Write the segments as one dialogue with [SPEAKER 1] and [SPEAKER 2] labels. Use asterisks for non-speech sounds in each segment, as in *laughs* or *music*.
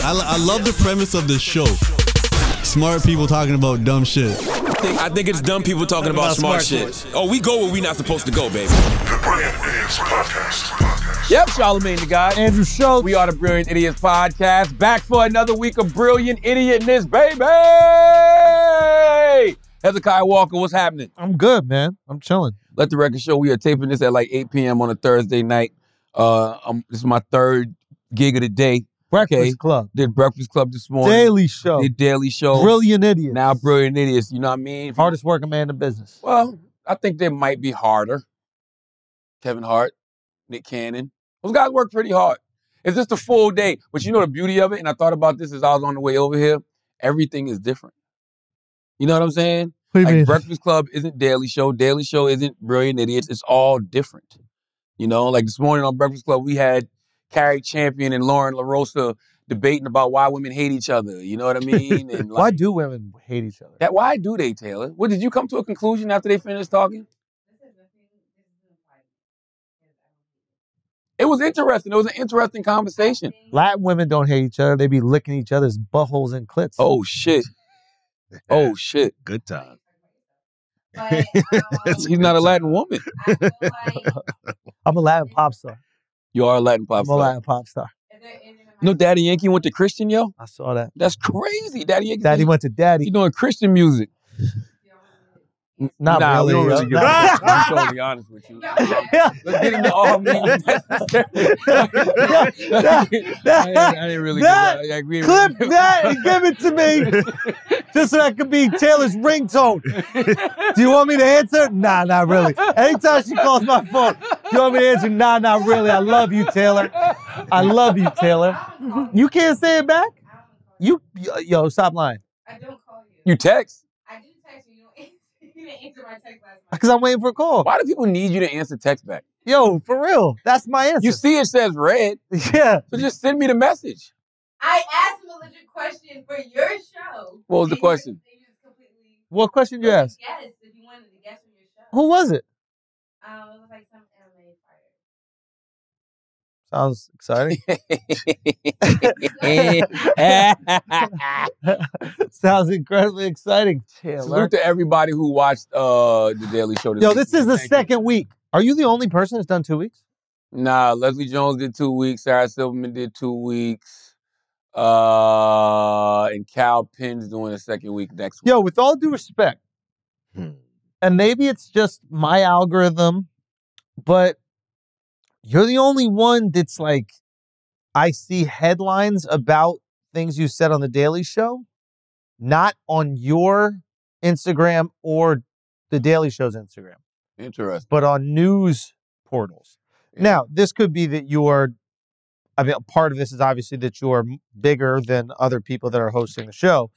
[SPEAKER 1] I, lo- I love the premise of this show. Smart people talking about dumb shit.
[SPEAKER 2] I think, I think it's dumb people talking about,
[SPEAKER 1] About
[SPEAKER 2] smart,
[SPEAKER 1] smart
[SPEAKER 2] shit. Oh, we go where we not supposed to go, baby.
[SPEAKER 3] The Brilliant Idiots Podcast.
[SPEAKER 4] Yep, Charlemagne the God, Andrew Schultz. We are the Brilliant Idiots Podcast, back for another week of brilliant idiotness, baby. Hezekiah Walker, what's happening?
[SPEAKER 5] I'm good, man. I'm chilling.
[SPEAKER 4] Let the record show we are taping this at like 8 p.m. on a Thursday night. Uh, um, this is my third gig of the day.
[SPEAKER 5] Breakfast
[SPEAKER 4] Okay.
[SPEAKER 5] Club,
[SPEAKER 4] Did Breakfast Club this morning.
[SPEAKER 5] Daily Show,
[SPEAKER 4] Did Daily Show.
[SPEAKER 5] Brilliant Idiot.
[SPEAKER 4] Now Brilliant Idiots. You know what I mean?
[SPEAKER 5] hardest working man in business.
[SPEAKER 4] Well, I think they might be harder. Kevin Hart, Nick Cannon. Those guys work pretty hard. It's just a full day. But you know the beauty of it, and I thought about this as I was on the way over here, everything is different. You know what I'm saying?
[SPEAKER 5] What do you
[SPEAKER 4] like
[SPEAKER 5] mean?
[SPEAKER 4] Breakfast Club isn't Daily Show. Daily Show isn't Brilliant Idiots. It's all different. You know, like this morning on Breakfast Club, we had Carrie Champion and Lauren LaRosa debating about why women hate each other. You know what I mean? And
[SPEAKER 5] Why
[SPEAKER 4] like,
[SPEAKER 5] do women hate each other?
[SPEAKER 4] that why do they, Taylor? What did you come to a conclusion after they finished talking? It was interesting. It was an interesting conversation.
[SPEAKER 5] Latin women don't hate each other. They be licking each other's buttholes and clits.
[SPEAKER 4] Oh shit.
[SPEAKER 5] *laughs*
[SPEAKER 4] Oh shit.
[SPEAKER 1] Good time.
[SPEAKER 6] But,
[SPEAKER 4] He's not a Latin woman.
[SPEAKER 6] I feel like
[SPEAKER 5] I'm a Latin pop star.
[SPEAKER 4] You are a Latin pop
[SPEAKER 5] I'm a
[SPEAKER 4] star.
[SPEAKER 5] Latin pop star.
[SPEAKER 4] No, Daddy Yankee went to Christian, yo.
[SPEAKER 5] I saw that.
[SPEAKER 4] That's crazy. Daddy Yankee.
[SPEAKER 5] Daddy went to daddy.
[SPEAKER 4] you doing Christian music.
[SPEAKER 5] Not
[SPEAKER 4] Nah, we
[SPEAKER 5] really.
[SPEAKER 4] don't
[SPEAKER 1] really
[SPEAKER 5] yo.
[SPEAKER 1] give
[SPEAKER 5] *laughs*
[SPEAKER 1] a
[SPEAKER 4] I'm totally honest with you. Let's get into all
[SPEAKER 5] *laughs*
[SPEAKER 4] means necessary. *laughs* I, didn't- I didn't really.
[SPEAKER 5] That-
[SPEAKER 4] do, like, we didn't *laughs*
[SPEAKER 5] Clip
[SPEAKER 4] really-
[SPEAKER 5] that and give it to me, just so that could be Taylor's ringtone. Do you want me to answer? Nah, not really. Anytime she calls my phone, do you want me to answer? Nah, not really. I love you, Taylor. I love you, Taylor. You can't say it back. You, yo, stop lying.
[SPEAKER 6] I don't call you.
[SPEAKER 4] You text.
[SPEAKER 6] I do text you. You, don't *laughs* answer, you didn't answer my text last night.
[SPEAKER 5] Because I'm waiting for a call.
[SPEAKER 4] Why do people need you to answer text back?
[SPEAKER 5] Yo, for real. That's my *laughs*
[SPEAKER 4] You
[SPEAKER 5] answer.
[SPEAKER 4] see, it says red,
[SPEAKER 5] Yeah.
[SPEAKER 4] so just send me the
[SPEAKER 5] *laughs*
[SPEAKER 4] message. *laughs*
[SPEAKER 6] I asked him a legit question for your show.
[SPEAKER 4] What was the
[SPEAKER 6] And you-
[SPEAKER 4] question?
[SPEAKER 6] and you just completely-
[SPEAKER 5] What question you ask?
[SPEAKER 6] Guess if you wanted to guess from your show.
[SPEAKER 5] Who was it?
[SPEAKER 6] Um, it was like some anime fighter.
[SPEAKER 5] Sounds exciting.
[SPEAKER 4] Salute
[SPEAKER 5] Sounds incredibly exciting, Taylor.
[SPEAKER 4] to everybody who watched uh, the Daily Show. This
[SPEAKER 5] Yo,
[SPEAKER 4] week.
[SPEAKER 5] this is the
[SPEAKER 4] Thank you.
[SPEAKER 5] second week. Are you the only person that's done two weeks?
[SPEAKER 4] Nah, Leslie Jones did two weeks. Sarah Silverman did two weeks. Uh, and Cal Penn's doing a second week next week.
[SPEAKER 5] Yo, with all due respect, and maybe it's just my algorithm, but you're the only one that's like, I see headlines about things you said on The Daily Show, not on your Instagram or The Daily Show's Instagram,
[SPEAKER 4] Interesting.
[SPEAKER 5] but on news portals. Now, this could be that you're, I mean, part of this is obviously that you're m- bigger than other people that are hosting the show.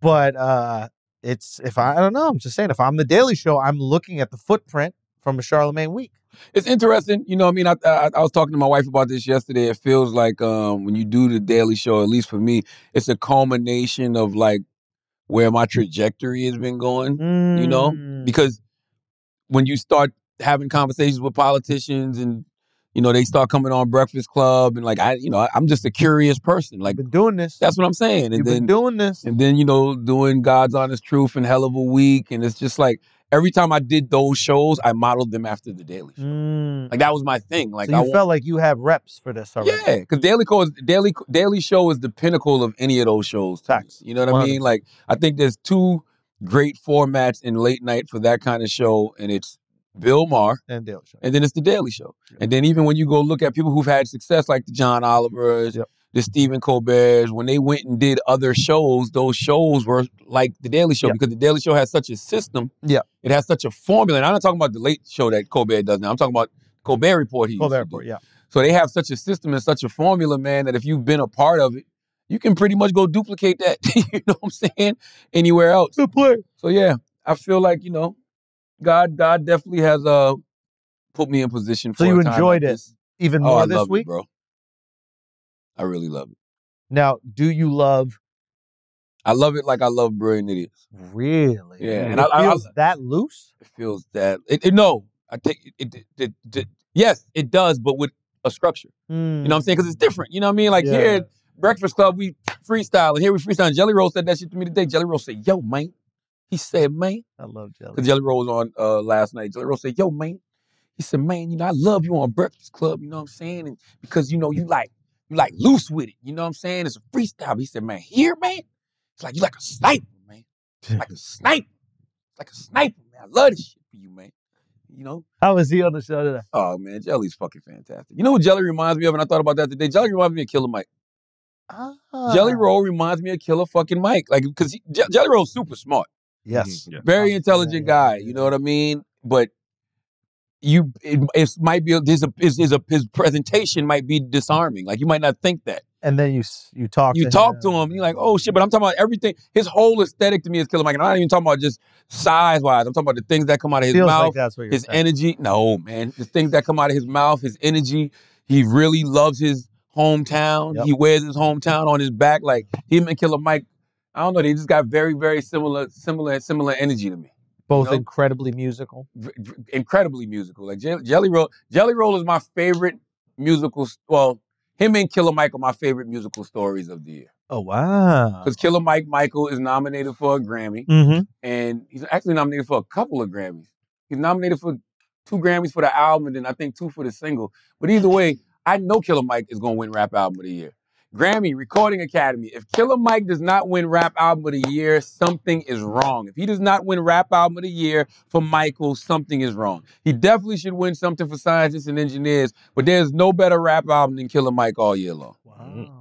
[SPEAKER 5] But uh it's, if I, I don't know, I'm just saying, if I'm the Daily Show, I'm looking at the footprint from a Charlemagne week.
[SPEAKER 4] It's interesting. You know, what I mean, I, I I was talking to my wife about this yesterday. It feels like um, when you do the Daily Show, at least for me, it's a culmination of like where my trajectory has been going.
[SPEAKER 5] Mm-hmm.
[SPEAKER 4] know, because when you start having conversations with politicians and you know they start coming on breakfast club and like i you know I, i'm just a curious person like
[SPEAKER 5] I've been doing this.
[SPEAKER 4] that's what i'm saying
[SPEAKER 5] You've
[SPEAKER 4] and then
[SPEAKER 5] been doing this.
[SPEAKER 4] and then you know doing god's honest truth and hell of a week and it's just like every time i did those shows i modeled them after the daily show
[SPEAKER 5] Mm.
[SPEAKER 4] like that was my thing like
[SPEAKER 5] so
[SPEAKER 4] i
[SPEAKER 5] you
[SPEAKER 4] wa-
[SPEAKER 5] felt like you have reps for this already.
[SPEAKER 4] yeah, because Daily Co is Daily Daily Show is the pinnacle of any of those shows. to me.
[SPEAKER 5] Facts.
[SPEAKER 4] You know what I mean?
[SPEAKER 5] 100%.
[SPEAKER 4] Like I think there's two great formats in late night for that kind of show, and it's Bill Maher
[SPEAKER 5] And Daily Show.
[SPEAKER 4] and then it's the Daily Show. And then even when you go look at people who've had success, like the John Olivers,
[SPEAKER 5] Yep.
[SPEAKER 4] the Stephen Colbert's, when they went and did other shows, those shows were like the Daily Show
[SPEAKER 5] Yep.
[SPEAKER 4] because the Daily Show has such a system.
[SPEAKER 5] Yep.
[SPEAKER 4] it has such a formula. And I'm not talking about the late show that Colbert does now. I'm talking about Colbert Report. He used
[SPEAKER 5] Colbert
[SPEAKER 4] to do.
[SPEAKER 5] Report, yeah.
[SPEAKER 4] So they have such a system and such a formula, man, that if you've been a part of it, you can pretty much go duplicate that. *laughs* you know what I'm saying? Anywhere else.
[SPEAKER 5] Good play.
[SPEAKER 4] So yeah, I feel like you know, God, God definitely has uh put me in position. For
[SPEAKER 5] So you
[SPEAKER 4] a time
[SPEAKER 5] enjoyed
[SPEAKER 4] like
[SPEAKER 5] it
[SPEAKER 4] this.
[SPEAKER 5] Even
[SPEAKER 4] Oh,
[SPEAKER 5] more
[SPEAKER 4] I
[SPEAKER 5] this
[SPEAKER 4] love
[SPEAKER 5] week?
[SPEAKER 4] it, bro. I really love it.
[SPEAKER 5] Now, do you love
[SPEAKER 4] I love it like I love Brilliant Idiots.
[SPEAKER 5] really?
[SPEAKER 4] Yeah,
[SPEAKER 5] It
[SPEAKER 4] and I- I- I-
[SPEAKER 5] feels that loose?
[SPEAKER 4] It feels that it, it- no, I think it, it, it, Hmm. it- yes, it does, but with a structure. You know what I'm saying? Because it's different. You know what I mean? Like
[SPEAKER 5] Yeah.
[SPEAKER 4] here, Breakfast Club, we freestyling. Here we freestyling. Jelly Roll said that shit to me today. Jelly Roll said, yo, man. He said, man.
[SPEAKER 5] I love jelly.
[SPEAKER 4] Because Jelly Roll was on uh, last night. Jelly Roll said, yo, man. He said, man, you know, I love you on Breakfast Club, you know what I'm saying? And because, you know, you like, you like loose with it, you know what I'm saying? It's a freestyle. But he said, man, here, man, it's like you like a sniper, man. Like a sniper. Like a sniper, man. I love this shit for you, man. You know?
[SPEAKER 5] How was he on the show today?
[SPEAKER 4] Oh man, Jelly's fucking fantastic. You know what Jelly reminds me of? And I thought about that today. Jelly reminds me of Killer Mike. Jelly
[SPEAKER 5] Uh-huh.
[SPEAKER 4] Roll reminds me of Killer fucking Mike. Like, because Jelly Roll's super smart,
[SPEAKER 5] Yes.
[SPEAKER 2] Mhm, yeah.
[SPEAKER 4] very
[SPEAKER 5] Oh, Yeah,
[SPEAKER 4] intelligent
[SPEAKER 5] yeah,
[SPEAKER 4] guy.
[SPEAKER 5] yeah.
[SPEAKER 4] You know what I mean? But you, it, it might be there's a his, his, his presentation might be disarming. Like you might not think that.
[SPEAKER 5] And then you s- you talk.
[SPEAKER 4] you
[SPEAKER 5] to
[SPEAKER 4] talk
[SPEAKER 5] him.
[SPEAKER 4] to him, you're like, oh shit. But I'm talking about everything. His whole aesthetic to me is Killer Mike, and I'm not even talking about just size wise. I'm talking about the things that come out of his
[SPEAKER 5] Feels
[SPEAKER 4] mouth
[SPEAKER 5] like that's what you're
[SPEAKER 4] his
[SPEAKER 5] saying.
[SPEAKER 4] energy. No, man, the things that come out of his mouth, his energy. He really loves his hometown.
[SPEAKER 5] Yep.
[SPEAKER 4] He wears his hometown on his back. Like him and Killer Mike, I don't know. They just got very, very similar, similar, similar energy to me.
[SPEAKER 5] Both
[SPEAKER 4] you know?
[SPEAKER 5] incredibly musical.
[SPEAKER 4] V- v- incredibly musical. Like Jell- Jelly Roll. Jelly Roll is my favorite musical. s- Well, him and Killer Mike are my favorite musical stories of the year.
[SPEAKER 5] Oh wow.
[SPEAKER 4] Because Killer Mike Michael is nominated for a Grammy
[SPEAKER 5] Mm-hmm.
[SPEAKER 4] and he's actually nominated for a couple of Grammys. He's nominated for two Grammys for the album, and then I think two for the single. But either way, I know Killer Mike is gonna win Rap Album of the Year. Grammy, Recording Academy. If Killer Mike does not win Rap Album of the Year, something is wrong. If he does not win Rap Album of the Year for Michael, something is wrong. He definitely should win something for scientists and engineers, but there's no better rap album than Killer Mike all year long.
[SPEAKER 5] Wow.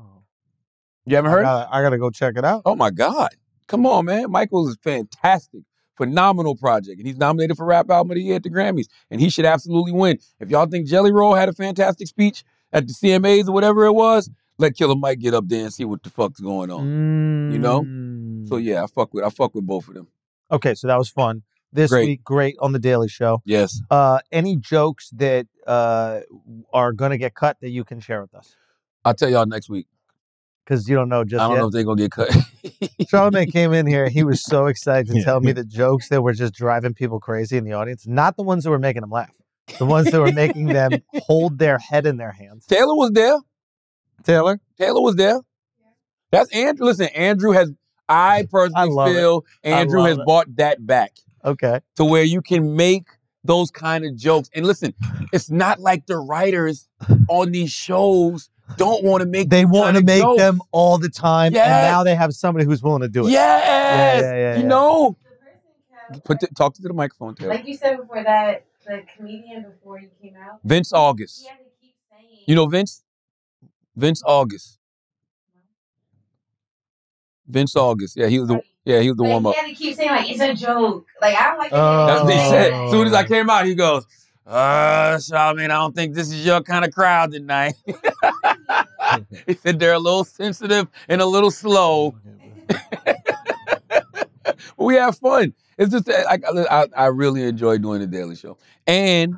[SPEAKER 4] You haven't
[SPEAKER 5] I
[SPEAKER 4] heard? it?
[SPEAKER 5] gotta, I gotta go check it out.
[SPEAKER 4] Oh my God. Come on, man. Michael is fantastic. Phenomenal project. And he's nominated for Rap Album of the Year at the Grammys. And he should absolutely win. If y'all think Jelly Roll had a fantastic speech at the CMAs or whatever it was, let Killer Mike get up there and see what the fuck's going on.
[SPEAKER 5] You
[SPEAKER 4] know?
[SPEAKER 5] know.
[SPEAKER 4] So yeah, I fuck with I fuck with both of them.
[SPEAKER 5] Mm. Okay, so that was fun. This
[SPEAKER 4] Great.
[SPEAKER 5] week, great on the Daily Show.
[SPEAKER 4] Yes.
[SPEAKER 5] Uh, any jokes that uh, are gonna get cut that you can share with us?
[SPEAKER 4] I'll tell y'all next week.
[SPEAKER 5] Because you don't know just
[SPEAKER 4] I don't
[SPEAKER 5] yet.
[SPEAKER 4] know if they're gonna get cut. *laughs*
[SPEAKER 5] *laughs* Charlamagne came in here. He was so excited to
[SPEAKER 7] Yeah.
[SPEAKER 5] tell me the jokes that were just driving people crazy in the audience, not the ones that were making them laugh, the ones that were making *laughs* them hold their head in their hands.
[SPEAKER 4] Taylor was there.
[SPEAKER 5] Taylor,
[SPEAKER 4] Taylor was there. That's Andrew. Listen, Andrew has I personally
[SPEAKER 5] love it.
[SPEAKER 4] feel Andrew
[SPEAKER 5] love
[SPEAKER 4] has
[SPEAKER 5] it.
[SPEAKER 4] bought that back.
[SPEAKER 5] okay,
[SPEAKER 4] to where you can make those kind of jokes. And listen, it's not like the writers on these shows don't want to make
[SPEAKER 5] they
[SPEAKER 4] these
[SPEAKER 5] want
[SPEAKER 4] kind
[SPEAKER 5] to
[SPEAKER 4] of
[SPEAKER 5] make
[SPEAKER 4] jokes.
[SPEAKER 5] them all the time, and
[SPEAKER 4] Yes.
[SPEAKER 5] now they have somebody who's willing to do it.
[SPEAKER 4] Yes,
[SPEAKER 5] Yeah, yeah, yeah,
[SPEAKER 4] you
[SPEAKER 5] yeah.
[SPEAKER 4] know.
[SPEAKER 6] The person can,
[SPEAKER 4] Put the, talk to the microphone, Taylor.
[SPEAKER 6] like you said before that, the comedian before you came out,
[SPEAKER 4] Vince August.
[SPEAKER 6] he had to keep saying,
[SPEAKER 4] You know Vince. Vince August. Vince August. Yeah, he was the yeah he was the
[SPEAKER 6] like,
[SPEAKER 4] warm up.
[SPEAKER 6] He had to keep saying like it's a joke. Like I don't like.
[SPEAKER 5] Oh.
[SPEAKER 4] That's what he said.
[SPEAKER 5] Oh.
[SPEAKER 4] As soon as I came out, he goes, "Uh, Charlamagne, I don't think this is your kind of crowd tonight." *laughs* he said they're a little sensitive and a little
[SPEAKER 5] Oh,
[SPEAKER 4] slow. we have fun. It's just that, like I, I, I really enjoy doing the Daily Show, and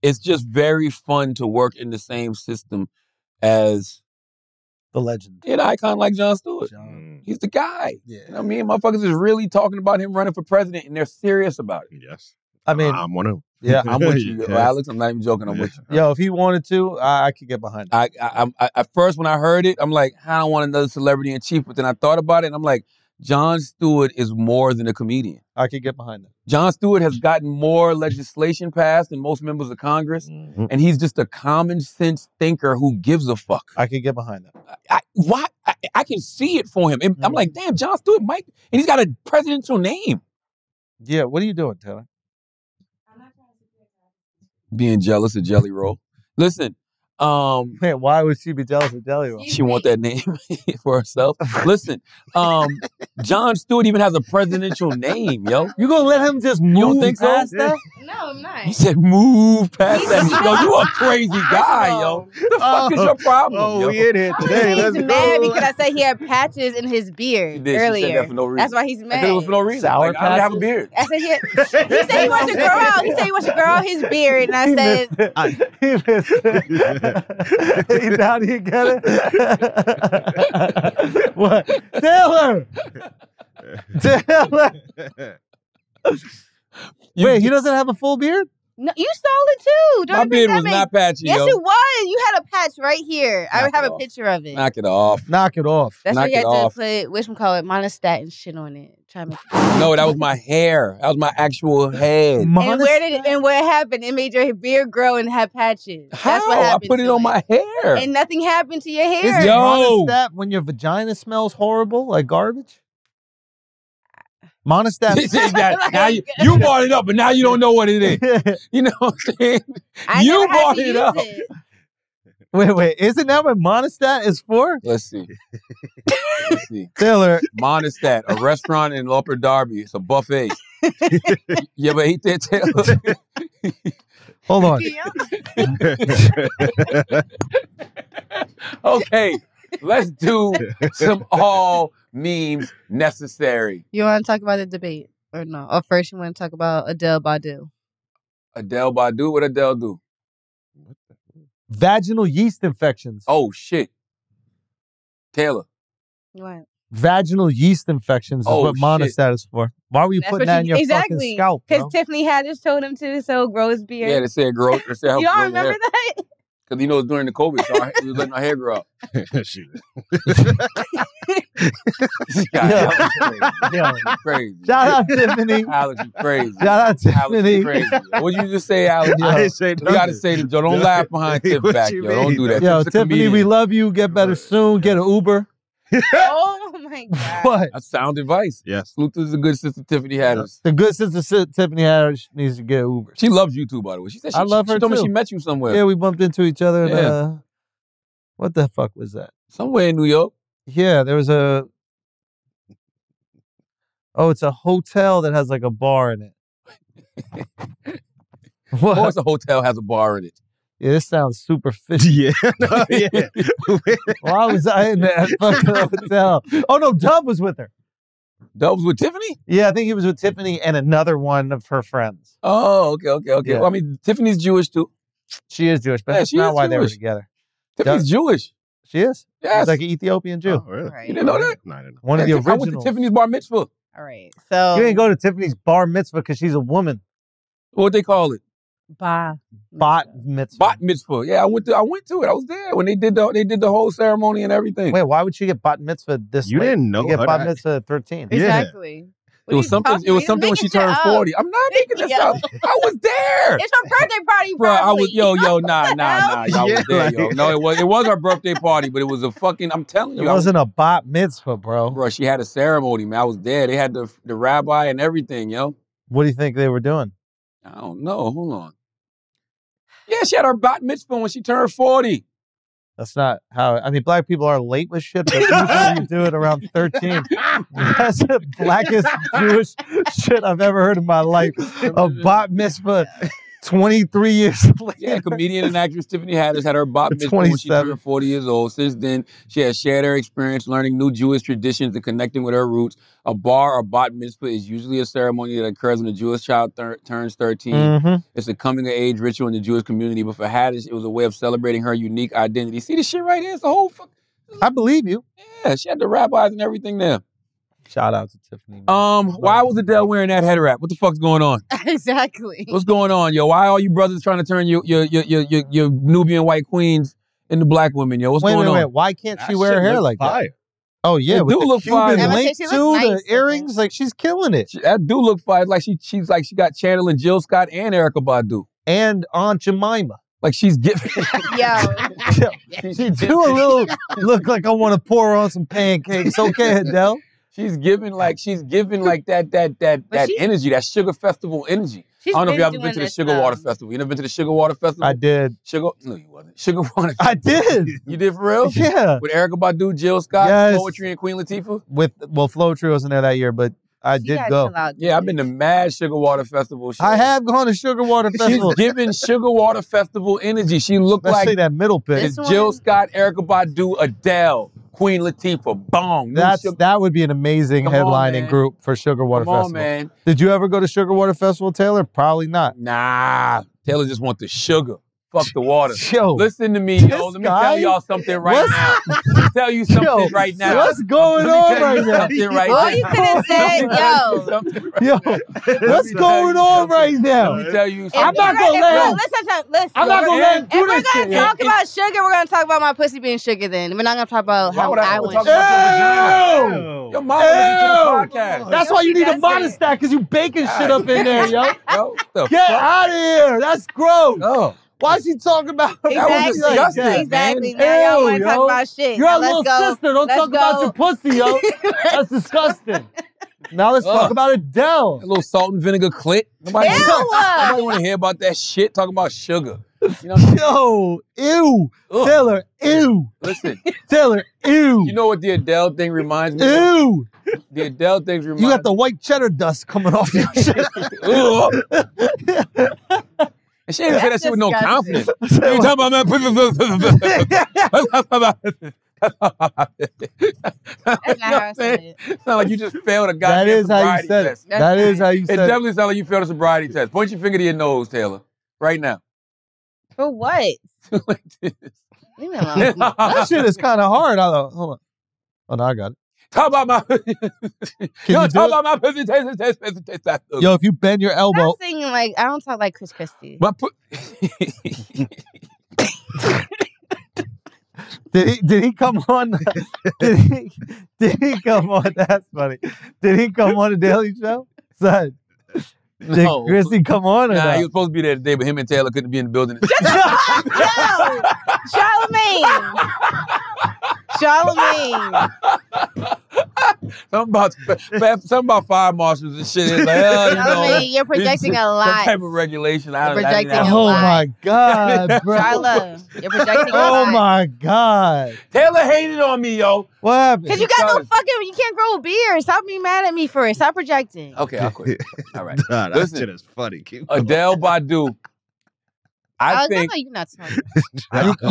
[SPEAKER 4] it's just very fun to work in the same system as
[SPEAKER 5] The legend.
[SPEAKER 4] an icon like John Stewart.
[SPEAKER 5] John.
[SPEAKER 7] Mm,
[SPEAKER 4] He's the guy. You know
[SPEAKER 5] Yeah.
[SPEAKER 4] what I mean? Motherfuckers is really talking about him running for president, and they're serious about it.
[SPEAKER 7] yes.
[SPEAKER 5] I mean,
[SPEAKER 7] I'm one of them.
[SPEAKER 5] yeah.
[SPEAKER 4] I'm with you,
[SPEAKER 7] Yeah.
[SPEAKER 4] Alex. I'm not even joking. I'm with you.
[SPEAKER 5] Yo, if he wanted to, I, I could get behind it.
[SPEAKER 4] I, I, I'm- I at first when I heard it, I'm like, I don't want another celebrity in chief. But then I thought about it, and I'm like, John Stewart is more than a comedian.
[SPEAKER 5] I could get behind it.
[SPEAKER 4] John Stewart has gotten more legislation passed than most members of Congress,
[SPEAKER 7] Mhm.
[SPEAKER 4] and he's just a common sense thinker who gives a fuck.
[SPEAKER 5] I could get behind it.
[SPEAKER 4] I, why I, I can see it for him. And I'm like, damn, John Stewart, Mike, and he's got a presidential name.
[SPEAKER 5] Yeah. What are you doing, Taylor?
[SPEAKER 6] I'm not trying to be a guy.
[SPEAKER 4] Being jealous of Jelly Roll. Listen, um,
[SPEAKER 5] Man, why would she be jealous of Delio?
[SPEAKER 4] she want
[SPEAKER 8] *laughs*
[SPEAKER 4] that name *laughs* for herself. Listen, um, John Stewart even has a presidential name, yo.
[SPEAKER 5] You gonna let him just
[SPEAKER 4] don't
[SPEAKER 5] move
[SPEAKER 4] think so?
[SPEAKER 5] past that?
[SPEAKER 6] No, I'm not.
[SPEAKER 4] He said, "Move past that." Yo, you a crazy
[SPEAKER 5] *laughs*
[SPEAKER 4] *laughs* guy,
[SPEAKER 5] Oh,
[SPEAKER 8] *laughs*
[SPEAKER 4] yo. The fuck is your problem, yo?
[SPEAKER 5] in here
[SPEAKER 8] I think he's mad because I said he had patches in his
[SPEAKER 4] She
[SPEAKER 8] beard
[SPEAKER 4] did. She said
[SPEAKER 8] earlier.
[SPEAKER 4] that for no reason.
[SPEAKER 8] That's why he's
[SPEAKER 4] I said it was for
[SPEAKER 8] mad.
[SPEAKER 4] no reason.
[SPEAKER 5] Sour
[SPEAKER 4] like, I don't have a
[SPEAKER 5] patches?
[SPEAKER 4] beard.
[SPEAKER 8] I said he, had, he said he wants to grow out. He said he wants to grow out his beard, and I said,
[SPEAKER 5] *laughs* he missed *laughs* it. now do you get it? *laughs* what? Taylor! Taylor!
[SPEAKER 7] Yeah.
[SPEAKER 4] You-
[SPEAKER 7] *laughs*
[SPEAKER 5] Wait, he doesn't have a full beard?
[SPEAKER 8] No, you stole it too. Don't
[SPEAKER 4] My
[SPEAKER 8] think
[SPEAKER 4] beard
[SPEAKER 8] that
[SPEAKER 4] was
[SPEAKER 8] make-
[SPEAKER 4] not patchy,
[SPEAKER 8] Yes,
[SPEAKER 4] yo.
[SPEAKER 8] it was. You had a patch right here. I
[SPEAKER 4] Knock
[SPEAKER 8] have
[SPEAKER 4] it
[SPEAKER 8] a
[SPEAKER 4] off.
[SPEAKER 8] picture of it.
[SPEAKER 4] Knock it off.
[SPEAKER 5] Knock it off.
[SPEAKER 8] That's
[SPEAKER 4] knock
[SPEAKER 8] why you
[SPEAKER 4] it
[SPEAKER 8] had to
[SPEAKER 4] off.
[SPEAKER 8] put which one call it monostat and shit on it. Try to make
[SPEAKER 4] No, that was my hair. That was my actual head.
[SPEAKER 8] And where did it, and what happened? It made your beard grow and have patches. That's
[SPEAKER 4] How?
[SPEAKER 8] what
[SPEAKER 4] I
[SPEAKER 8] happened.
[SPEAKER 4] put it
[SPEAKER 8] to
[SPEAKER 4] on my hair. *laughs*
[SPEAKER 8] and nothing happened to your hair.
[SPEAKER 5] Is
[SPEAKER 4] Yo.
[SPEAKER 5] monostat when your vagina smells horrible, like garbage?
[SPEAKER 4] This
[SPEAKER 5] Monostat. *laughs*
[SPEAKER 4] is
[SPEAKER 8] *laughs*
[SPEAKER 4] that- now you, you brought it up, but now you don't know what it is. You know what I'm saying?
[SPEAKER 8] I
[SPEAKER 4] You
[SPEAKER 8] never had to
[SPEAKER 4] brought it
[SPEAKER 8] use
[SPEAKER 4] up.
[SPEAKER 8] it.
[SPEAKER 5] wait, wait. Isn't that what monostat is for?
[SPEAKER 4] Let's see. Let's see.
[SPEAKER 5] Taylor,
[SPEAKER 4] Monistat, a restaurant in Upper Darby. It's a buffet. you ever eat that, Taylor?
[SPEAKER 5] hold on.
[SPEAKER 8] *laughs*
[SPEAKER 4] okay, let's do some all memes necessary.
[SPEAKER 8] You want to talk about the debate or no? Or first, you want to talk about Adele
[SPEAKER 4] Uh,
[SPEAKER 8] Badu?
[SPEAKER 4] Adele Badu, what Adele do?
[SPEAKER 5] Vaginal yeast infections.
[SPEAKER 4] Oh shit. Taylor.
[SPEAKER 8] What?
[SPEAKER 5] Vaginal yeast infections is
[SPEAKER 4] Oh,
[SPEAKER 5] what
[SPEAKER 4] shit.
[SPEAKER 5] monostat is for. Why were you
[SPEAKER 8] That's
[SPEAKER 5] putting
[SPEAKER 8] what
[SPEAKER 5] that in
[SPEAKER 8] you-
[SPEAKER 5] your
[SPEAKER 8] exactly,
[SPEAKER 5] fucking scalp?
[SPEAKER 8] Because
[SPEAKER 5] Bro?
[SPEAKER 8] Tiffany Haddish told him to so grow his beard.
[SPEAKER 4] Yeah, they said grow. They said help
[SPEAKER 8] Y'all
[SPEAKER 4] grow the
[SPEAKER 8] remember
[SPEAKER 4] hair. *laughs*
[SPEAKER 8] that?
[SPEAKER 4] Because you know it's during the COVID, so I, we was letting our hair grow out. *laughs*
[SPEAKER 7] Shit.
[SPEAKER 4] God,
[SPEAKER 5] *laughs* Yo,
[SPEAKER 4] Alex is crazy.
[SPEAKER 5] *laughs*
[SPEAKER 4] *laughs*
[SPEAKER 5] shout out Tiffany.
[SPEAKER 4] Alex is crazy.
[SPEAKER 5] Shout
[SPEAKER 4] Alex
[SPEAKER 5] out
[SPEAKER 4] is
[SPEAKER 5] Tiffany.
[SPEAKER 4] crazy. What you just say, Alex?
[SPEAKER 7] I didn't say
[SPEAKER 4] We gotta
[SPEAKER 7] nothing.
[SPEAKER 4] say to Joe, don't
[SPEAKER 7] No.
[SPEAKER 4] laugh *laughs* behind Tiff
[SPEAKER 7] What
[SPEAKER 4] back, yo.
[SPEAKER 7] you
[SPEAKER 4] Don't
[SPEAKER 7] mean?
[SPEAKER 4] do that.
[SPEAKER 5] Yo,
[SPEAKER 4] Tiff's a
[SPEAKER 5] Tiffany, we
[SPEAKER 4] comedian.
[SPEAKER 5] love you. Get better soon. Get an Uber.
[SPEAKER 8] oh
[SPEAKER 4] *laughs*
[SPEAKER 8] my god!
[SPEAKER 5] *laughs* What?
[SPEAKER 4] That's sound advice. *laughs*
[SPEAKER 7] Yes.
[SPEAKER 4] Salute to the good sister Tiffany Haddish.
[SPEAKER 5] The good sister Si- Tiffany Harris needs to get an Uber.
[SPEAKER 4] She loves you too, by the way. She said she,
[SPEAKER 5] I love
[SPEAKER 4] she
[SPEAKER 5] her,
[SPEAKER 4] told me
[SPEAKER 5] too.
[SPEAKER 4] she met you somewhere.
[SPEAKER 5] Yeah, we bumped into each other. And,
[SPEAKER 4] Yeah.
[SPEAKER 5] uh, what the fuck was that?
[SPEAKER 4] Somewhere in New York.
[SPEAKER 5] Yeah, there was a. Oh, it's a hotel that has like a bar in it.
[SPEAKER 4] Of *laughs*
[SPEAKER 5] *laughs* what?
[SPEAKER 4] course, a hotel has a bar in it.
[SPEAKER 5] Yeah, this sounds superficial.
[SPEAKER 7] Yeah. No, *laughs* yeah.
[SPEAKER 5] Why was I in that *laughs* fucking hotel? Oh no, Dove was with her.
[SPEAKER 4] Dubs with Tiffany?
[SPEAKER 5] Yeah, I think he was with Tiffany and another one of her friends.
[SPEAKER 4] Oh, okay, okay, okay.
[SPEAKER 5] Yeah.
[SPEAKER 4] Well, I mean, Tiffany's Jewish too.
[SPEAKER 5] She is Jewish, but
[SPEAKER 4] Yeah,
[SPEAKER 5] that's
[SPEAKER 4] she
[SPEAKER 5] not
[SPEAKER 4] is
[SPEAKER 5] why they were
[SPEAKER 4] Jewish.
[SPEAKER 5] together.
[SPEAKER 4] Tiffany's Jewish.
[SPEAKER 5] She is.
[SPEAKER 4] Yes.
[SPEAKER 5] She's like an Ethiopian Jew.
[SPEAKER 7] Oh, really?
[SPEAKER 8] Right.
[SPEAKER 4] You didn't know that?
[SPEAKER 7] No, I didn't know.
[SPEAKER 5] One of the
[SPEAKER 4] Yeah, Tiff- I went
[SPEAKER 5] originals.
[SPEAKER 4] to Tiffany's bar mitzvah.
[SPEAKER 8] All right, so
[SPEAKER 5] You ain't go to Tiffany's bar mitzvah because she's a woman.
[SPEAKER 4] What they call it?
[SPEAKER 8] bye.
[SPEAKER 5] Bot mitzvah.
[SPEAKER 4] Mm. Bat mitzvah. Yeah, I went to. I went to it. I was there when they did the they did the whole ceremony and everything.
[SPEAKER 5] Wait, why would she get bat mitzvah this
[SPEAKER 7] You
[SPEAKER 5] late?
[SPEAKER 7] didn't know
[SPEAKER 5] You get
[SPEAKER 7] her
[SPEAKER 5] bat
[SPEAKER 7] that-
[SPEAKER 5] mitzvah at 13.
[SPEAKER 7] Yeah.
[SPEAKER 8] Exactly. What
[SPEAKER 4] it was
[SPEAKER 8] are you
[SPEAKER 4] something.
[SPEAKER 8] talking-
[SPEAKER 4] It was
[SPEAKER 8] you're
[SPEAKER 4] something when she
[SPEAKER 8] making shit
[SPEAKER 4] turned
[SPEAKER 8] up.
[SPEAKER 4] forty. I'm not making this
[SPEAKER 8] Yo.
[SPEAKER 4] up. I was there.
[SPEAKER 8] It's her birthday party,
[SPEAKER 4] Bro, I
[SPEAKER 8] probably.
[SPEAKER 4] was yo yo nah nah nah.
[SPEAKER 8] hell?
[SPEAKER 4] Y'all
[SPEAKER 7] Yeah,
[SPEAKER 4] was there, yo.
[SPEAKER 7] like-
[SPEAKER 4] No, it was it was her birthday party, but it was a fucking. I'm telling
[SPEAKER 5] It
[SPEAKER 4] you, I was
[SPEAKER 5] wasn't a bat mitzvah,
[SPEAKER 4] *laughs*
[SPEAKER 5] bro.
[SPEAKER 4] Bro, she had a ceremony, man. I was there. They had the the rabbi and everything, yo.
[SPEAKER 5] What do you think they were doing?
[SPEAKER 4] I don't know. Hold on. Yeah, she had her bat mitzvah when she turned 40.
[SPEAKER 5] That's not how. I mean, black people are late with
[SPEAKER 8] *laughs*
[SPEAKER 5] shit, but usually you do it around 13. That's the blackest Jewish shit I've ever heard in my life. A bat mitzvah 23 years *laughs* later.
[SPEAKER 4] Yeah, comedian and actress Tiffany Haddish had her bat mitzvah when she
[SPEAKER 5] 27.
[SPEAKER 4] turned 40 years old. Since then, she has shared her experience learning new Jewish traditions and connecting with her roots. A bar or bat mitzvah is usually a ceremony that occurs when a Jewish child thir- turns 13.
[SPEAKER 5] Mhm.
[SPEAKER 4] It's a coming of age ritual in the Jewish community, but for Haddish, it was a way of celebrating her unique identity. See this shit right here? It's a whole fuck.
[SPEAKER 5] I believe you.
[SPEAKER 4] Yeah, she had the rabbis and everything there.
[SPEAKER 5] Shout out to Tiffany. man.
[SPEAKER 4] Um, why was Adele wearing that head wrap? What the fuck's going on?
[SPEAKER 8] *laughs* exactly.
[SPEAKER 4] What's going on, yo? Why all you brothers trying to turn your your your your, your, your Nubian white queens into black women, yo? What's
[SPEAKER 5] wait,
[SPEAKER 4] going
[SPEAKER 5] wait,
[SPEAKER 4] on?
[SPEAKER 5] wait. Why can't she wear her hair like that? Oh, yeah.
[SPEAKER 4] It
[SPEAKER 5] with
[SPEAKER 4] do
[SPEAKER 5] the
[SPEAKER 4] look
[SPEAKER 5] Cuban
[SPEAKER 4] fine.
[SPEAKER 8] I was
[SPEAKER 5] link,
[SPEAKER 8] gonna say, she
[SPEAKER 5] too,
[SPEAKER 8] looks
[SPEAKER 5] the
[SPEAKER 8] nice, I
[SPEAKER 5] earrings. Like, she's
[SPEAKER 4] *laughs*
[SPEAKER 5] killing it.
[SPEAKER 4] She- that do look fine. Like she she's like she got channeling Jill Scott and Erica Badu.
[SPEAKER 5] And Aunt Jemima.
[SPEAKER 4] Like she's giving. *laughs*
[SPEAKER 8] Yo,
[SPEAKER 5] She do a little look like I want to pour on some pancakes. Okay,
[SPEAKER 4] *laughs*
[SPEAKER 5] Adele.
[SPEAKER 4] She's giving like she's
[SPEAKER 5] *laughs*
[SPEAKER 4] giving like that that that
[SPEAKER 8] But
[SPEAKER 4] that
[SPEAKER 8] she-
[SPEAKER 4] energy, that sugar festival energy.
[SPEAKER 8] She's
[SPEAKER 4] I don't know if
[SPEAKER 8] been
[SPEAKER 4] you ever
[SPEAKER 8] doing
[SPEAKER 4] been to the
[SPEAKER 8] this,
[SPEAKER 4] Sugar Water
[SPEAKER 8] um,
[SPEAKER 4] Festival. You never been to the Sugar Water Festival?
[SPEAKER 5] I did.
[SPEAKER 4] Sugar? No, you wasn't. Sugar *laughs* Water.
[SPEAKER 5] I did.
[SPEAKER 4] You did for real?
[SPEAKER 5] Yeah.
[SPEAKER 4] With Erica Badu, Jill Scott,
[SPEAKER 5] Yes.
[SPEAKER 4] poetry, and Queen Latifah.
[SPEAKER 5] With well, Flow Tree wasn't there that year, but I
[SPEAKER 8] she
[SPEAKER 5] did
[SPEAKER 8] gotta
[SPEAKER 5] go.
[SPEAKER 8] chill out,
[SPEAKER 4] Yeah, I've been to
[SPEAKER 8] dude.
[SPEAKER 4] mad Sugar Water Festival. shows.
[SPEAKER 5] I have gone to Sugar
[SPEAKER 8] *laughs*
[SPEAKER 5] Water
[SPEAKER 4] She's
[SPEAKER 5] Festival,
[SPEAKER 4] giving Sugar Water Festival energy. She looked
[SPEAKER 5] especially
[SPEAKER 4] like
[SPEAKER 5] that middle bit.
[SPEAKER 8] This-
[SPEAKER 4] it's Jill
[SPEAKER 8] one.
[SPEAKER 4] Scott, Erica Badu, Adele, Queen Latifah, Bong. new
[SPEAKER 5] That's
[SPEAKER 4] Sugar-
[SPEAKER 5] that would be an amazing
[SPEAKER 4] Come on,
[SPEAKER 5] headlining
[SPEAKER 4] man.
[SPEAKER 5] group for Sugar Water
[SPEAKER 4] Come on,
[SPEAKER 5] Festival.
[SPEAKER 4] man.
[SPEAKER 5] Did you ever go to Sugar Water Festival, Taylor? Probably not.
[SPEAKER 4] Nah, Taylor just want the sugar. fuck the water.
[SPEAKER 5] Yo,
[SPEAKER 4] Listen to me,
[SPEAKER 5] This
[SPEAKER 4] yo. Let me
[SPEAKER 5] guy?
[SPEAKER 4] tell y'all something right
[SPEAKER 5] What's-
[SPEAKER 4] now. Let me tell you something
[SPEAKER 5] *laughs* yo,
[SPEAKER 4] right now.
[SPEAKER 5] what's going
[SPEAKER 4] Let
[SPEAKER 5] on
[SPEAKER 4] me tell you
[SPEAKER 5] right
[SPEAKER 4] something right
[SPEAKER 5] now?
[SPEAKER 8] All you
[SPEAKER 4] now. *laughs*
[SPEAKER 8] could have said, yo.
[SPEAKER 4] Something right
[SPEAKER 5] Yo,
[SPEAKER 4] now.
[SPEAKER 5] what's going on right now?
[SPEAKER 4] Let me tell you
[SPEAKER 8] If
[SPEAKER 4] something.
[SPEAKER 5] not
[SPEAKER 8] we're-
[SPEAKER 5] gonna
[SPEAKER 8] if
[SPEAKER 5] let
[SPEAKER 8] we're-
[SPEAKER 5] him-
[SPEAKER 8] Listen, listen, listen.
[SPEAKER 4] I'm not gonna let him do
[SPEAKER 8] If we're
[SPEAKER 4] this
[SPEAKER 8] gonna
[SPEAKER 4] shit.
[SPEAKER 8] talk about sugar, we're gonna talk about my pussy being sugar. Then we're not gonna talk about
[SPEAKER 4] Why
[SPEAKER 8] how
[SPEAKER 4] would I
[SPEAKER 8] I
[SPEAKER 4] ever
[SPEAKER 8] went.
[SPEAKER 4] talk
[SPEAKER 8] sugar.
[SPEAKER 4] about
[SPEAKER 5] Ew!
[SPEAKER 4] Your mom listened to the
[SPEAKER 8] Oh,
[SPEAKER 4] podcast.
[SPEAKER 5] That's why you need a
[SPEAKER 8] That's
[SPEAKER 5] modest
[SPEAKER 8] it.
[SPEAKER 5] stack because you baking shit up
[SPEAKER 8] *laughs*
[SPEAKER 5] in there, yo.
[SPEAKER 4] Yo, what the
[SPEAKER 5] Get
[SPEAKER 4] fuck?
[SPEAKER 5] out of here. That's gross.
[SPEAKER 4] No.
[SPEAKER 5] Why is she talking about her
[SPEAKER 4] That was
[SPEAKER 8] Exactly.
[SPEAKER 5] pussy like
[SPEAKER 4] disgusting,
[SPEAKER 5] that?
[SPEAKER 8] exactly.
[SPEAKER 5] man.
[SPEAKER 8] Now y'all want
[SPEAKER 5] Ew,
[SPEAKER 8] to
[SPEAKER 5] yo.
[SPEAKER 8] talk about shit.
[SPEAKER 5] You're
[SPEAKER 8] now
[SPEAKER 5] a little
[SPEAKER 8] let's *laughs* go.
[SPEAKER 5] sister. Don't
[SPEAKER 8] Let's
[SPEAKER 5] talk about your pussy, yo.
[SPEAKER 8] *laughs*
[SPEAKER 5] That's disgusting. Now let's talk
[SPEAKER 4] Ugh.
[SPEAKER 5] about Adele.
[SPEAKER 4] A little salt and vinegar clit. Nobody,
[SPEAKER 8] Ew!
[SPEAKER 4] nobody want to hear about that shit. Talking about sugar. You know what I'm saying?
[SPEAKER 5] Yo, ew.
[SPEAKER 4] Ugh.
[SPEAKER 5] Taylor, ew.
[SPEAKER 4] Listen,
[SPEAKER 5] Taylor, ew.
[SPEAKER 4] you know what the Adele thing reminds me of?
[SPEAKER 5] ew.
[SPEAKER 4] The Adele thing reminds
[SPEAKER 5] You got the white cheddar dust coming
[SPEAKER 4] *laughs*
[SPEAKER 5] off your shit.
[SPEAKER 4] Ugh. And she didn't say that shit with no confidence.
[SPEAKER 8] That's
[SPEAKER 4] You talking about man?
[SPEAKER 8] That's not
[SPEAKER 4] You know
[SPEAKER 8] how I
[SPEAKER 4] what I'm
[SPEAKER 8] said
[SPEAKER 4] saying?
[SPEAKER 8] it.
[SPEAKER 4] It's not like you
[SPEAKER 5] *laughs*
[SPEAKER 4] just failed a goddamn
[SPEAKER 5] *laughs* that is how you
[SPEAKER 4] sobriety
[SPEAKER 5] said it.
[SPEAKER 4] test.
[SPEAKER 5] That is how you
[SPEAKER 4] It
[SPEAKER 5] said it.
[SPEAKER 4] definitely sounds like you failed a sobriety test. Point your finger to your nose, Taylor, right now. *laughs*
[SPEAKER 8] For what? Leave
[SPEAKER 4] Like *laughs* this.
[SPEAKER 8] me
[SPEAKER 4] Talk *laughs*
[SPEAKER 8] alone.
[SPEAKER 5] *laughs* That shit is kind of hard. I thought, hold on. Oh, no, I got it.
[SPEAKER 4] about my. *laughs*
[SPEAKER 5] Can
[SPEAKER 4] Yo,
[SPEAKER 5] you
[SPEAKER 4] talk
[SPEAKER 5] do it?
[SPEAKER 4] about my pussy taste, taste, taste, taste, taste.
[SPEAKER 5] Yo, if you bend your elbow,
[SPEAKER 8] Stop singing like I don't talk like Chris
[SPEAKER 4] *laughs*
[SPEAKER 8] Christie.
[SPEAKER 4] My pu-
[SPEAKER 5] did he did he come
[SPEAKER 4] *laughs*
[SPEAKER 5] on? did he did he come on? That's funny. Did he come on the Daily Show? Son, did
[SPEAKER 4] No.
[SPEAKER 5] Chrissy come on or
[SPEAKER 4] nah, he was *laughs*
[SPEAKER 5] *laughs* not?
[SPEAKER 4] supposed to be there today, but him and Taylor couldn't be in the
[SPEAKER 5] *laughs*
[SPEAKER 4] building. *laughs*
[SPEAKER 8] Yo, Charlemagne. Charlemagne.
[SPEAKER 4] something about something about fire marshals and shit. It's like, hell, you know,
[SPEAKER 8] Charlemagne, you're projecting a
[SPEAKER 4] some
[SPEAKER 8] lot.
[SPEAKER 4] type of regulation. I don't,
[SPEAKER 8] You're
[SPEAKER 4] I didn't
[SPEAKER 8] projecting
[SPEAKER 4] know.
[SPEAKER 5] Oh my
[SPEAKER 4] *laughs*
[SPEAKER 5] god, bro!
[SPEAKER 8] Charla, you're projecting a
[SPEAKER 5] Oh
[SPEAKER 8] lot.
[SPEAKER 5] my god!
[SPEAKER 4] Taylor hated on me, yo.
[SPEAKER 5] What
[SPEAKER 8] Cause
[SPEAKER 4] *laughs*
[SPEAKER 5] happened?
[SPEAKER 8] you got no fucking, you can't grow a beard. Stop being mad at me for it. Stop projecting.
[SPEAKER 4] Okay, I'll
[SPEAKER 5] *laughs*
[SPEAKER 4] quit. All right,
[SPEAKER 7] Nah, that
[SPEAKER 4] Listen. Uh,
[SPEAKER 7] shit is funny. Keep going.
[SPEAKER 4] Adele Badu. I
[SPEAKER 8] Oh,
[SPEAKER 4] think.
[SPEAKER 8] no, no, you're not talking.
[SPEAKER 5] You,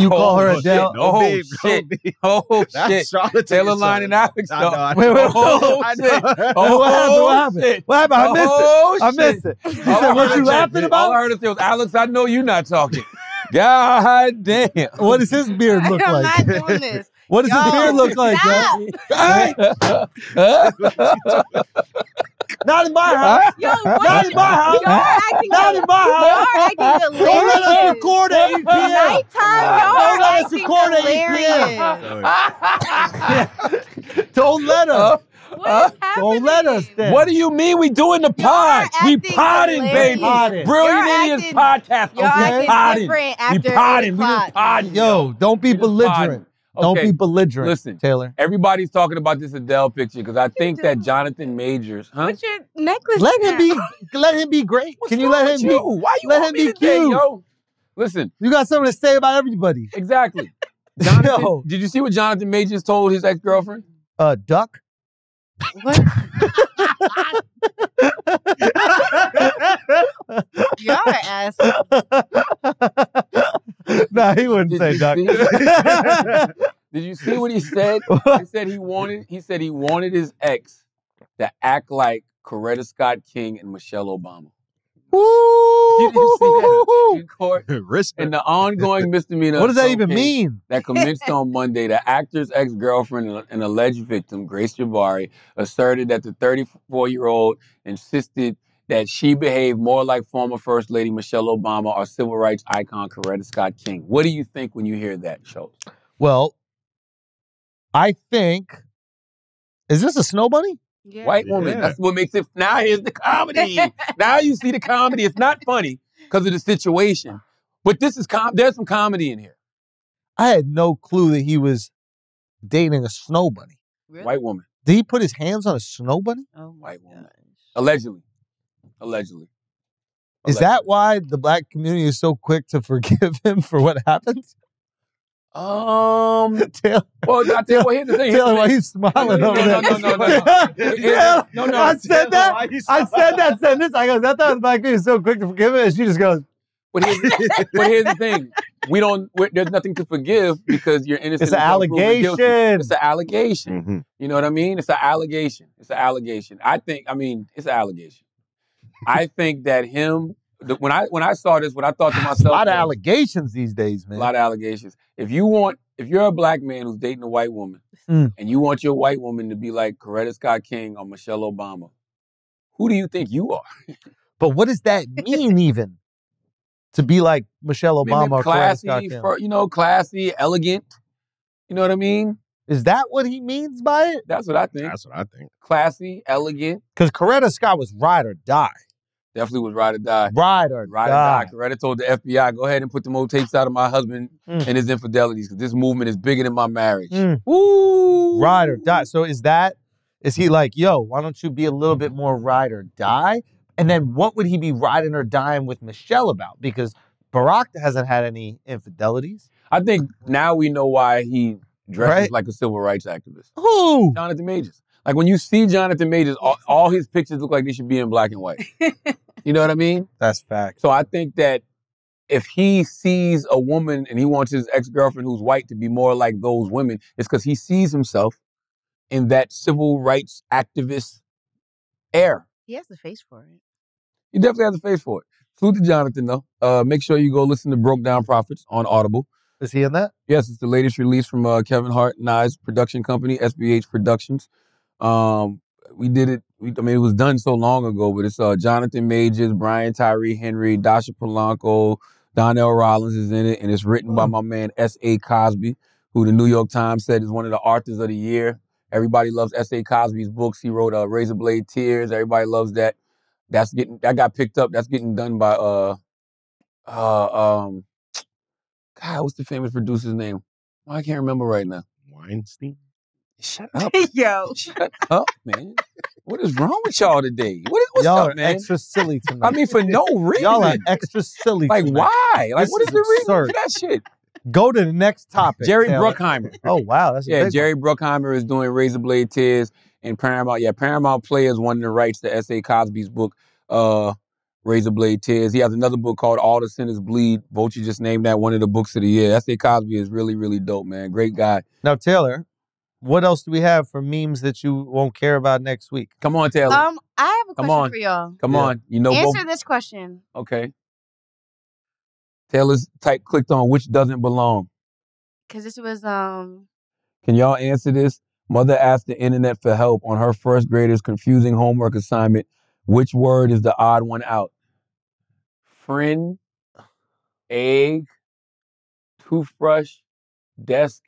[SPEAKER 4] *laughs*
[SPEAKER 5] you call her
[SPEAKER 7] Oh, shit,
[SPEAKER 5] Adele?
[SPEAKER 7] no
[SPEAKER 4] Oh,
[SPEAKER 7] beef, no
[SPEAKER 4] shit.
[SPEAKER 7] beef.
[SPEAKER 4] *laughs* Oh shit,
[SPEAKER 7] That's Charlotte.
[SPEAKER 4] Taylor Line
[SPEAKER 7] *laughs*
[SPEAKER 4] and Alex.
[SPEAKER 7] I know,
[SPEAKER 4] dog. *laughs*
[SPEAKER 7] I
[SPEAKER 5] Wait, wait,
[SPEAKER 7] know.
[SPEAKER 4] Oh
[SPEAKER 7] I
[SPEAKER 4] shit. *laughs*
[SPEAKER 7] know.
[SPEAKER 4] Oh,
[SPEAKER 5] what happened? What happened?
[SPEAKER 4] shit.
[SPEAKER 5] What happened? I missed it.
[SPEAKER 4] oh,
[SPEAKER 5] I
[SPEAKER 4] shit.
[SPEAKER 5] missed it. He
[SPEAKER 4] All
[SPEAKER 5] said,
[SPEAKER 4] I
[SPEAKER 5] "What
[SPEAKER 4] heard
[SPEAKER 5] you
[SPEAKER 4] was-
[SPEAKER 5] laughing
[SPEAKER 4] All I
[SPEAKER 5] about?
[SPEAKER 4] heard was, Alex, I know you're not *laughs* talking. God damn.
[SPEAKER 5] What does his beard
[SPEAKER 8] *laughs* I'm
[SPEAKER 5] look like?
[SPEAKER 8] not
[SPEAKER 4] *laughs*
[SPEAKER 8] doing this.
[SPEAKER 5] What does his
[SPEAKER 8] Yo,
[SPEAKER 5] beard look like, yo?
[SPEAKER 8] Stop.
[SPEAKER 4] Hey! *laughs*
[SPEAKER 5] Not in my house.
[SPEAKER 8] Yo, what?
[SPEAKER 5] Not in my house.
[SPEAKER 8] Y'all are acting
[SPEAKER 5] Not in
[SPEAKER 4] *laughs*
[SPEAKER 5] my house.
[SPEAKER 8] Y'all are acting
[SPEAKER 5] *laughs* Don't let us
[SPEAKER 8] hilarious.
[SPEAKER 5] record E at 8 p.m.
[SPEAKER 8] Nighttime, y'all
[SPEAKER 5] Don't
[SPEAKER 8] are
[SPEAKER 5] let us
[SPEAKER 8] acting
[SPEAKER 5] record E at 8 p.m.
[SPEAKER 8] hilarious.
[SPEAKER 7] *laughs*
[SPEAKER 5] Don't let us.
[SPEAKER 8] What is happening?
[SPEAKER 5] Don't let us.
[SPEAKER 4] *laughs* Oh,
[SPEAKER 5] Then.
[SPEAKER 4] what do you mean we doing the
[SPEAKER 8] Y'all
[SPEAKER 4] pod?
[SPEAKER 8] are
[SPEAKER 4] We
[SPEAKER 8] acting
[SPEAKER 4] potting, baby.
[SPEAKER 5] Potting.
[SPEAKER 4] Brilliant
[SPEAKER 8] You're
[SPEAKER 4] Idiots
[SPEAKER 8] acting-
[SPEAKER 4] podcast.
[SPEAKER 8] Y'all
[SPEAKER 4] Okay,
[SPEAKER 8] acting
[SPEAKER 4] potting.
[SPEAKER 8] different
[SPEAKER 4] We
[SPEAKER 8] after eight
[SPEAKER 4] potting. We just
[SPEAKER 8] o'clock.
[SPEAKER 4] potting.
[SPEAKER 5] Yo, don't be
[SPEAKER 4] You're just
[SPEAKER 5] belligerent.
[SPEAKER 4] potting.
[SPEAKER 5] Don't
[SPEAKER 4] Okay,
[SPEAKER 5] be belligerent.
[SPEAKER 4] listen.
[SPEAKER 5] Taylor.
[SPEAKER 4] Everybody's talking about this Adele picture because I think that
[SPEAKER 8] doing?
[SPEAKER 4] Jonathan Majors, huh?
[SPEAKER 8] Put your necklace
[SPEAKER 5] Let
[SPEAKER 8] down.
[SPEAKER 5] him be. Let him be great.
[SPEAKER 4] What's
[SPEAKER 5] Can you
[SPEAKER 4] wrong
[SPEAKER 5] let
[SPEAKER 4] with
[SPEAKER 5] him
[SPEAKER 4] you?
[SPEAKER 5] be?
[SPEAKER 4] Why you
[SPEAKER 5] let
[SPEAKER 4] on
[SPEAKER 5] him
[SPEAKER 4] me
[SPEAKER 5] be
[SPEAKER 4] today,
[SPEAKER 5] cute.
[SPEAKER 4] yo? Listen,
[SPEAKER 5] You got something to say about everybody.
[SPEAKER 4] exactly. Jonathan,
[SPEAKER 5] *laughs* Yo.
[SPEAKER 4] did you see what Jonathan Majors told his ex girlfriend?
[SPEAKER 5] Uh, duck. *laughs*
[SPEAKER 4] *laughs*
[SPEAKER 8] What? Y'all are assholes.
[SPEAKER 5] nah, he wouldn't
[SPEAKER 4] Did
[SPEAKER 5] say
[SPEAKER 4] you
[SPEAKER 5] duck. *laughs*
[SPEAKER 4] *laughs* see? Did you see what he said?
[SPEAKER 5] What? *laughs*
[SPEAKER 4] He said he wanted. He said he wanted his ex to act like Coretta Scott King and Michelle Obama. Did you see that in court? In
[SPEAKER 7] Respect.
[SPEAKER 4] the ongoing misdemeanor.
[SPEAKER 5] What does that
[SPEAKER 4] assault
[SPEAKER 5] even
[SPEAKER 4] case
[SPEAKER 5] mean?
[SPEAKER 8] *laughs*
[SPEAKER 4] That commenced on Monday. The actor's ex-girlfriend and- and alleged victim, Grace Jabari, asserted that the 34-year-old insisted that she behaved more like former First Lady Michelle Obama or civil rights icon Coretta Scott King. What do you think when you hear that, Schultz?
[SPEAKER 5] Well, I think. Is this a snow bunny?
[SPEAKER 8] Yeah.
[SPEAKER 4] White woman.
[SPEAKER 7] Yeah.
[SPEAKER 4] That's what makes it. Now here's the
[SPEAKER 8] *laughs*
[SPEAKER 4] comedy. now you see the comedy. It's not funny because of the situation, but this is com- there's some comedy in here.
[SPEAKER 5] I had no clue that he was dating a snow bunny.
[SPEAKER 8] Really?
[SPEAKER 4] White woman,
[SPEAKER 5] Did he put his hands on a snow bunny?
[SPEAKER 8] Oh my
[SPEAKER 4] White woman.
[SPEAKER 8] gosh.
[SPEAKER 4] allegedly, allegedly.
[SPEAKER 5] Is that why the black community is so quick to forgive *laughs* him for what happened? *laughs*
[SPEAKER 4] that um?
[SPEAKER 5] Taylor,
[SPEAKER 4] Well, I think. Well,
[SPEAKER 5] *laughs*
[SPEAKER 4] here's the thing.
[SPEAKER 5] Taylor why
[SPEAKER 4] here's the thing.
[SPEAKER 5] you smiling
[SPEAKER 4] No,
[SPEAKER 5] over
[SPEAKER 4] no,
[SPEAKER 5] there?
[SPEAKER 4] no, no, no, no, no.
[SPEAKER 5] *laughs* Taylor,
[SPEAKER 7] *laughs*
[SPEAKER 4] No, no.
[SPEAKER 5] I said that. I said that sentence. I goes, I thought the black community is so quick to forgive him. And she just goes,
[SPEAKER 4] But here's, but here's the thing. We don't. we there's nothing to forgive because you're innocent.
[SPEAKER 5] it's an
[SPEAKER 4] until proven guilty.
[SPEAKER 5] allegation.
[SPEAKER 4] It's an allegation.
[SPEAKER 7] Mhm.
[SPEAKER 4] You know what I mean? It's an allegation. It's an allegation. I think, I mean, it's an allegation. I think that him the- when I when I saw this, what I
[SPEAKER 5] *sighs*
[SPEAKER 4] thought to myself,
[SPEAKER 5] a lot of
[SPEAKER 4] was,
[SPEAKER 5] allegations these days,
[SPEAKER 4] a
[SPEAKER 5] man.
[SPEAKER 4] lot of allegations. If you want, if you're a black man who's dating a white woman,
[SPEAKER 5] Mm.
[SPEAKER 4] and you want your white woman to be like Coretta Scott King or Michelle Obama, who do you think you are?
[SPEAKER 5] but what does that mean even? To be like Michelle
[SPEAKER 4] I mean,
[SPEAKER 5] Obama or Coretta Scott
[SPEAKER 4] classy,
[SPEAKER 5] King?
[SPEAKER 4] fir- you know, classy, elegant. You know what I mean?
[SPEAKER 5] Is that what he means by it?
[SPEAKER 4] That's what I think.
[SPEAKER 7] That's what I think.
[SPEAKER 4] Classy, elegant.
[SPEAKER 5] Because Coretta Scott was ride or die.
[SPEAKER 4] Definitely was ride or die.
[SPEAKER 5] Ride or
[SPEAKER 4] Ride
[SPEAKER 5] die.
[SPEAKER 4] or die. Coretta told the FBI, go ahead and put the old tapes out of my husband
[SPEAKER 5] Mm.
[SPEAKER 4] and his infidelities because this movement is bigger than my marriage.
[SPEAKER 5] Mm.
[SPEAKER 4] Woo!
[SPEAKER 5] Ride or die. So is that, is he like, yo, why don't you be a little bit more ride or die? And then what would he be riding or dying with Michelle about? Because Barack hasn't had any infidelities.
[SPEAKER 4] I think now we know why he dresses
[SPEAKER 5] Right.
[SPEAKER 4] like a civil rights activist.
[SPEAKER 5] Who?
[SPEAKER 4] Jonathan Majors. Like when you see Jonathan Majors, all, all his pictures look like they should be in black and white.
[SPEAKER 5] *laughs*
[SPEAKER 4] you know what I mean?
[SPEAKER 5] That's fact.
[SPEAKER 4] So I think that if he sees a woman and he wants his ex girlfriend who's white to be more like those women, it's because he sees himself in that civil rights activist air.
[SPEAKER 8] He has the face for it.
[SPEAKER 4] He definitely has a face for it. Salute to Jonathan though. Uh, make sure you go listen to Broke Down Profits on Audible.
[SPEAKER 5] Is he in that?
[SPEAKER 4] Yes, it's the latest release from uh, Kevin Hart and I's production company, SBH Productions. Um, we did it. We, I mean, it was done so long ago, but it's uh, Jonathan Majors, Brian Tyree Henry, Dasha Polanco, Donnell Rollins is in it, and it's written by my man S. A. Cosby, who the New York Times said is one of the authors of the year. Everybody loves S. A. Cosby's books. He wrote uh, Razor Blade Tears. Everybody loves that. That's getting that got picked up. That's getting done by uh, uh, um, God, what's the famous producer's name? Well, I can't remember right now.
[SPEAKER 7] Weinstein.
[SPEAKER 4] Shut up. *laughs*
[SPEAKER 8] Yo.
[SPEAKER 5] *laughs*
[SPEAKER 4] Shut up, man. What is wrong with y'all today? What is, what's
[SPEAKER 5] Y'all
[SPEAKER 4] up,
[SPEAKER 5] are
[SPEAKER 4] man?
[SPEAKER 5] extra silly
[SPEAKER 4] *laughs*
[SPEAKER 5] tonight.
[SPEAKER 4] I mean, for no reason.
[SPEAKER 5] *laughs* Y'all are extra silly.
[SPEAKER 4] like,
[SPEAKER 5] tonight.
[SPEAKER 4] why? Like,
[SPEAKER 5] This
[SPEAKER 4] what is,
[SPEAKER 5] is
[SPEAKER 4] the reason for
[SPEAKER 5] absurd.
[SPEAKER 4] that shit?
[SPEAKER 5] Go to the next
[SPEAKER 4] *laughs*
[SPEAKER 5] topic.
[SPEAKER 4] Jerry
[SPEAKER 5] Taylor.
[SPEAKER 4] Bruckheimer.
[SPEAKER 5] Oh wow, that's a
[SPEAKER 4] Yeah,
[SPEAKER 5] big
[SPEAKER 4] Jerry Bruckheimer is doing Razor Blade Tears and Paramount. Yeah, Paramount Players won the rights to S.A. Cosby's book, uh, Razor Blade Tears. He has another book called All the Sinners Bleed. Vulture just named that one of the books of the year. S.A. Cosby is really, really dope, man. Great guy.
[SPEAKER 5] one. Now Taylor, what else do we have for memes that you won't care about next week?
[SPEAKER 4] Come on, Taylor.
[SPEAKER 8] Um, I have a
[SPEAKER 4] Come
[SPEAKER 8] question
[SPEAKER 4] on.
[SPEAKER 8] for y'all.
[SPEAKER 4] Come
[SPEAKER 5] Yeah.
[SPEAKER 4] on. You know both.
[SPEAKER 8] Answer this question.
[SPEAKER 4] Okay. Taylor's type clicked on which doesn't belong.
[SPEAKER 8] Cause this was um
[SPEAKER 4] Can y'all answer this? Mother asked the internet for help on her first grader's confusing homework assignment. Which word is the odd one out? Friend, egg, toothbrush, desk,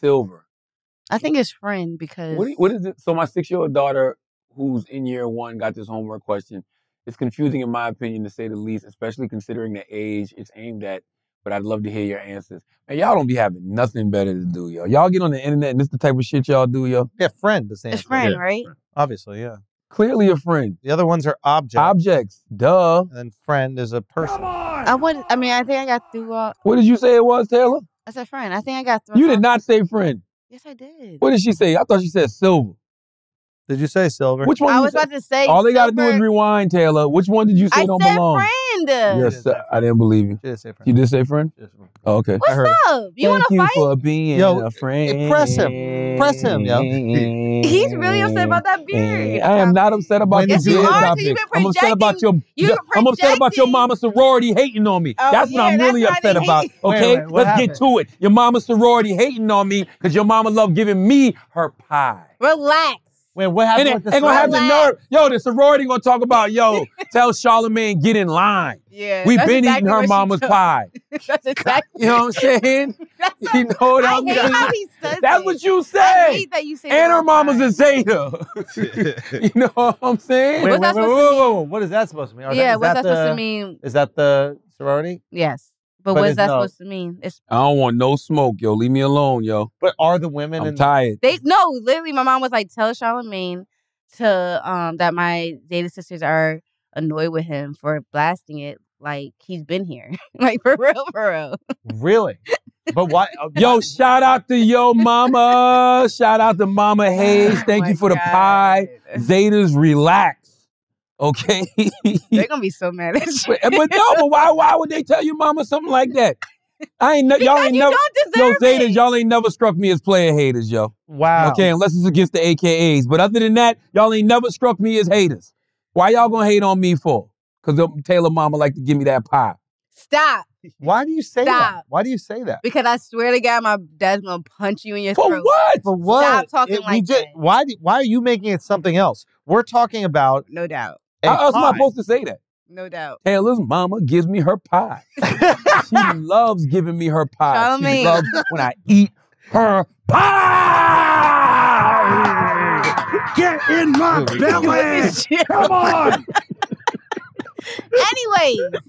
[SPEAKER 4] silver.
[SPEAKER 8] I think it's friend because
[SPEAKER 4] What, what is it? So my six-year-old daughter, who's in year one, got this homework question. It's confusing, in my opinion, to say the least, especially considering the age it's aimed at. But I'd love to hear your answers. Man, y'all don't be having nothing better to do, yo. Y'all get on the internet, and this the type of shit y'all do, yo.
[SPEAKER 5] Yeah, friend is
[SPEAKER 8] it's
[SPEAKER 5] answer.
[SPEAKER 8] friend,
[SPEAKER 7] Yeah.
[SPEAKER 8] right?
[SPEAKER 5] Obviously, yeah.
[SPEAKER 4] Clearly a friend.
[SPEAKER 5] The other ones are object,
[SPEAKER 4] Objects, duh.
[SPEAKER 5] and then friend is a person.
[SPEAKER 8] I would I mean I think I got through all
[SPEAKER 4] What did you say it was, Taylor?
[SPEAKER 8] I said friend. I think I got through
[SPEAKER 4] You
[SPEAKER 8] all-
[SPEAKER 4] did not say friend.
[SPEAKER 8] Yes I did.
[SPEAKER 4] What did she say? I thought she said silver.
[SPEAKER 5] Did you say silver?
[SPEAKER 4] Which one?
[SPEAKER 8] I
[SPEAKER 4] you
[SPEAKER 8] was
[SPEAKER 4] said?
[SPEAKER 8] about to say
[SPEAKER 4] All they gotta do is
[SPEAKER 8] silver.
[SPEAKER 4] rewind, Taylor. Which one did you say
[SPEAKER 8] I
[SPEAKER 4] don't
[SPEAKER 8] said
[SPEAKER 4] belong?
[SPEAKER 8] friend.
[SPEAKER 4] Yes, sir. I didn't believe you.
[SPEAKER 5] She did say
[SPEAKER 4] You
[SPEAKER 5] friend.
[SPEAKER 4] did say friend. Oh, okay.
[SPEAKER 5] I heard.
[SPEAKER 8] Up.
[SPEAKER 4] Thank
[SPEAKER 8] You wanna
[SPEAKER 4] you
[SPEAKER 8] fight?
[SPEAKER 4] for being
[SPEAKER 5] Yo, eh,
[SPEAKER 4] a friend.
[SPEAKER 5] press him. Press him, yo.
[SPEAKER 8] He's really upset about that beard.
[SPEAKER 4] Eh, I am not upset about
[SPEAKER 5] When
[SPEAKER 4] the
[SPEAKER 5] did you-
[SPEAKER 4] beard
[SPEAKER 5] Yes, you
[SPEAKER 8] are, 'cause
[SPEAKER 4] topic.
[SPEAKER 8] you've been
[SPEAKER 4] I'm upset about your.
[SPEAKER 8] you've been
[SPEAKER 4] I'm upset about your
[SPEAKER 8] projecting.
[SPEAKER 4] mama sorority hating on me.
[SPEAKER 8] Oh,
[SPEAKER 4] that's
[SPEAKER 8] yeah,
[SPEAKER 4] what I'm
[SPEAKER 8] that's
[SPEAKER 4] really
[SPEAKER 8] why
[SPEAKER 4] upset
[SPEAKER 8] they *laughs*
[SPEAKER 4] about.
[SPEAKER 8] hate-
[SPEAKER 5] Wait,
[SPEAKER 4] Okay,
[SPEAKER 5] wait, what
[SPEAKER 4] let's get
[SPEAKER 5] happened?
[SPEAKER 4] to it. Your mama sorority hating on me because your mama loved giving me her pie.
[SPEAKER 8] Relax.
[SPEAKER 5] Wait, what
[SPEAKER 4] And
[SPEAKER 5] happened
[SPEAKER 4] they
[SPEAKER 5] with the
[SPEAKER 4] they gonna have the
[SPEAKER 8] sorority?
[SPEAKER 4] nerve. Yo, the sorority gonna talk about
[SPEAKER 8] *laughs*
[SPEAKER 4] yo. tell Charlemagne get in line.
[SPEAKER 8] Yeah.
[SPEAKER 4] We've
[SPEAKER 8] that's
[SPEAKER 4] been
[SPEAKER 8] exactly
[SPEAKER 4] eating her
[SPEAKER 8] what she
[SPEAKER 4] mama's
[SPEAKER 8] told-
[SPEAKER 4] pie.
[SPEAKER 8] *laughs*
[SPEAKER 4] *laughs*
[SPEAKER 8] That's exactly.
[SPEAKER 4] You know what I'm
[SPEAKER 8] *laughs*
[SPEAKER 4] saying?
[SPEAKER 8] That's what-
[SPEAKER 4] You know what
[SPEAKER 8] I
[SPEAKER 4] I'm
[SPEAKER 8] hate
[SPEAKER 4] saying?
[SPEAKER 8] how he says
[SPEAKER 4] That's
[SPEAKER 8] it.
[SPEAKER 4] what you
[SPEAKER 8] I
[SPEAKER 4] say.
[SPEAKER 8] hate that you say.
[SPEAKER 4] And her mama's a
[SPEAKER 8] is.
[SPEAKER 4] Zeta. *laughs* you know what I'm saying?
[SPEAKER 8] What's that supposed to
[SPEAKER 5] whoa,
[SPEAKER 8] mean?
[SPEAKER 5] whoa, whoa. What is that supposed to mean? Are
[SPEAKER 8] Yeah,
[SPEAKER 5] is
[SPEAKER 8] what's that
[SPEAKER 5] the,
[SPEAKER 8] supposed to mean?
[SPEAKER 5] Is that the sorority?
[SPEAKER 8] Yes, but,
[SPEAKER 5] But
[SPEAKER 8] what's
[SPEAKER 5] it's
[SPEAKER 8] that
[SPEAKER 5] no-
[SPEAKER 8] supposed to mean? It's
[SPEAKER 4] I don't want no smoke, yo. Leave me alone, yo.
[SPEAKER 5] But are the women
[SPEAKER 4] I'm
[SPEAKER 5] in
[SPEAKER 8] *laughs*
[SPEAKER 4] tired.
[SPEAKER 8] they no. Literally, my mom was like, "Tell Charlemagne to um that my dated sisters are annoyed with him for blasting it. Like he's been here, *laughs* like for real, for real.
[SPEAKER 5] really? But
[SPEAKER 8] *laughs*
[SPEAKER 5] why?
[SPEAKER 4] Yo, shout out to yo mama. shout out to Mama Hayes.
[SPEAKER 8] *laughs* Oh
[SPEAKER 4] Thank
[SPEAKER 8] my
[SPEAKER 4] you for the
[SPEAKER 8] God.
[SPEAKER 4] pie. Zetas, relax. Okay. *laughs*
[SPEAKER 8] They're gonna be so mad at you.
[SPEAKER 4] but, but no, but why why would they tell you mama something like that? I ain't ne- y'all
[SPEAKER 8] *laughs* Because
[SPEAKER 4] ain't
[SPEAKER 8] you
[SPEAKER 4] never
[SPEAKER 8] don't
[SPEAKER 4] yo
[SPEAKER 8] deserve
[SPEAKER 4] Zetas,
[SPEAKER 8] it.
[SPEAKER 4] y'all ain't never struck me as player haters, yo.
[SPEAKER 5] wow.
[SPEAKER 4] Okay, unless it's against the AKAs. But other than that, y'all ain't never struck me as haters. Why y'all gonna hate on me for? Because Taylor mama like to give me that pie.
[SPEAKER 8] Stop.
[SPEAKER 5] Why do you say that?
[SPEAKER 8] Stop.
[SPEAKER 5] Why do you say that?
[SPEAKER 8] Because I swear to God, my dad's gonna punch you in your
[SPEAKER 4] For
[SPEAKER 8] throat.
[SPEAKER 4] what?
[SPEAKER 5] For what?
[SPEAKER 8] talking
[SPEAKER 5] we
[SPEAKER 8] like
[SPEAKER 5] ju-
[SPEAKER 8] that.
[SPEAKER 5] Why? do- Why are you making it something else? We're talking about.
[SPEAKER 8] No doubt.
[SPEAKER 5] a
[SPEAKER 4] How else am I
[SPEAKER 5] pie.
[SPEAKER 4] supposed to say that?
[SPEAKER 8] No doubt.
[SPEAKER 4] Taylor's mama gives me her pie. she loves giving me her pie. Ah, She
[SPEAKER 8] Charlamagne. *laughs*
[SPEAKER 4] loves when I eat her pie. Get in my belly. Come
[SPEAKER 8] *laughs*
[SPEAKER 4] on.
[SPEAKER 8] Anyways.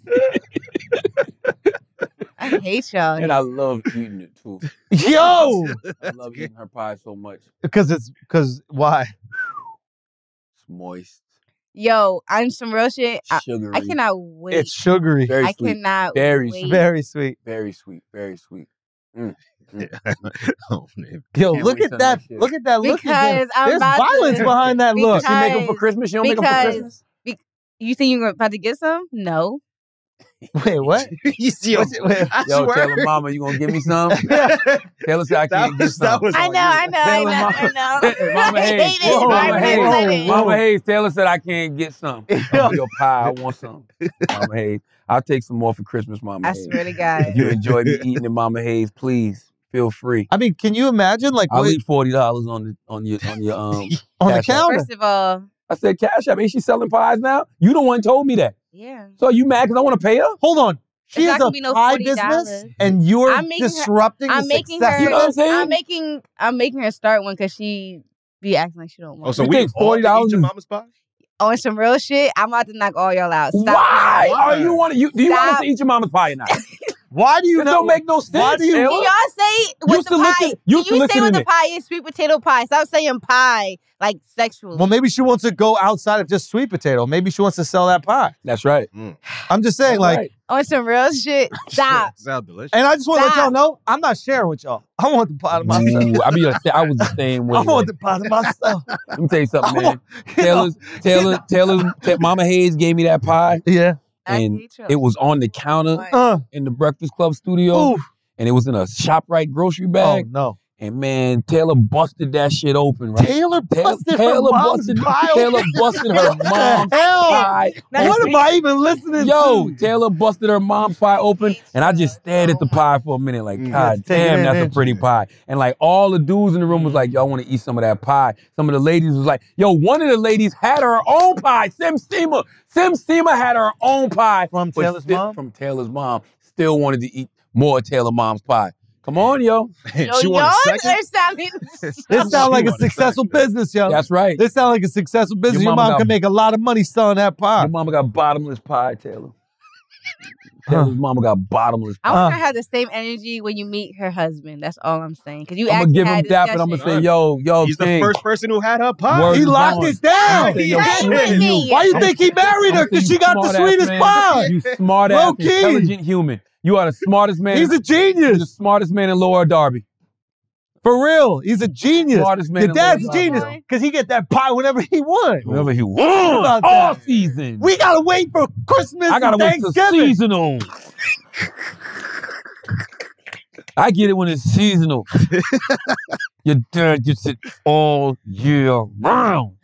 [SPEAKER 4] *laughs*
[SPEAKER 8] I hate y'all.
[SPEAKER 4] And I love eating it too.
[SPEAKER 5] *laughs* Yo,
[SPEAKER 4] I love eating her pie so much.
[SPEAKER 5] because it's because why?
[SPEAKER 4] It's moist,
[SPEAKER 8] Yo, I'm some real shit. I,
[SPEAKER 4] sugary.
[SPEAKER 8] I cannot wait.
[SPEAKER 5] It's sugary.
[SPEAKER 4] very
[SPEAKER 8] I
[SPEAKER 4] sweet.
[SPEAKER 8] cannot
[SPEAKER 4] Very
[SPEAKER 8] wait.
[SPEAKER 4] sweet.
[SPEAKER 5] Very sweet.
[SPEAKER 4] Very sweet. Very sweet.
[SPEAKER 7] *laughs* oh, man.
[SPEAKER 5] Yo,
[SPEAKER 4] Can't
[SPEAKER 5] look
[SPEAKER 4] wait
[SPEAKER 5] at
[SPEAKER 4] till
[SPEAKER 5] that.
[SPEAKER 4] next year.
[SPEAKER 5] Look at that. Look at that.
[SPEAKER 8] Because I'm
[SPEAKER 5] There's
[SPEAKER 8] about
[SPEAKER 5] violence
[SPEAKER 8] to-
[SPEAKER 5] behind that look.
[SPEAKER 8] because-
[SPEAKER 4] You make them for Christmas? You don't make them for
[SPEAKER 8] because-
[SPEAKER 4] Christmas?
[SPEAKER 8] You think you're about to get some? No.
[SPEAKER 5] *laughs* Wait, what?
[SPEAKER 7] you see,
[SPEAKER 5] What's it- wait,
[SPEAKER 7] I
[SPEAKER 4] Yo,
[SPEAKER 7] swear.
[SPEAKER 5] *laughs*
[SPEAKER 4] Taylor mama, you gonna give me some? Taylor said I
[SPEAKER 7] that
[SPEAKER 4] can't get
[SPEAKER 7] was,
[SPEAKER 4] some.
[SPEAKER 7] that was
[SPEAKER 8] I
[SPEAKER 7] on
[SPEAKER 8] know, I know, I
[SPEAKER 4] Taylor,
[SPEAKER 8] know, I
[SPEAKER 4] Mama-
[SPEAKER 8] know. *laughs*
[SPEAKER 4] Mama
[SPEAKER 8] I
[SPEAKER 4] Hayes.
[SPEAKER 8] hate it.
[SPEAKER 4] Whoa,
[SPEAKER 8] Why
[SPEAKER 4] Mama
[SPEAKER 8] did I say
[SPEAKER 4] Hayes.
[SPEAKER 8] that?
[SPEAKER 4] Mama Hayes, Taylor said I can't get
[SPEAKER 5] *laughs*
[SPEAKER 4] some.
[SPEAKER 5] Yo.
[SPEAKER 4] Yo, your pie, I want some. Mama Hayes, I'll take some more for Christmas, Mama
[SPEAKER 8] I
[SPEAKER 4] Hayes.
[SPEAKER 8] swear to
[SPEAKER 4] If
[SPEAKER 8] God.
[SPEAKER 4] you enjoy me eating at Mama Hayes, please feel free.
[SPEAKER 5] I mean, can you imagine like
[SPEAKER 4] I'll
[SPEAKER 5] what,
[SPEAKER 4] leave forty dollars on the on your on your
[SPEAKER 8] *laughs*
[SPEAKER 4] um.
[SPEAKER 5] on the
[SPEAKER 4] Cash App.
[SPEAKER 5] counter?
[SPEAKER 8] First of all,
[SPEAKER 4] I said Cash App. Ain't she selling pies now? You the one told me that.
[SPEAKER 8] yeah.
[SPEAKER 4] So you mad because I want to pay her?
[SPEAKER 5] Hold on. She
[SPEAKER 8] It's not
[SPEAKER 5] has a
[SPEAKER 8] gonna be no
[SPEAKER 5] pie
[SPEAKER 8] $40.
[SPEAKER 5] business, and you're
[SPEAKER 8] I'm making her-
[SPEAKER 5] disrupting.
[SPEAKER 8] I'm
[SPEAKER 5] the
[SPEAKER 8] making
[SPEAKER 5] success
[SPEAKER 8] her.
[SPEAKER 4] You
[SPEAKER 5] of
[SPEAKER 4] know what I'm
[SPEAKER 5] it.
[SPEAKER 4] saying?
[SPEAKER 8] I'm making. I'm making her start one because she be acting like she don't
[SPEAKER 7] Oh,
[SPEAKER 8] want.
[SPEAKER 7] so
[SPEAKER 4] You
[SPEAKER 7] we
[SPEAKER 4] think
[SPEAKER 7] all can eat
[SPEAKER 4] $40
[SPEAKER 7] your
[SPEAKER 4] is-
[SPEAKER 7] mama's pie?
[SPEAKER 8] Oh, and some real shit. I'm about to knock all y'all out. Stop.
[SPEAKER 4] Why
[SPEAKER 8] playing.
[SPEAKER 4] are you want you? Do you want us
[SPEAKER 8] Stop.
[SPEAKER 4] to eat your mama's pie or not?
[SPEAKER 5] Why do *laughs* you
[SPEAKER 4] It
[SPEAKER 5] know?
[SPEAKER 4] don't make no sense.
[SPEAKER 5] Why do you-
[SPEAKER 4] Taylor.
[SPEAKER 8] Can y'all say
[SPEAKER 4] You
[SPEAKER 8] what the pie?
[SPEAKER 4] soliciting- you
[SPEAKER 8] can you say what
[SPEAKER 4] soliciting
[SPEAKER 8] the
[SPEAKER 4] it.
[SPEAKER 8] pie is? Sweet potato pie. Stop saying pie like sexual.
[SPEAKER 5] *laughs* Well, maybe she wants to go outside of just sweet potato. Maybe she wants to sell that pie.
[SPEAKER 4] That's right.
[SPEAKER 5] I'm just saying,
[SPEAKER 4] That's
[SPEAKER 5] like,
[SPEAKER 4] right.
[SPEAKER 8] on some *laughs* real shit. Stop.
[SPEAKER 7] Sounds delicious.
[SPEAKER 5] and I just want to let y'all
[SPEAKER 8] Stop.
[SPEAKER 5] know I'm not sharing with y'all. I want the pie to
[SPEAKER 4] Mm.
[SPEAKER 5] myself.
[SPEAKER 4] Ooh, I be the sa- I was the same way.
[SPEAKER 5] *laughs* I
[SPEAKER 4] man.
[SPEAKER 5] want the pie
[SPEAKER 4] *laughs*
[SPEAKER 5] to myself.
[SPEAKER 4] Let me tell you
[SPEAKER 5] *laughs* I
[SPEAKER 4] something, man.
[SPEAKER 5] want- Oh, you know,
[SPEAKER 4] Taylor's Taylor Taylor's Ta- Mama Hayes gave me that
[SPEAKER 5] *laughs*
[SPEAKER 4] pie.
[SPEAKER 5] yeah.
[SPEAKER 4] And It *laughs* was on the counter
[SPEAKER 5] Uh,
[SPEAKER 4] in the Breakfast Club studio,
[SPEAKER 5] ooh.
[SPEAKER 4] and it was in a Shoprite grocery
[SPEAKER 5] Oh
[SPEAKER 4] bag.
[SPEAKER 5] no.
[SPEAKER 4] And man, Taylor busted that shit open, right?
[SPEAKER 5] Taylor
[SPEAKER 4] Taylor,
[SPEAKER 5] busted her
[SPEAKER 4] Taylor
[SPEAKER 5] mom's
[SPEAKER 4] busted
[SPEAKER 5] pie. *laughs*
[SPEAKER 4] Taylor busted her
[SPEAKER 5] What the
[SPEAKER 4] mom's
[SPEAKER 5] hell?
[SPEAKER 4] pie.
[SPEAKER 5] What am I even listening
[SPEAKER 4] Yo,
[SPEAKER 5] to?
[SPEAKER 4] Taylor busted her mom's pie open, and I just stared at the pie for a minute, like,
[SPEAKER 7] Mm.
[SPEAKER 4] God
[SPEAKER 5] Let's take it
[SPEAKER 4] damn,
[SPEAKER 5] in,
[SPEAKER 4] that's a
[SPEAKER 5] didn't
[SPEAKER 4] pretty
[SPEAKER 7] you?
[SPEAKER 4] pie. And like all the dudes in the room was like, Yo, I want to eat some of that pie. Some of the ladies was like, Yo, one of the ladies had her own pie. Sim Steamer, Sim Steamer had her own pie
[SPEAKER 5] From
[SPEAKER 4] but
[SPEAKER 5] Taylor's
[SPEAKER 4] still-
[SPEAKER 5] mom?
[SPEAKER 4] From Taylor's mom, still wanted to eat more of Taylor mom's pie. Come on, yo.
[SPEAKER 7] she
[SPEAKER 8] Yo,
[SPEAKER 7] want a
[SPEAKER 8] y'all
[SPEAKER 7] second?
[SPEAKER 8] or *laughs* something.
[SPEAKER 5] This sounds
[SPEAKER 7] She
[SPEAKER 5] like a
[SPEAKER 7] wanted
[SPEAKER 5] successful
[SPEAKER 7] crack, man.
[SPEAKER 5] business, yo.
[SPEAKER 4] That's right.
[SPEAKER 5] This sounds like a successful business. Your,
[SPEAKER 4] mama
[SPEAKER 5] mom
[SPEAKER 4] got-
[SPEAKER 5] can make a lot of money selling that pie.
[SPEAKER 4] Your mama got bottomless pie, Taylor. Taylor's mama got bottomless
[SPEAKER 8] I
[SPEAKER 4] pie.
[SPEAKER 8] want
[SPEAKER 5] Uh.
[SPEAKER 8] her to have the same energy when you meet her husband. That's all I'm saying. Because you
[SPEAKER 4] I'm
[SPEAKER 8] actually
[SPEAKER 4] gonna give him
[SPEAKER 8] had
[SPEAKER 4] that, and I'm gonna
[SPEAKER 8] discussion.
[SPEAKER 4] say, yo, yo,
[SPEAKER 7] He's
[SPEAKER 4] King.
[SPEAKER 7] the first person who had her pie.
[SPEAKER 4] Word
[SPEAKER 5] he
[SPEAKER 4] is
[SPEAKER 5] locked
[SPEAKER 4] bond.
[SPEAKER 5] it
[SPEAKER 4] I'm
[SPEAKER 5] down.
[SPEAKER 4] gonna say, yo,
[SPEAKER 7] He
[SPEAKER 4] she
[SPEAKER 7] ain't
[SPEAKER 4] had
[SPEAKER 8] with
[SPEAKER 4] you.
[SPEAKER 8] me.
[SPEAKER 5] Why you think he married her? Because she got the sweetest pie.
[SPEAKER 4] You smart ass,
[SPEAKER 5] Low key.
[SPEAKER 4] intelligent human. You are the smartest man.
[SPEAKER 5] He's a
[SPEAKER 4] you're the
[SPEAKER 5] genius.
[SPEAKER 4] smartest man in Lower Derby.
[SPEAKER 5] For real. He's a genius.
[SPEAKER 4] Smartest man
[SPEAKER 5] Your
[SPEAKER 4] in Lower
[SPEAKER 5] dad's a
[SPEAKER 8] Lord,
[SPEAKER 5] genius
[SPEAKER 8] boy.
[SPEAKER 5] because he get that pie whenever he wants.
[SPEAKER 4] Whenever he
[SPEAKER 5] How about
[SPEAKER 4] wants, all
[SPEAKER 5] that?
[SPEAKER 4] season.
[SPEAKER 5] We gotta wait for Christmas
[SPEAKER 4] I gotta
[SPEAKER 5] and
[SPEAKER 4] wait till
[SPEAKER 5] Thanksgiving.
[SPEAKER 4] seasonal. I get it when it's
[SPEAKER 5] *laughs*
[SPEAKER 4] seasonal. Your dad gets it all year
[SPEAKER 5] *laughs*
[SPEAKER 4] round.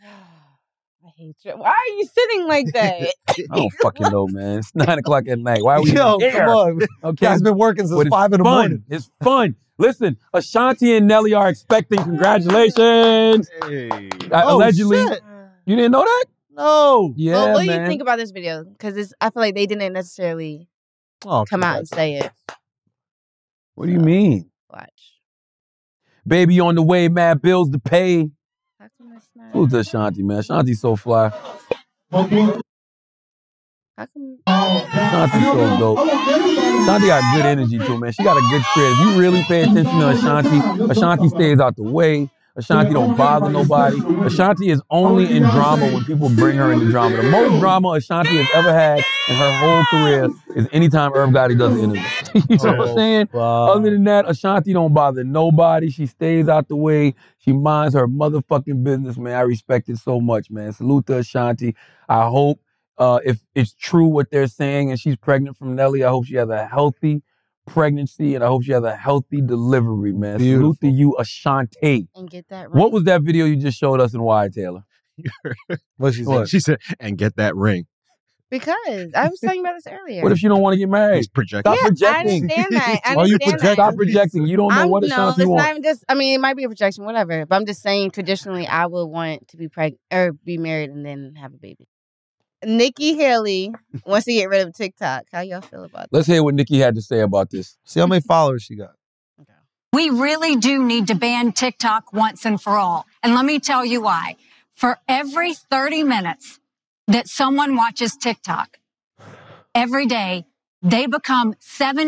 [SPEAKER 8] I hate you. Why are you sitting *laughs* like that?
[SPEAKER 4] I don't fucking know, man. It's nine o'clock at night. Why are we
[SPEAKER 5] Yo,
[SPEAKER 4] even
[SPEAKER 5] come
[SPEAKER 4] here?
[SPEAKER 5] on.
[SPEAKER 4] Okay,
[SPEAKER 5] Guy's been working
[SPEAKER 4] But
[SPEAKER 5] since
[SPEAKER 4] it's
[SPEAKER 5] five in the
[SPEAKER 4] fun.
[SPEAKER 5] morning.
[SPEAKER 4] It's fun. Listen, Ashanti and Nelly are expecting. Congratulations.
[SPEAKER 7] Hey.
[SPEAKER 4] Uh,
[SPEAKER 5] Oh,
[SPEAKER 4] allegedly.
[SPEAKER 5] shit.
[SPEAKER 4] You didn't know that?
[SPEAKER 5] No.
[SPEAKER 4] Yeah,
[SPEAKER 8] well, what do
[SPEAKER 4] man.
[SPEAKER 8] you think about this video? Because I feel like they didn't necessarily
[SPEAKER 5] Oh,
[SPEAKER 8] come out and say it.
[SPEAKER 4] what do you mean?
[SPEAKER 8] Watch.
[SPEAKER 4] Baby on the way, mad bills to pay.
[SPEAKER 8] How come it's not?
[SPEAKER 4] Who's the Ashanti, man? Ashanti's so fly.
[SPEAKER 8] How come?
[SPEAKER 4] Ashanti's so dope. Ashanti got good energy too, man. She got a good spirit. If you really pay attention to Ashanti, Ashanti stays out the way. Ashanti don't bother nobody. Ashanti is only in drama when people bring her into drama. The most drama Ashanti has ever had in her whole career is anytime Irv Gotti does an interview. *laughs* you know what I'm saying? Other than that, Ashanti don't bother nobody. She stays out the way. She minds her motherfucking business, man. I respect it so much, man. Salute to Ashanti. I hope uh, if it's true what they're saying and she's pregnant from Nelly, I hope she has a healthy pregnancy and I hope she has a healthy delivery, man. Salute to
[SPEAKER 5] Beautiful.
[SPEAKER 4] you, Ashanti.
[SPEAKER 8] And get that right.
[SPEAKER 4] What was that video you just showed us and why, Taylor?
[SPEAKER 5] What she said.
[SPEAKER 7] She said, and get that ring.
[SPEAKER 8] Because I was telling you about this earlier.
[SPEAKER 4] What if you don't want to get married?
[SPEAKER 7] He's projecting.
[SPEAKER 4] Stop
[SPEAKER 8] yeah, I
[SPEAKER 4] projecting.
[SPEAKER 8] understand that. I
[SPEAKER 5] Why you
[SPEAKER 8] understand that.
[SPEAKER 5] project-
[SPEAKER 4] Stop projecting. You don't know
[SPEAKER 8] I'm,
[SPEAKER 4] what it
[SPEAKER 8] no,
[SPEAKER 4] sounds
[SPEAKER 8] it's
[SPEAKER 4] you
[SPEAKER 8] not
[SPEAKER 4] want.
[SPEAKER 8] even just. I mean, it might be a projection, whatever. But I'm just saying, traditionally, I would want to be pregnant or be married and then have a baby. Nikki Haley wants to get rid of TikTok. How y'all feel about that?
[SPEAKER 4] Let's hear what Nikki had to say about this.
[SPEAKER 5] See how many followers she got.
[SPEAKER 9] We really do need to ban TikTok once and for all. And let me tell you why. For every 30 minutes that someone watches TikTok every day, they become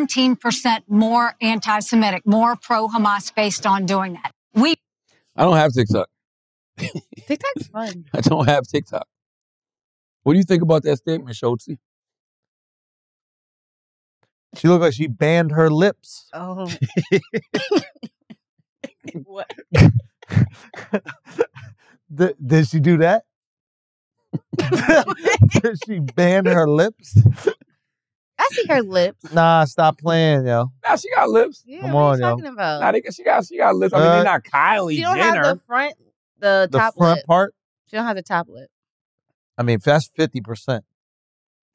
[SPEAKER 9] 17% more anti Semitic, more pro Hamas based on doing that. We
[SPEAKER 4] I don't have TikTok. *laughs*
[SPEAKER 8] TikTok's fun.
[SPEAKER 4] I don't have TikTok. What do you think about that statement, Schultz?
[SPEAKER 5] She looked like she banned her lips.
[SPEAKER 4] *laughs*
[SPEAKER 8] Oh. what?
[SPEAKER 5] Th- did she do that? *laughs* did she ban her lips?
[SPEAKER 8] I see her lips.
[SPEAKER 5] Nah, stop playing, yo.
[SPEAKER 4] Now she got lips.
[SPEAKER 8] Yeah,
[SPEAKER 5] Come
[SPEAKER 8] what
[SPEAKER 5] on,
[SPEAKER 8] are you
[SPEAKER 5] yo.
[SPEAKER 8] talking about?
[SPEAKER 4] Nah, they, got- she got she got lips. I mean,
[SPEAKER 5] Uh,
[SPEAKER 4] they're not Kylie
[SPEAKER 8] she don't
[SPEAKER 4] Jenner.
[SPEAKER 8] have the front, the,
[SPEAKER 5] The
[SPEAKER 8] top
[SPEAKER 5] front
[SPEAKER 8] lip.
[SPEAKER 5] part.
[SPEAKER 8] She don't have the top lip.
[SPEAKER 5] I mean, if that's fifty percent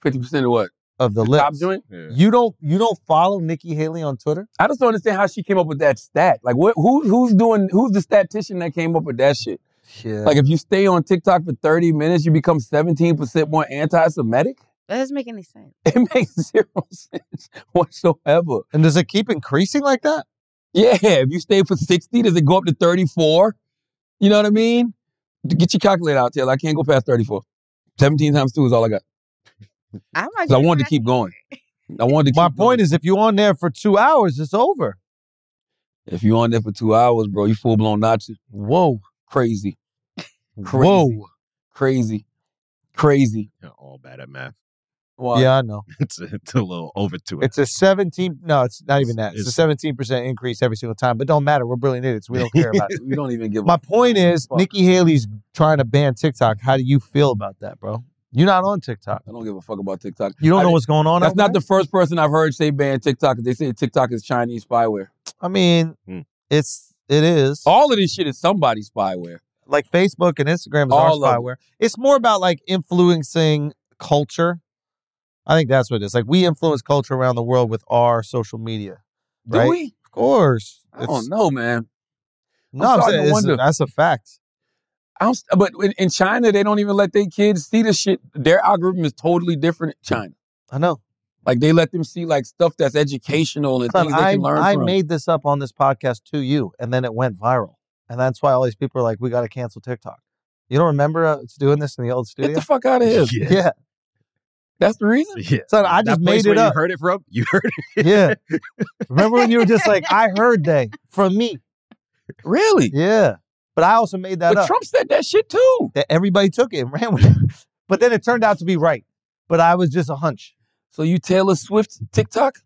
[SPEAKER 4] Fifty percent of what?
[SPEAKER 5] of the
[SPEAKER 4] Top
[SPEAKER 5] lips.
[SPEAKER 4] joint.
[SPEAKER 5] You don't you don't follow Nikki Haley on Twitter?
[SPEAKER 4] I just don't understand how she came up with that stat. Like, what? Who, who's doing? Who's the statistician that came up with that shit?
[SPEAKER 5] Yeah.
[SPEAKER 4] Like, if you stay on TikTok for thirty minutes, you become seventeen percent more anti-Semitic. *laughs*
[SPEAKER 8] That doesn't make any sense.
[SPEAKER 4] It makes zero sense whatsoever.
[SPEAKER 5] and does it keep increasing like that?
[SPEAKER 4] Yeah, if you stay for 60, does it go up to 34? You know what I mean? D- Get your calculator out, Taylor. I can't go past 34. 17 times 2 is all I got.
[SPEAKER 8] I, might
[SPEAKER 4] 'Cause I
[SPEAKER 8] get
[SPEAKER 4] wanted to
[SPEAKER 8] my-
[SPEAKER 4] keep going. I wanted to
[SPEAKER 5] My
[SPEAKER 4] keep
[SPEAKER 5] point is if you're on there for two hours, it's over.
[SPEAKER 4] If you're on there for two hours, bro, you full blown Nazi. Whoa. Crazy. Crazy.
[SPEAKER 5] Whoa.
[SPEAKER 4] Crazy. Crazy.
[SPEAKER 7] You're all bad at math. *laughs*
[SPEAKER 4] Why? *laughs*
[SPEAKER 5] Yeah, I know.
[SPEAKER 7] It's a, it's a little over to it.
[SPEAKER 5] It's a 17 no, it's not even that. It's,
[SPEAKER 7] It's-
[SPEAKER 5] a 17% increase every single time, but don't matter. We're brilliant idiots. We don't care about it.
[SPEAKER 4] We don't even give
[SPEAKER 5] My
[SPEAKER 4] up.
[SPEAKER 5] point is
[SPEAKER 4] Fuck.
[SPEAKER 5] Nikki Haley's trying to ban TikTok. How do you feel about that, bro? You're not on TikTok.
[SPEAKER 4] I don't give a fuck about TikTok.
[SPEAKER 5] You don't
[SPEAKER 4] I
[SPEAKER 5] know
[SPEAKER 4] didn't-
[SPEAKER 5] what's going on.
[SPEAKER 4] That's
[SPEAKER 5] over
[SPEAKER 4] not the
[SPEAKER 5] there?
[SPEAKER 4] first person I've heard say ban TikTok. They say TikTok is Chinese spyware.
[SPEAKER 5] I mean,
[SPEAKER 7] Hmm.
[SPEAKER 5] it's it is.
[SPEAKER 4] All of this shit is somebody's spyware.
[SPEAKER 5] like Facebook and Instagram is
[SPEAKER 4] All
[SPEAKER 5] our
[SPEAKER 4] of it.
[SPEAKER 5] spyware. It's more about like influencing culture. I think that's what it is. Like we influence culture around the world with our social media.
[SPEAKER 4] Do
[SPEAKER 5] Right.
[SPEAKER 4] we?
[SPEAKER 5] Of course.
[SPEAKER 4] I don't know, man.
[SPEAKER 5] No,
[SPEAKER 4] I'm
[SPEAKER 5] I'm,
[SPEAKER 4] starting to
[SPEAKER 5] saying it's-
[SPEAKER 4] wonder.
[SPEAKER 5] that's a fact.
[SPEAKER 4] I don't, but in, in China, they don't even let their kids see the shit. Their algorithm is totally different in China.
[SPEAKER 5] I know.
[SPEAKER 4] Like they let them see like stuff that's educational and
[SPEAKER 5] Son,
[SPEAKER 4] things they
[SPEAKER 5] I,
[SPEAKER 4] can learn
[SPEAKER 5] I
[SPEAKER 4] from.
[SPEAKER 5] made this up on this podcast to you, and then it went viral. And that's why all these people are like, we got to cancel TikTok. You don't remember us doing this in the old
[SPEAKER 4] Get
[SPEAKER 5] studio?
[SPEAKER 4] the fuck out of here.
[SPEAKER 7] Yeah.
[SPEAKER 5] yeah.
[SPEAKER 4] That's the reason.
[SPEAKER 7] yeah.
[SPEAKER 5] Son, I just
[SPEAKER 7] that place
[SPEAKER 5] made it
[SPEAKER 7] where
[SPEAKER 5] up.
[SPEAKER 7] You heard it from? You heard
[SPEAKER 5] *laughs*
[SPEAKER 4] *laughs*
[SPEAKER 7] it.
[SPEAKER 5] Yeah. remember when you were just like, I heard they
[SPEAKER 4] *laughs*
[SPEAKER 5] from me.
[SPEAKER 4] Really?
[SPEAKER 5] Yeah. But I also made that
[SPEAKER 4] But
[SPEAKER 5] up.
[SPEAKER 4] Trump said that shit too.
[SPEAKER 5] that everybody took it and *laughs* ran with it. But then it turned out to be right. But I was just a hunch.
[SPEAKER 4] So you Taylor Swift TikTok?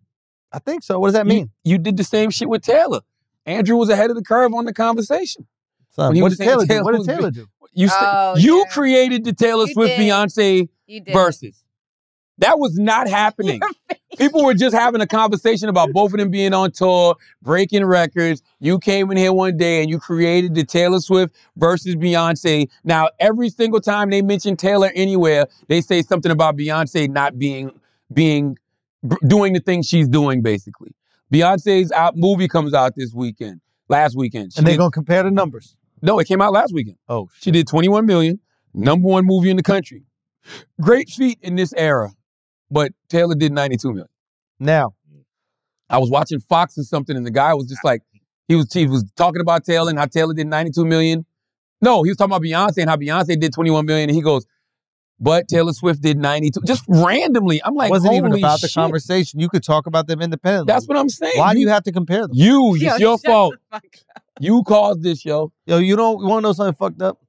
[SPEAKER 5] I think so. What does that
[SPEAKER 4] You-
[SPEAKER 5] mean?
[SPEAKER 4] You, did the same shit with Taylor. Andrew was ahead of the curve on the conversation.
[SPEAKER 5] Son,
[SPEAKER 4] When he
[SPEAKER 5] what
[SPEAKER 4] was
[SPEAKER 5] did
[SPEAKER 4] saying
[SPEAKER 5] Taylor do?
[SPEAKER 4] Taylor
[SPEAKER 5] What did
[SPEAKER 4] was *laughs*
[SPEAKER 5] Taylor do?
[SPEAKER 4] You said-
[SPEAKER 8] Oh,
[SPEAKER 4] you
[SPEAKER 8] yeah.
[SPEAKER 4] created the Taylor
[SPEAKER 8] You
[SPEAKER 4] Swift
[SPEAKER 8] did.
[SPEAKER 4] Beyonce
[SPEAKER 8] You did.
[SPEAKER 4] versus. That was not happening. People were just having a conversation about both of them being on tour, breaking records. You came in here one day and you created the Taylor Swift versus Beyonce. Now, every single time they mention Taylor anywhere, they say something about Beyonce not being being b- doing the thing she's doing. Basically, Beyonce's out, movie comes out this weekend, last weekend. She
[SPEAKER 5] And they're
[SPEAKER 4] did-
[SPEAKER 5] going to compare the numbers.
[SPEAKER 4] no, it came out last weekend.
[SPEAKER 5] Oh,
[SPEAKER 4] She did 21 million, number one movie in the country. Great feat in this era, but Taylor did 92 million.
[SPEAKER 5] now.
[SPEAKER 4] I was watching Fox or something, and the guy was just like, he was he was talking about Taylor and how Taylor did 92 million. No, he was talking about Beyonce and how Beyonce did 21 million, and he goes, but Taylor Swift did 92. Just randomly, I'm like,
[SPEAKER 5] wasn't even
[SPEAKER 4] "Holy
[SPEAKER 5] about the
[SPEAKER 4] shit."
[SPEAKER 5] conversation. You could talk about them independently.
[SPEAKER 4] That's what I'm saying.
[SPEAKER 5] Why do you have to compare them?
[SPEAKER 4] you?
[SPEAKER 8] Yo,
[SPEAKER 4] It's your
[SPEAKER 8] shut the
[SPEAKER 4] fault.
[SPEAKER 8] fuck up.
[SPEAKER 4] You caused this, yo.
[SPEAKER 5] Yo, you don't want to know something fucked up?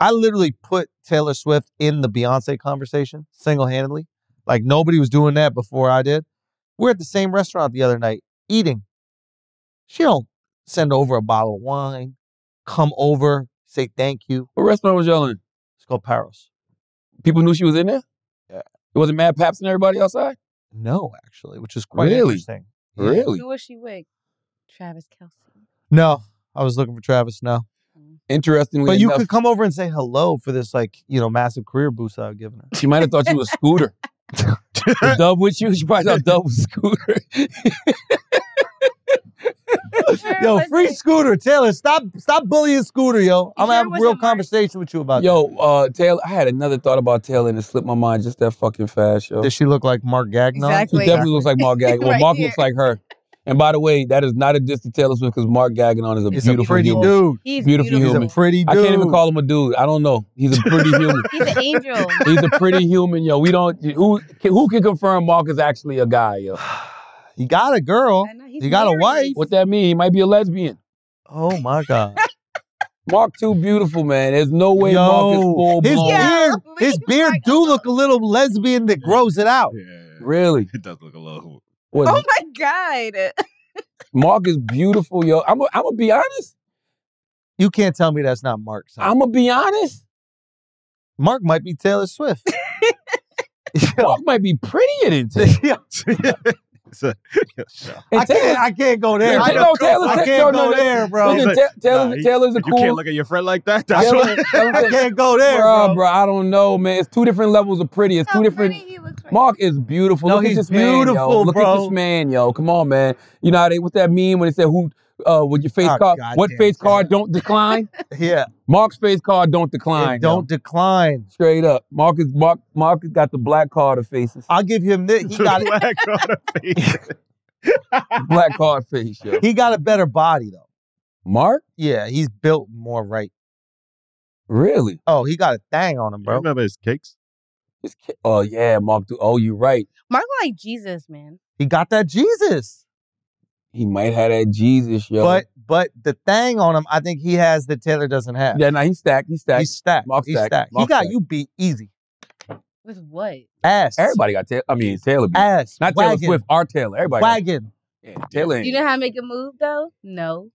[SPEAKER 5] I literally put Taylor Swift in the Beyonce conversation single handedly. Like nobody was doing that before I did. We're at the same restaurant the other night eating. She don't send over a bottle of wine, come over, say thank you.
[SPEAKER 4] What restaurant was y'all in?
[SPEAKER 5] It's called Paros.
[SPEAKER 4] People knew she was in there.
[SPEAKER 5] Yeah.
[SPEAKER 4] It wasn't Mad Paps and everybody outside.
[SPEAKER 5] No, actually, which is quite
[SPEAKER 4] Really?
[SPEAKER 5] interesting. Yeah.
[SPEAKER 4] Really
[SPEAKER 8] Who was she with? Travis Kelsey.
[SPEAKER 5] *laughs* No, I was looking for Travis. No,
[SPEAKER 4] interestingly
[SPEAKER 5] but you
[SPEAKER 4] enough,
[SPEAKER 5] could come over and say hello for this like you know massive career boost I've given her. *laughs*
[SPEAKER 4] she might have thought you was Scooter. Is Dub with you? She probably thought Dub was Scooter.
[SPEAKER 5] Yo,
[SPEAKER 8] Sure
[SPEAKER 5] free
[SPEAKER 8] wasn't-
[SPEAKER 5] Scooter, Taylor. Stop, stop bullying Scooter, yo. I'm
[SPEAKER 8] Sure
[SPEAKER 5] gonna have a
[SPEAKER 8] wasn't
[SPEAKER 5] real
[SPEAKER 8] right.
[SPEAKER 5] conversation with you about. Yo,
[SPEAKER 4] yo, uh, Taylor, I had another thought about Taylor and it slipped my mind just that fucking fast, yo.
[SPEAKER 5] does she look like Mark Gagnon?
[SPEAKER 4] She
[SPEAKER 8] Exactly.
[SPEAKER 4] definitely looks like Mark Gagnon. Well,
[SPEAKER 8] Right
[SPEAKER 4] Mark
[SPEAKER 8] here.
[SPEAKER 4] looks like her. And by the way, that is not a diss to Taylor Swift because Mark Gagnon is a
[SPEAKER 5] He's
[SPEAKER 4] beautiful
[SPEAKER 5] a pretty
[SPEAKER 4] human.
[SPEAKER 5] dude.
[SPEAKER 8] He's
[SPEAKER 4] Beautiful
[SPEAKER 8] beautiful.
[SPEAKER 5] He's a
[SPEAKER 4] human.
[SPEAKER 5] pretty dude.
[SPEAKER 4] I can't even call him a dude. I don't know. He's a pretty human.
[SPEAKER 8] He's
[SPEAKER 5] *laughs*
[SPEAKER 8] an angel.
[SPEAKER 4] He's a pretty human, yo. We don't who can, who can confirm Mark is actually a guy, yo.
[SPEAKER 5] *sighs* He got a girl.
[SPEAKER 8] I know, he's
[SPEAKER 5] He got a
[SPEAKER 8] married.
[SPEAKER 5] wife.
[SPEAKER 4] What that mean? He might be a lesbian.
[SPEAKER 5] Oh my god.
[SPEAKER 4] Mark too beautiful, man. There's no *laughs* way Mark is
[SPEAKER 5] Yo,
[SPEAKER 4] full
[SPEAKER 5] his
[SPEAKER 4] blown.
[SPEAKER 8] Yeah. *laughs* oh
[SPEAKER 5] beard,
[SPEAKER 8] Yo,
[SPEAKER 5] his
[SPEAKER 8] leave
[SPEAKER 5] beard
[SPEAKER 8] Mark
[SPEAKER 5] do
[SPEAKER 8] alone.
[SPEAKER 5] look a little lesbian that grows it out.
[SPEAKER 7] Yeah.
[SPEAKER 4] Really?
[SPEAKER 7] It does look a *laughs* little.
[SPEAKER 4] What,
[SPEAKER 8] Oh my god. *laughs*
[SPEAKER 4] Mark is beautiful, yo. I'm i I'm gonna be honest.
[SPEAKER 5] You can't tell me that's not Mark. son.
[SPEAKER 4] I'm gonna be honest.
[SPEAKER 5] Mark might be Taylor Swift.
[SPEAKER 4] Mark might be prettier than Taylor.
[SPEAKER 5] Yeah,
[SPEAKER 7] It's a- yeah, shut up.
[SPEAKER 5] *laughs*
[SPEAKER 4] *laughs*
[SPEAKER 5] I
[SPEAKER 4] And Taylor-
[SPEAKER 5] can't. I can't go
[SPEAKER 4] Yeah,
[SPEAKER 5] there.
[SPEAKER 7] I
[SPEAKER 4] Taylor-
[SPEAKER 7] know.
[SPEAKER 4] no, Taylor's-
[SPEAKER 5] I
[SPEAKER 4] no,
[SPEAKER 5] can't
[SPEAKER 4] no,
[SPEAKER 5] go
[SPEAKER 4] no.
[SPEAKER 5] there, bro.
[SPEAKER 4] Listen,
[SPEAKER 7] Like,
[SPEAKER 4] Ta- Taylor's,
[SPEAKER 7] nah, you-
[SPEAKER 4] Taylor's a
[SPEAKER 7] you
[SPEAKER 4] cool.
[SPEAKER 7] can't look at your friend like that. That's
[SPEAKER 4] Taylor-
[SPEAKER 7] what.
[SPEAKER 4] Taylor's a-
[SPEAKER 5] *laughs* I can't go there,
[SPEAKER 4] Bruh,
[SPEAKER 5] bro.
[SPEAKER 4] bruh, I don't know, man. It's two different levels of pretty. It's two
[SPEAKER 8] How
[SPEAKER 4] different.
[SPEAKER 8] pretty he looks right
[SPEAKER 4] Mark is beautiful.
[SPEAKER 5] No,
[SPEAKER 4] Look
[SPEAKER 5] he's
[SPEAKER 4] at this man, yo.
[SPEAKER 5] beautiful,
[SPEAKER 4] Look at
[SPEAKER 5] bro.
[SPEAKER 4] this man, yo. Come on, man. You know how they what that mean when they said who uh with your face
[SPEAKER 5] Oh,
[SPEAKER 4] card?
[SPEAKER 5] God
[SPEAKER 4] What
[SPEAKER 5] damn
[SPEAKER 4] face
[SPEAKER 5] it.
[SPEAKER 4] card don't decline?
[SPEAKER 5] Yeah,
[SPEAKER 4] Mark's face card don't decline.
[SPEAKER 5] it don't
[SPEAKER 4] yo.
[SPEAKER 5] decline.
[SPEAKER 4] straight up. Mark is Mark Mark has got the black card of
[SPEAKER 5] *laughs*
[SPEAKER 4] faces.
[SPEAKER 5] I'll give him this.
[SPEAKER 7] *laughs*
[SPEAKER 5] He got
[SPEAKER 7] black on a face.
[SPEAKER 4] black card face, yo.
[SPEAKER 5] he got a better body though.
[SPEAKER 4] Mark?
[SPEAKER 5] Yeah, he's built more right.
[SPEAKER 4] Really?
[SPEAKER 5] Oh, he got a thing on him,
[SPEAKER 7] Bro.
[SPEAKER 5] bro.
[SPEAKER 7] Remember his cakes?
[SPEAKER 4] This kid- oh yeah, Mark do oh you right.
[SPEAKER 8] Mark look like Jesus, man.
[SPEAKER 5] He got that Jesus.
[SPEAKER 4] He might have that Jesus, yo.
[SPEAKER 5] But but the thing on him, I think he has that Taylor doesn't have.
[SPEAKER 4] yeah, now he's stacked. He's stacked.
[SPEAKER 5] He's stacked.
[SPEAKER 4] Mark's
[SPEAKER 5] he's
[SPEAKER 4] stacked.
[SPEAKER 5] stacked.
[SPEAKER 4] Mark's
[SPEAKER 5] he got
[SPEAKER 4] stacked.
[SPEAKER 5] you beat easy.
[SPEAKER 8] With what?
[SPEAKER 5] Ass.
[SPEAKER 4] Everybody got Taylor. I mean Taylor. beat-
[SPEAKER 5] Ass.
[SPEAKER 4] Not Taylor
[SPEAKER 5] wagon,
[SPEAKER 4] Swift, our Taylor. Everybody. got-
[SPEAKER 5] Wagon.
[SPEAKER 4] Yeah, Taylor ain't.
[SPEAKER 8] You know how to make a move though? No.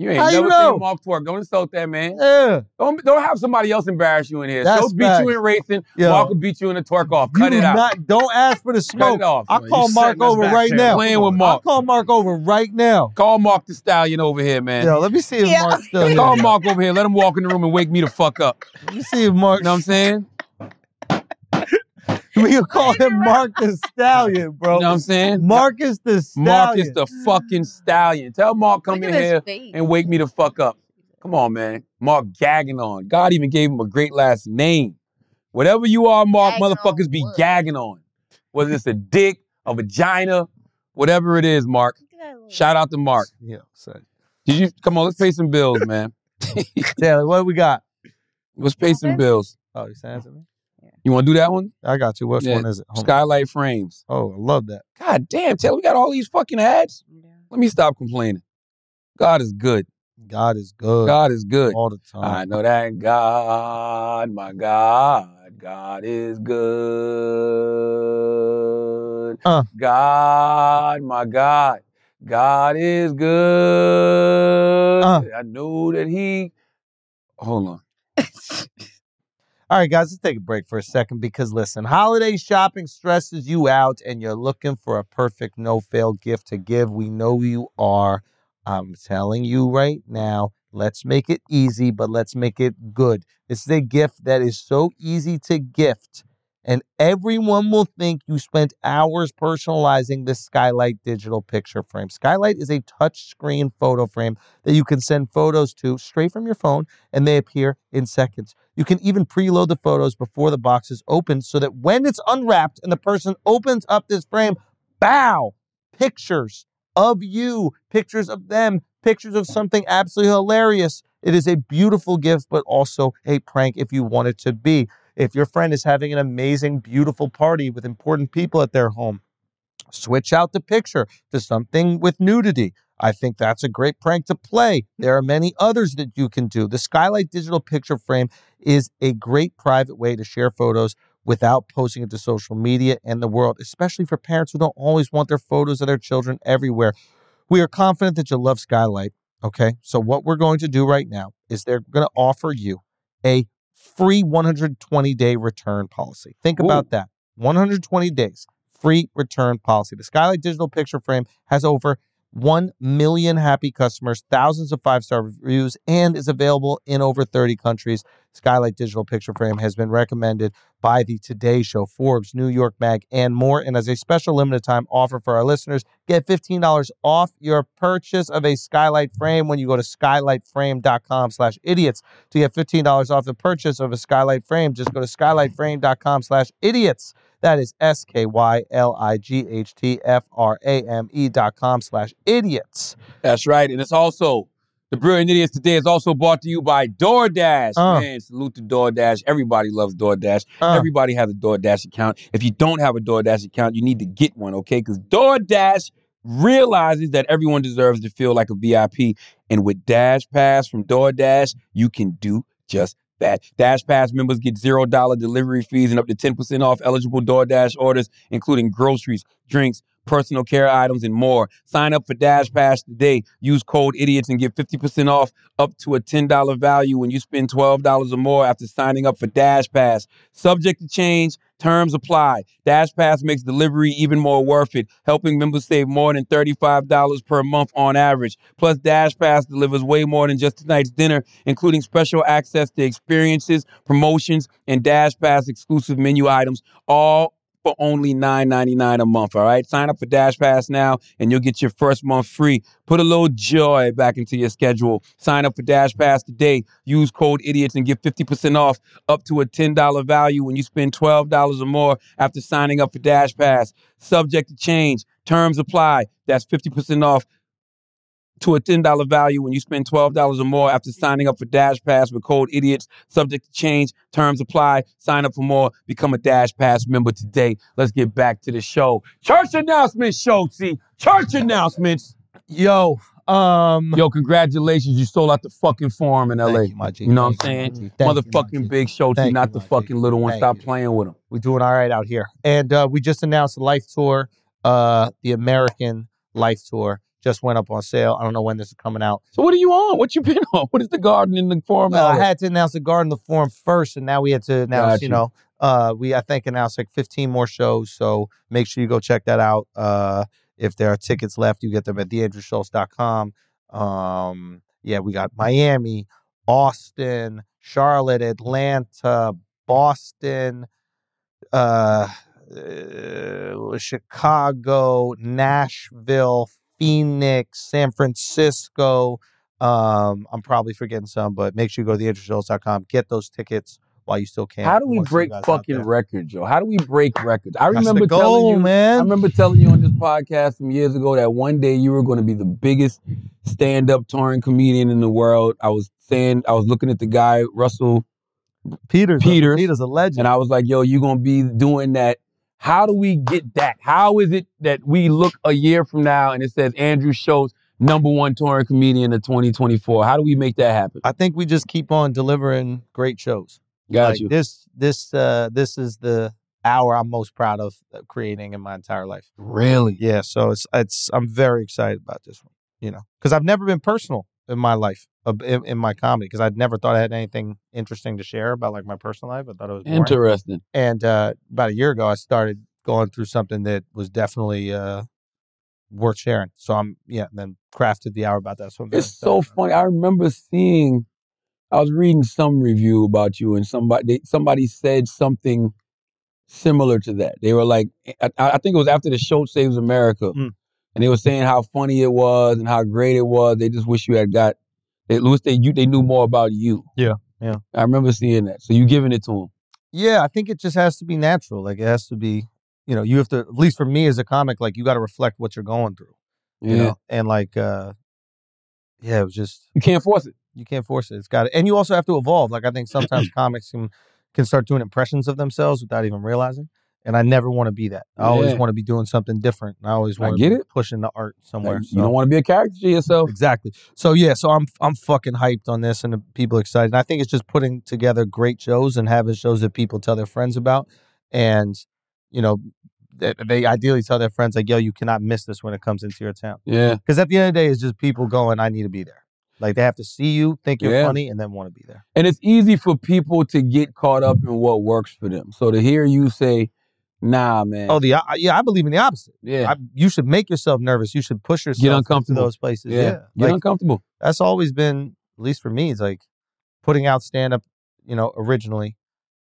[SPEAKER 4] You ain't
[SPEAKER 5] How you
[SPEAKER 4] never
[SPEAKER 5] know?
[SPEAKER 4] seen Mark twerk. Don't insult that man.
[SPEAKER 5] Yeah.
[SPEAKER 4] Don't don't have somebody else embarrass you in here.
[SPEAKER 5] That's
[SPEAKER 4] She'll beat you
[SPEAKER 5] facts.
[SPEAKER 4] in racing.
[SPEAKER 5] Yo.
[SPEAKER 4] Mark will beat you in a twerk off. Cut
[SPEAKER 5] you
[SPEAKER 4] it out.
[SPEAKER 5] Not, don't ask for the
[SPEAKER 4] Cut
[SPEAKER 5] smoke.
[SPEAKER 4] it off.
[SPEAKER 5] I
[SPEAKER 7] Well,
[SPEAKER 5] call
[SPEAKER 7] you
[SPEAKER 5] Mark
[SPEAKER 7] setting us
[SPEAKER 5] over
[SPEAKER 7] back,
[SPEAKER 5] right
[SPEAKER 7] Taylor.
[SPEAKER 5] now.
[SPEAKER 4] Playing with
[SPEAKER 5] I'll
[SPEAKER 4] Mark.
[SPEAKER 5] call Mark over right now.
[SPEAKER 4] Call Mark the stallion over here, man.
[SPEAKER 5] Yo, let me see if
[SPEAKER 8] Yeah.
[SPEAKER 5] Mark's still here.
[SPEAKER 4] Call Mark over here. Let him walk in the room and wake me the fuck up.
[SPEAKER 5] Let me see if Mark.
[SPEAKER 4] You know what I'm saying?
[SPEAKER 5] *laughs* we can call him Mark the Stallion, bro.
[SPEAKER 4] You know what I'm saying?
[SPEAKER 5] *laughs* Marcus the Stallion.
[SPEAKER 4] Mark is the fucking stallion. Tell Mark come
[SPEAKER 8] look
[SPEAKER 4] in
[SPEAKER 8] at his
[SPEAKER 4] here
[SPEAKER 8] face.
[SPEAKER 4] and wake me the fuck up. Come on, man. Mark gagging on. God even gave him a great last name. Whatever you are, Mark,
[SPEAKER 8] Gagging on
[SPEAKER 4] motherfuckers be
[SPEAKER 8] what?
[SPEAKER 4] gagging on. Whether it's a dick, a vagina, whatever it is, Mark.
[SPEAKER 8] Look at that little-
[SPEAKER 4] Shout out to Mark.
[SPEAKER 5] Yeah, son.
[SPEAKER 4] Did you come on? Let's pay some bills, man.
[SPEAKER 5] Taylor, what do we got?
[SPEAKER 4] Let's pay some bills.
[SPEAKER 5] Oh, you sent it to me?
[SPEAKER 4] You want to do that one?
[SPEAKER 5] I got you. Which
[SPEAKER 4] Yeah,
[SPEAKER 5] one is it? Hold on.
[SPEAKER 4] Skylight Frames.
[SPEAKER 5] Oh, I love that.
[SPEAKER 4] God damn, Taylor, we got all these fucking ads.
[SPEAKER 8] Yeah.
[SPEAKER 4] Let me stop complaining. God is good.
[SPEAKER 5] God is good
[SPEAKER 4] God is good.
[SPEAKER 5] all the time.
[SPEAKER 4] I know that God, my God, God is good.
[SPEAKER 5] Uh.
[SPEAKER 4] God, my God, God is good.
[SPEAKER 5] Uh.
[SPEAKER 4] I knew that He. Hold on.
[SPEAKER 5] *laughs* All right, guys, let's take a break for a second because listen, holiday shopping stresses you out and you're looking for a perfect no fail gift to give. We know you are. I'm telling you right now, let's make it easy, but let's make it good. This is a gift that is so easy to gift, and everyone will think you spent hours personalizing this Skylight digital picture frame. Skylight is a touchscreen photo frame that you can send photos to straight from your phone, and they appear in seconds. You can even preload the photos before the box is opened so that when it's unwrapped and the person opens up this frame, bow, pictures of you, pictures of them, pictures of something absolutely hilarious. It is a beautiful gift, but also a prank if you want it to be. If your friend is having an amazing, beautiful party with important people at their home, switch out the picture to something with nudity. I think that's a great prank to play. There are many others that you can do. The Skylight Digital Picture Frame is a great private way to share photos without posting it to social media and the world, especially for parents who don't always want their photos of their children everywhere. We are confident that you'll love Skylight. Okay. So, what we're going to do right now is they're going to offer you a free 120 day return policy. Think
[SPEAKER 4] Ooh.
[SPEAKER 5] about that 120 days free return policy. The Skylight Digital Picture Frame has over 1 million happy customers, thousands of five star reviews, and is available in over 30 countries. Skylight Digital Picture Frame has been recommended by the Today Show, Forbes, New York Mag, and more. And as a special limited time offer for our listeners, get $15 off your purchase of a Skylight frame when you go to skylightframe.com slash idiots. To get $15 off the purchase of a Skylight frame, just go to skylightframe.com slash idiots. That is S-K-Y-L-I-G-H-T-F-R-A-M-E E dot com slash idiots.
[SPEAKER 4] That's right. And it's also the Brilliant Idiots today is also brought to you by DoorDash.
[SPEAKER 5] Uh.
[SPEAKER 4] Man, salute to DoorDash. Everybody loves DoorDash.
[SPEAKER 5] Uh.
[SPEAKER 4] Everybody has a DoorDash account. If you don't have a DoorDash account, you need to get one, okay? Because DoorDash realizes that everyone deserves to feel like a VIP. And with Dash Pass from DoorDash, you can do just that. Dash Pass members get $0 delivery fees and up to 10% off eligible DoorDash orders, including groceries, drinks, personal care items, and more. Sign up for Dash Pass today. Use code IDIOTS and get 50% off up to a $10 value when you spend $12 or more after signing up for Dash Pass. Subject to change, terms apply. Dash Pass makes delivery even more worth it, helping members save more than $35 per month on average. Plus, Dash Pass delivers way more than just tonight's dinner, including special access to experiences, promotions, and Dash Pass exclusive menu items, all for only $9.99 a month. All right. Sign up for Dash Pass now and you'll get your first month free. Put a little joy back into your schedule. Sign up for Dash Pass today. Use code idiots and get 50% off up to a $10 value when you spend $12 or more after signing up for Dash Pass. Subject to change. Terms apply. That's 50% off to a $10 value when you spend $12 or more after signing up for Dash Pass with code IDIOTS. Subject to change, terms apply. Sign up for more. Become a Dash Pass member today. Let's get back to the show. Church announcements, Schultzy. Church announcements.
[SPEAKER 5] Uh, Yo, um...
[SPEAKER 4] *laughs* Yo, congratulations. You sold out the fucking farm in LA.
[SPEAKER 5] Thank you, my G.
[SPEAKER 4] You know what
[SPEAKER 5] Thank
[SPEAKER 4] I'm
[SPEAKER 5] you,
[SPEAKER 4] saying?
[SPEAKER 5] my G. Thank you, my G.
[SPEAKER 4] Motherfucking big Schultzy,
[SPEAKER 5] Thank
[SPEAKER 4] not
[SPEAKER 5] you,
[SPEAKER 4] the
[SPEAKER 5] my G.
[SPEAKER 4] fucking little one.
[SPEAKER 5] Thank
[SPEAKER 4] Stop
[SPEAKER 5] you.
[SPEAKER 4] playing with him.
[SPEAKER 5] We're doing all right out here. And uh, we just announced the Life Tour, uh, the American Life Tour. Just went up on sale. I don't know when this is coming out.
[SPEAKER 4] So what are you on? What you been *laughs* on? What is the garden in the farm?
[SPEAKER 5] Well, I
[SPEAKER 4] and all
[SPEAKER 5] had to announce the Garden of the Forum first, and now we had to announce,
[SPEAKER 4] Got
[SPEAKER 5] you
[SPEAKER 4] you.
[SPEAKER 5] know, uh, we I think announced like 15 more shows. So make sure you go check that out. Uh, if there are tickets left, you get them at theandrewschultz.com. Um, yeah, we got Miami, Austin, Charlotte, Atlanta, Boston, uh, uh, Chicago, Nashville, Phoenix, San Francisco, um, I'm probably forgetting some, but make sure you go to theintershows.com. Get those tickets while you still can.
[SPEAKER 4] that? How do we
[SPEAKER 5] We'll see you
[SPEAKER 4] break
[SPEAKER 5] guys out
[SPEAKER 4] fucking
[SPEAKER 5] there.
[SPEAKER 4] records, yo? How do we break records? I
[SPEAKER 5] That's
[SPEAKER 4] remember
[SPEAKER 5] the goal,
[SPEAKER 4] telling you, I
[SPEAKER 5] man.
[SPEAKER 4] remember telling you on this podcast some years ago that one day you were going to be the biggest stand-up touring comedian in the world. I was saying, I was looking at the guy Russell,
[SPEAKER 5] Peter's
[SPEAKER 4] Peters.
[SPEAKER 5] a, Peter's a legend.
[SPEAKER 4] and I was like, "Yo, you gonna be doing that? How do we get that? How is it that we look a year from now and it says Andrew Schultz, number one touring comedian of 2024? How do we make that happen?
[SPEAKER 5] I think we just keep on delivering great shows.
[SPEAKER 4] Got
[SPEAKER 5] Like,
[SPEAKER 4] you.
[SPEAKER 5] This this uh this is the hour I'm most proud of uh, creating in my entire life.
[SPEAKER 4] Really?
[SPEAKER 5] Yeah, so it's it's I'm very excited about this one. You know, because I've never been personal in my life uh, in, in my comedy because I'd never thought I had anything interesting to share about like my personal life. I thought it was boring.
[SPEAKER 4] Interesting.
[SPEAKER 5] and uh, about a year ago, I started going through something that was definitely uh, worth sharing. So I'm yeah, and then crafted the hour about that. So I'm very
[SPEAKER 4] It's so
[SPEAKER 5] excited.
[SPEAKER 4] funny. I remember seeing, I was reading some review about you, and somebody somebody said something similar to that. They were like, eh, I, I think it was after the show Saves America,
[SPEAKER 7] Mm.
[SPEAKER 4] and they were saying how funny it was and how great it was. They just wish you had got. They wish they you they knew more about you.
[SPEAKER 5] Yeah, yeah.
[SPEAKER 4] I remember seeing that. So you giving it to them.
[SPEAKER 5] Yeah, I think it just has to be natural. Like it has to be, you know, you have to at least for me as a comic, like you got to reflect what you're going through,
[SPEAKER 4] Yeah.
[SPEAKER 5] you
[SPEAKER 4] You,
[SPEAKER 5] know, and like, uh yeah, it was just
[SPEAKER 4] can't force it.
[SPEAKER 5] you can't force it. It's got to, and you also have to evolve. Like I
[SPEAKER 4] *clears throat*
[SPEAKER 5] think sometimes comics can can start doing impressions of themselves without even realizing. And I never want to be that. I always
[SPEAKER 4] Yeah.
[SPEAKER 5] want to be doing something different. And I always
[SPEAKER 4] I
[SPEAKER 5] want
[SPEAKER 4] get
[SPEAKER 5] to be
[SPEAKER 4] it.
[SPEAKER 5] pushing the art somewhere.
[SPEAKER 4] Like,
[SPEAKER 5] so.
[SPEAKER 4] You don't want to be a character to yourself.
[SPEAKER 5] Exactly. So yeah, so I'm I'm fucking hyped on this, and the people excited. And I think it's just putting together great shows and having shows that people tell their friends about, and you know, that they ideally tell their friends like, "Yo, you cannot miss this when it comes into your town."
[SPEAKER 4] Yeah.
[SPEAKER 5] Because at the end of the day, it's just people going, "I need to be there." Like they have to see you, think you're
[SPEAKER 4] Yeah.
[SPEAKER 5] funny, and then want to be there.
[SPEAKER 4] And it's easy for people to get caught up in what works for them. So to hear you say, nah, man.
[SPEAKER 5] Oh, the I yeah, I believe in the opposite.
[SPEAKER 4] yeah.
[SPEAKER 5] I, you should make yourself nervous. You should push yourself into
[SPEAKER 4] uncomfortable.
[SPEAKER 5] those places.
[SPEAKER 4] yeah.
[SPEAKER 5] Yeah,
[SPEAKER 4] Get
[SPEAKER 5] Like,
[SPEAKER 4] uncomfortable.
[SPEAKER 5] that's always been, at least for me, it's like putting out stand up you know, originally,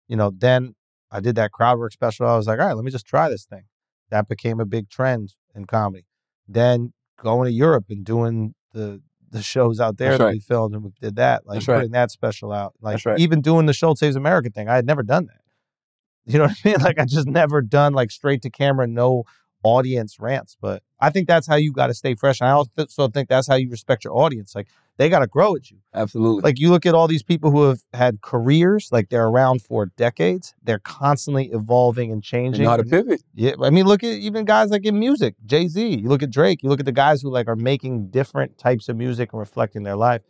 [SPEAKER 5] you know, then I did that crowd work special. I was like, all right, let me just try this thing. That became a big trend in comedy. Then going to Europe and doing the the shows out there
[SPEAKER 4] That's
[SPEAKER 5] that
[SPEAKER 4] right.
[SPEAKER 5] we filmed and we did that, like
[SPEAKER 4] That's right.
[SPEAKER 5] putting that special out, like
[SPEAKER 4] That's right.
[SPEAKER 5] even doing the Schultz Saves America thing. I had never done that. You *laughs* know what I mean? Like I just never done like straight to camera, no audience rants. But I think that's how you got to stay fresh. And I also think that's how you respect your audience. Like they got to grow at you.
[SPEAKER 4] Absolutely.
[SPEAKER 5] Like you look at all these people who have had careers, like they're around for decades. They're constantly evolving and
[SPEAKER 4] you
[SPEAKER 5] changing.
[SPEAKER 4] know how to pivot.
[SPEAKER 5] Yeah, I mean, look at even guys like in music, Jay Z. You look at Drake. You look at the guys who like are making different types of music and reflecting their life,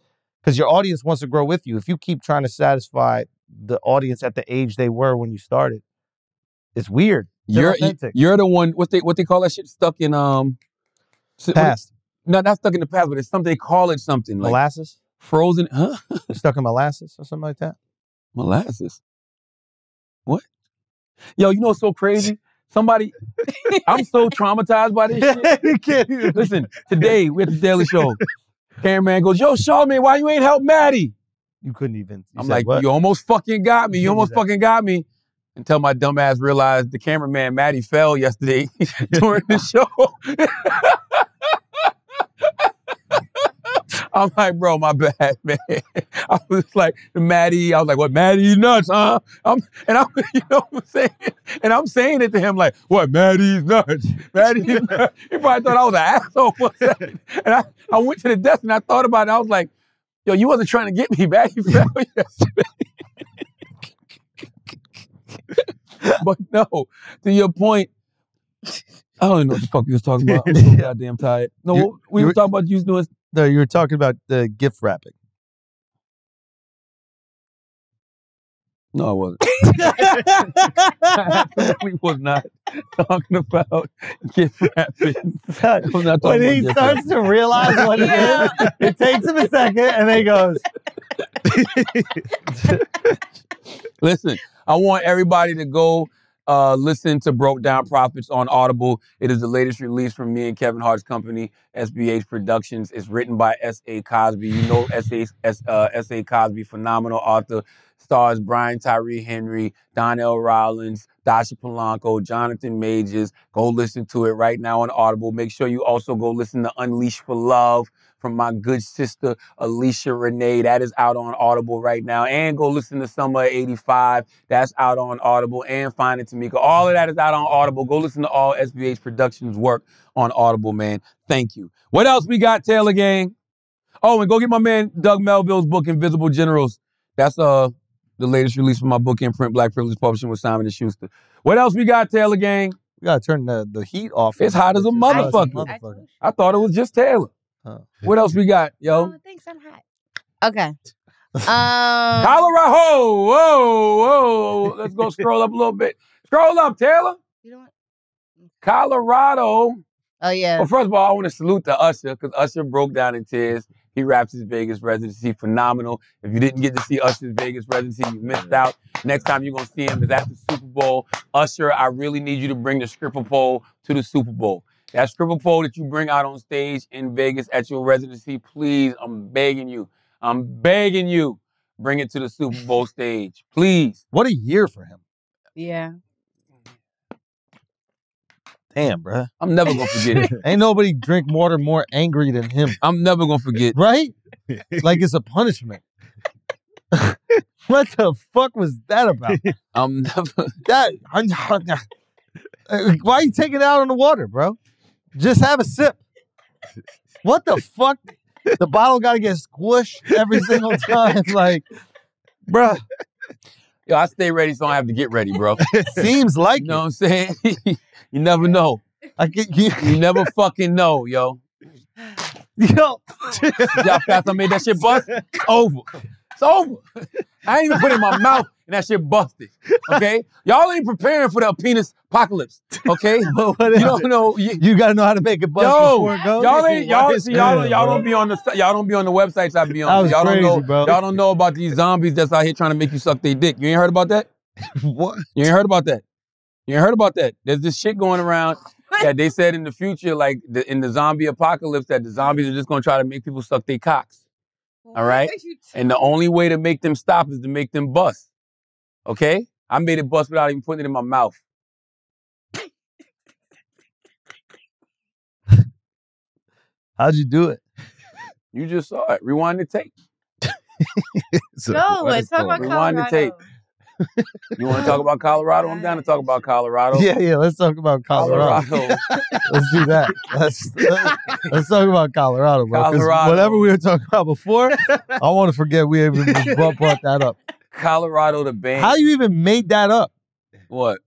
[SPEAKER 5] because your audience wants to grow with you. If you keep trying to satisfy the audience at the age they were when you started, it's weird. They're
[SPEAKER 4] You're
[SPEAKER 5] authentic.
[SPEAKER 4] you're the one. What they what they call that shit? Stuck in um. s- what-
[SPEAKER 5] Past
[SPEAKER 4] No, not stuck in the past, but it's something they call it something like
[SPEAKER 5] molasses,
[SPEAKER 4] frozen. Huh?
[SPEAKER 5] You're stuck in molasses or something like
[SPEAKER 4] *laughs*
[SPEAKER 5] that. *laughs*
[SPEAKER 4] Molasses. What? Yo, you know what's so crazy? Somebody, *laughs* I'm so traumatized
[SPEAKER 5] *laughs*
[SPEAKER 4] by this shit.
[SPEAKER 5] You can't even- *laughs*
[SPEAKER 4] Listen, today we're at the Daily Show. Cameraman goes, Yo, Charlamagne, why you ain't help Maddie?
[SPEAKER 5] you couldn't even. you
[SPEAKER 4] I'm
[SPEAKER 5] said
[SPEAKER 4] like,
[SPEAKER 5] what?
[SPEAKER 4] You almost fucking got me.
[SPEAKER 5] You
[SPEAKER 4] You almost
[SPEAKER 5] did that.
[SPEAKER 4] fucking got me. Until my dumb ass realized the cameraman Maddie fell yesterday *laughs* during the show. *laughs* I'm like, bro, my bad, *laughs* man. I was like, Maddie, I was like, what, Maddie, you nuts, huh? I'm, and I'm, *laughs* you know what I'm saying? And I'm saying it to him like, what, Maddie's nuts, Maddie's nuts. He probably thought I was an asshole for a second. And I, I went to the desk and I thought about it. I was like, yo, you wasn't trying to get me, *laughs* Maddie fell yesterday. *laughs* but no, to your point, I don't even know what the fuck you was talking about.
[SPEAKER 5] *laughs*
[SPEAKER 4] I'm so goddamn tired. No,
[SPEAKER 5] You-
[SPEAKER 4] we were
[SPEAKER 5] you were-
[SPEAKER 4] talking about you was doing
[SPEAKER 5] No, you were talking about the gift
[SPEAKER 4] *laughs*
[SPEAKER 5] wrapping.
[SPEAKER 4] No, I
[SPEAKER 5] *laughs*
[SPEAKER 4] wasn't. *laughs* I absolutely was not talking about *laughs* gift wrapping. I'm not
[SPEAKER 5] when
[SPEAKER 4] talking
[SPEAKER 5] he
[SPEAKER 4] about gift
[SPEAKER 5] starts
[SPEAKER 4] wrapping.
[SPEAKER 5] to realize what it
[SPEAKER 8] Yeah.
[SPEAKER 5] is, it takes him a second, and then he goes,
[SPEAKER 4] Listen, I want everybody to go uh, listen to Broke Down Profits on Audible. It is the latest release from me and Kevin Hart's company, SBH Productions. It's written by S.A. Cosby. You know S.A. S- uh, S.A. Cosby, phenomenal author. Stars Brian Tyree Henry, Donnell Rollins, Dasha Polanco, Jonathan Majors. Go listen to it right now on Audible. Make sure you also go listen to Unleash for Love from my good sister Alicia Renee. That is out on Audible right now. And go listen to Summer of 85. That's out on Audible. And Finding Tamika. All of that is out on Audible. Go listen to all SBH Productions work on Audible, man. Thank you. What else we got, Taylor Gang? Oh, and go get my man Doug Melville's book, Invisible Generals. That's uh the latest release from my book imprint, Black Privilege Publishing with Simon and Schuster. What else we got, Taylor Gang?
[SPEAKER 5] *laughs* "We gotta turn the, the heat off."
[SPEAKER 4] It's hot as a
[SPEAKER 5] It's hot as a
[SPEAKER 4] motherfucker.
[SPEAKER 5] motherfucker.
[SPEAKER 4] I thought it was just Taylor.
[SPEAKER 5] Huh.
[SPEAKER 4] What else we got, yo?
[SPEAKER 8] Oh, thanks. I'm hot. Okay.
[SPEAKER 4] *laughs*
[SPEAKER 8] Um.
[SPEAKER 4] Colorado. Whoa, whoa. Let's go scroll up a little bit. Scroll up, Taylor.
[SPEAKER 8] you don't-
[SPEAKER 4] Colorado.
[SPEAKER 8] Oh yeah.
[SPEAKER 4] Well, first of all, I want to salute to Usher because Usher broke down in tears. He wraps his Vegas residency phenomenal. If you didn't get to see Usher's Vegas residency, you missed out. Next time you're gonna see him is at the Super Bowl. Usher, I really need you to bring the stripper pole to the Super Bowl. That stripper pole that you bring out on stage in Vegas at your residency, please, I'm begging you, I'm begging you, bring it to the Super Bowl stage, please.
[SPEAKER 5] What a year for him.
[SPEAKER 8] Yeah.
[SPEAKER 5] Damn, bruh.
[SPEAKER 4] I'm never gonna forget
[SPEAKER 5] *laughs*
[SPEAKER 4] it.
[SPEAKER 5] Ain't nobody drink water more angry than him,
[SPEAKER 4] I'm never gonna forget.
[SPEAKER 5] right? Like it's a punishment. *laughs* what the fuck was that about?
[SPEAKER 4] I'm never.
[SPEAKER 5] That *laughs* why you taking it out on the water, bro? Just have a sip. What the fuck? The bottle gotta get squished every single time. Like, bruh,
[SPEAKER 4] Yo, I stay ready, so I don't have to get ready, bro.
[SPEAKER 5] seems like
[SPEAKER 4] You
[SPEAKER 5] it.
[SPEAKER 4] know what I'm saying? *laughs* you never know.
[SPEAKER 5] I get you. *laughs*
[SPEAKER 4] You never fucking know, yo.
[SPEAKER 5] Yo,
[SPEAKER 4] See how fast I made that shit bust? It's over. It's over. I ain't even put it in my mouth and that shit busted. Okay? Y'all ain't preparing for the penis apocalypse. Okay?
[SPEAKER 5] *laughs* but what
[SPEAKER 4] You
[SPEAKER 5] else?
[SPEAKER 4] don't know. You,
[SPEAKER 5] You gotta know how to make it buzz
[SPEAKER 4] Yo,
[SPEAKER 5] before it goes.
[SPEAKER 4] y'all ain't y'all see y'all
[SPEAKER 5] Yeah,
[SPEAKER 4] y'all
[SPEAKER 5] bro.
[SPEAKER 4] don't be on the si- y'all don't be on the websites I be on.
[SPEAKER 5] That was
[SPEAKER 4] y'all
[SPEAKER 5] crazy,
[SPEAKER 4] don't know
[SPEAKER 5] bro.
[SPEAKER 4] y'all don't know about these zombies that's out here trying to make you suck their dick. You ain't heard about that?
[SPEAKER 5] What?
[SPEAKER 4] You ain't heard about that. You ain't heard about that. There's this shit going around that they said in the future, like the, in the zombie apocalypse, that the zombies are just gonna try to make people suck their cocks. All right. And the only way to make them stop is to make them bust. Okay? I made it bust without even putting it in my mouth.
[SPEAKER 5] How'd you do it?
[SPEAKER 4] You just saw it. Rewind the tape.
[SPEAKER 7] So,
[SPEAKER 8] No,
[SPEAKER 7] what
[SPEAKER 8] it's
[SPEAKER 7] is
[SPEAKER 8] talk
[SPEAKER 7] going on?
[SPEAKER 8] about
[SPEAKER 4] Rewind the
[SPEAKER 8] Colorado.
[SPEAKER 4] tape. You want to talk about Colorado? I'm down to talk about Colorado.
[SPEAKER 5] *laughs* Yeah, yeah. Let's talk about Colorado. *laughs*
[SPEAKER 4] Colorado.
[SPEAKER 5] let's do that. Let's let's, let's talk about Colorado, bro. 'cause
[SPEAKER 4] Colorado.
[SPEAKER 5] Whatever we were talking about before, I want to forget we even brought, brought that up.
[SPEAKER 4] Colorado, the band.
[SPEAKER 5] How you even made that up?
[SPEAKER 4] What?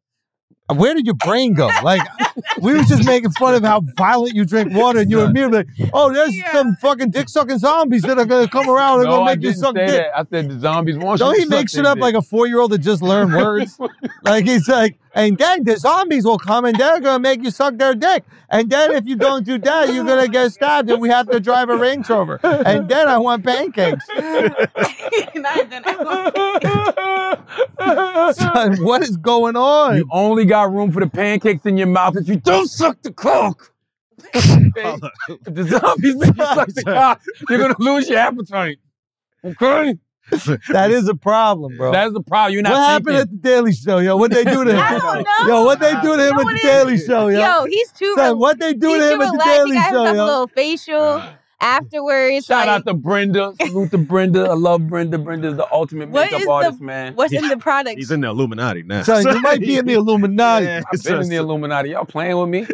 [SPEAKER 5] Where did your brain go? Like we were just making fun of how violent you drink water, and you and me were like, "Oh, there's
[SPEAKER 8] Yeah.
[SPEAKER 5] some fucking dick sucking zombies that are gonna come around and
[SPEAKER 4] no,
[SPEAKER 5] gonna
[SPEAKER 4] I
[SPEAKER 5] make you
[SPEAKER 4] didn't
[SPEAKER 5] suck
[SPEAKER 4] say
[SPEAKER 5] dick."
[SPEAKER 4] that. I said the zombies want you
[SPEAKER 5] Don't
[SPEAKER 4] to
[SPEAKER 5] he make
[SPEAKER 4] suck
[SPEAKER 5] shit
[SPEAKER 4] their
[SPEAKER 5] up like
[SPEAKER 4] dick.
[SPEAKER 5] a four year old that just
[SPEAKER 4] *laughs*
[SPEAKER 5] learned words? like he's like, and then the zombies will come and they're gonna make you suck their dick. And then if you don't do that, you're gonna get stabbed and we have to drive a Range Rover. And then I want pancakes. *laughs*
[SPEAKER 8] *laughs* Not that
[SPEAKER 4] *laughs*
[SPEAKER 8] I want-
[SPEAKER 5] Son, what is going on?
[SPEAKER 4] You only got room for the pancakes in your mouth if you don't suck the coke. Okay? If the zombies make you suck the
[SPEAKER 5] *laughs*
[SPEAKER 4] cock, you're gonna lose your appetite. Okay,
[SPEAKER 5] that is a problem, bro.
[SPEAKER 4] that's the problem. You're not.
[SPEAKER 5] what happened at the Daily Show, yo? What they do to him?
[SPEAKER 8] I don't know.
[SPEAKER 5] Yo, what they do to him
[SPEAKER 8] No,
[SPEAKER 5] at the
[SPEAKER 8] it
[SPEAKER 5] Daily Show, yo?
[SPEAKER 8] Yo, he's too.
[SPEAKER 5] Son, what they do
[SPEAKER 8] he's
[SPEAKER 5] to
[SPEAKER 8] too
[SPEAKER 5] him at the
[SPEAKER 8] relaxed.
[SPEAKER 5] Daily
[SPEAKER 8] he got
[SPEAKER 5] Show,
[SPEAKER 8] himself a
[SPEAKER 5] yo?
[SPEAKER 8] little *laughs*
[SPEAKER 5] *laughs*
[SPEAKER 8] facial afterwards.
[SPEAKER 4] Shout
[SPEAKER 8] like,
[SPEAKER 4] out to Brenda. Salute to Brenda. I love Brenda. Brenda's the ultimate
[SPEAKER 8] What
[SPEAKER 4] makeup
[SPEAKER 8] is the-
[SPEAKER 4] artist, man.
[SPEAKER 8] what's in the product.
[SPEAKER 7] He's in the Illuminati now.
[SPEAKER 5] Son, you might be in the
[SPEAKER 7] *laughs*
[SPEAKER 5] Illuminati.
[SPEAKER 7] Yeah,
[SPEAKER 4] I've been in the
[SPEAKER 7] so-
[SPEAKER 4] Illuminati. Y'all playing with me?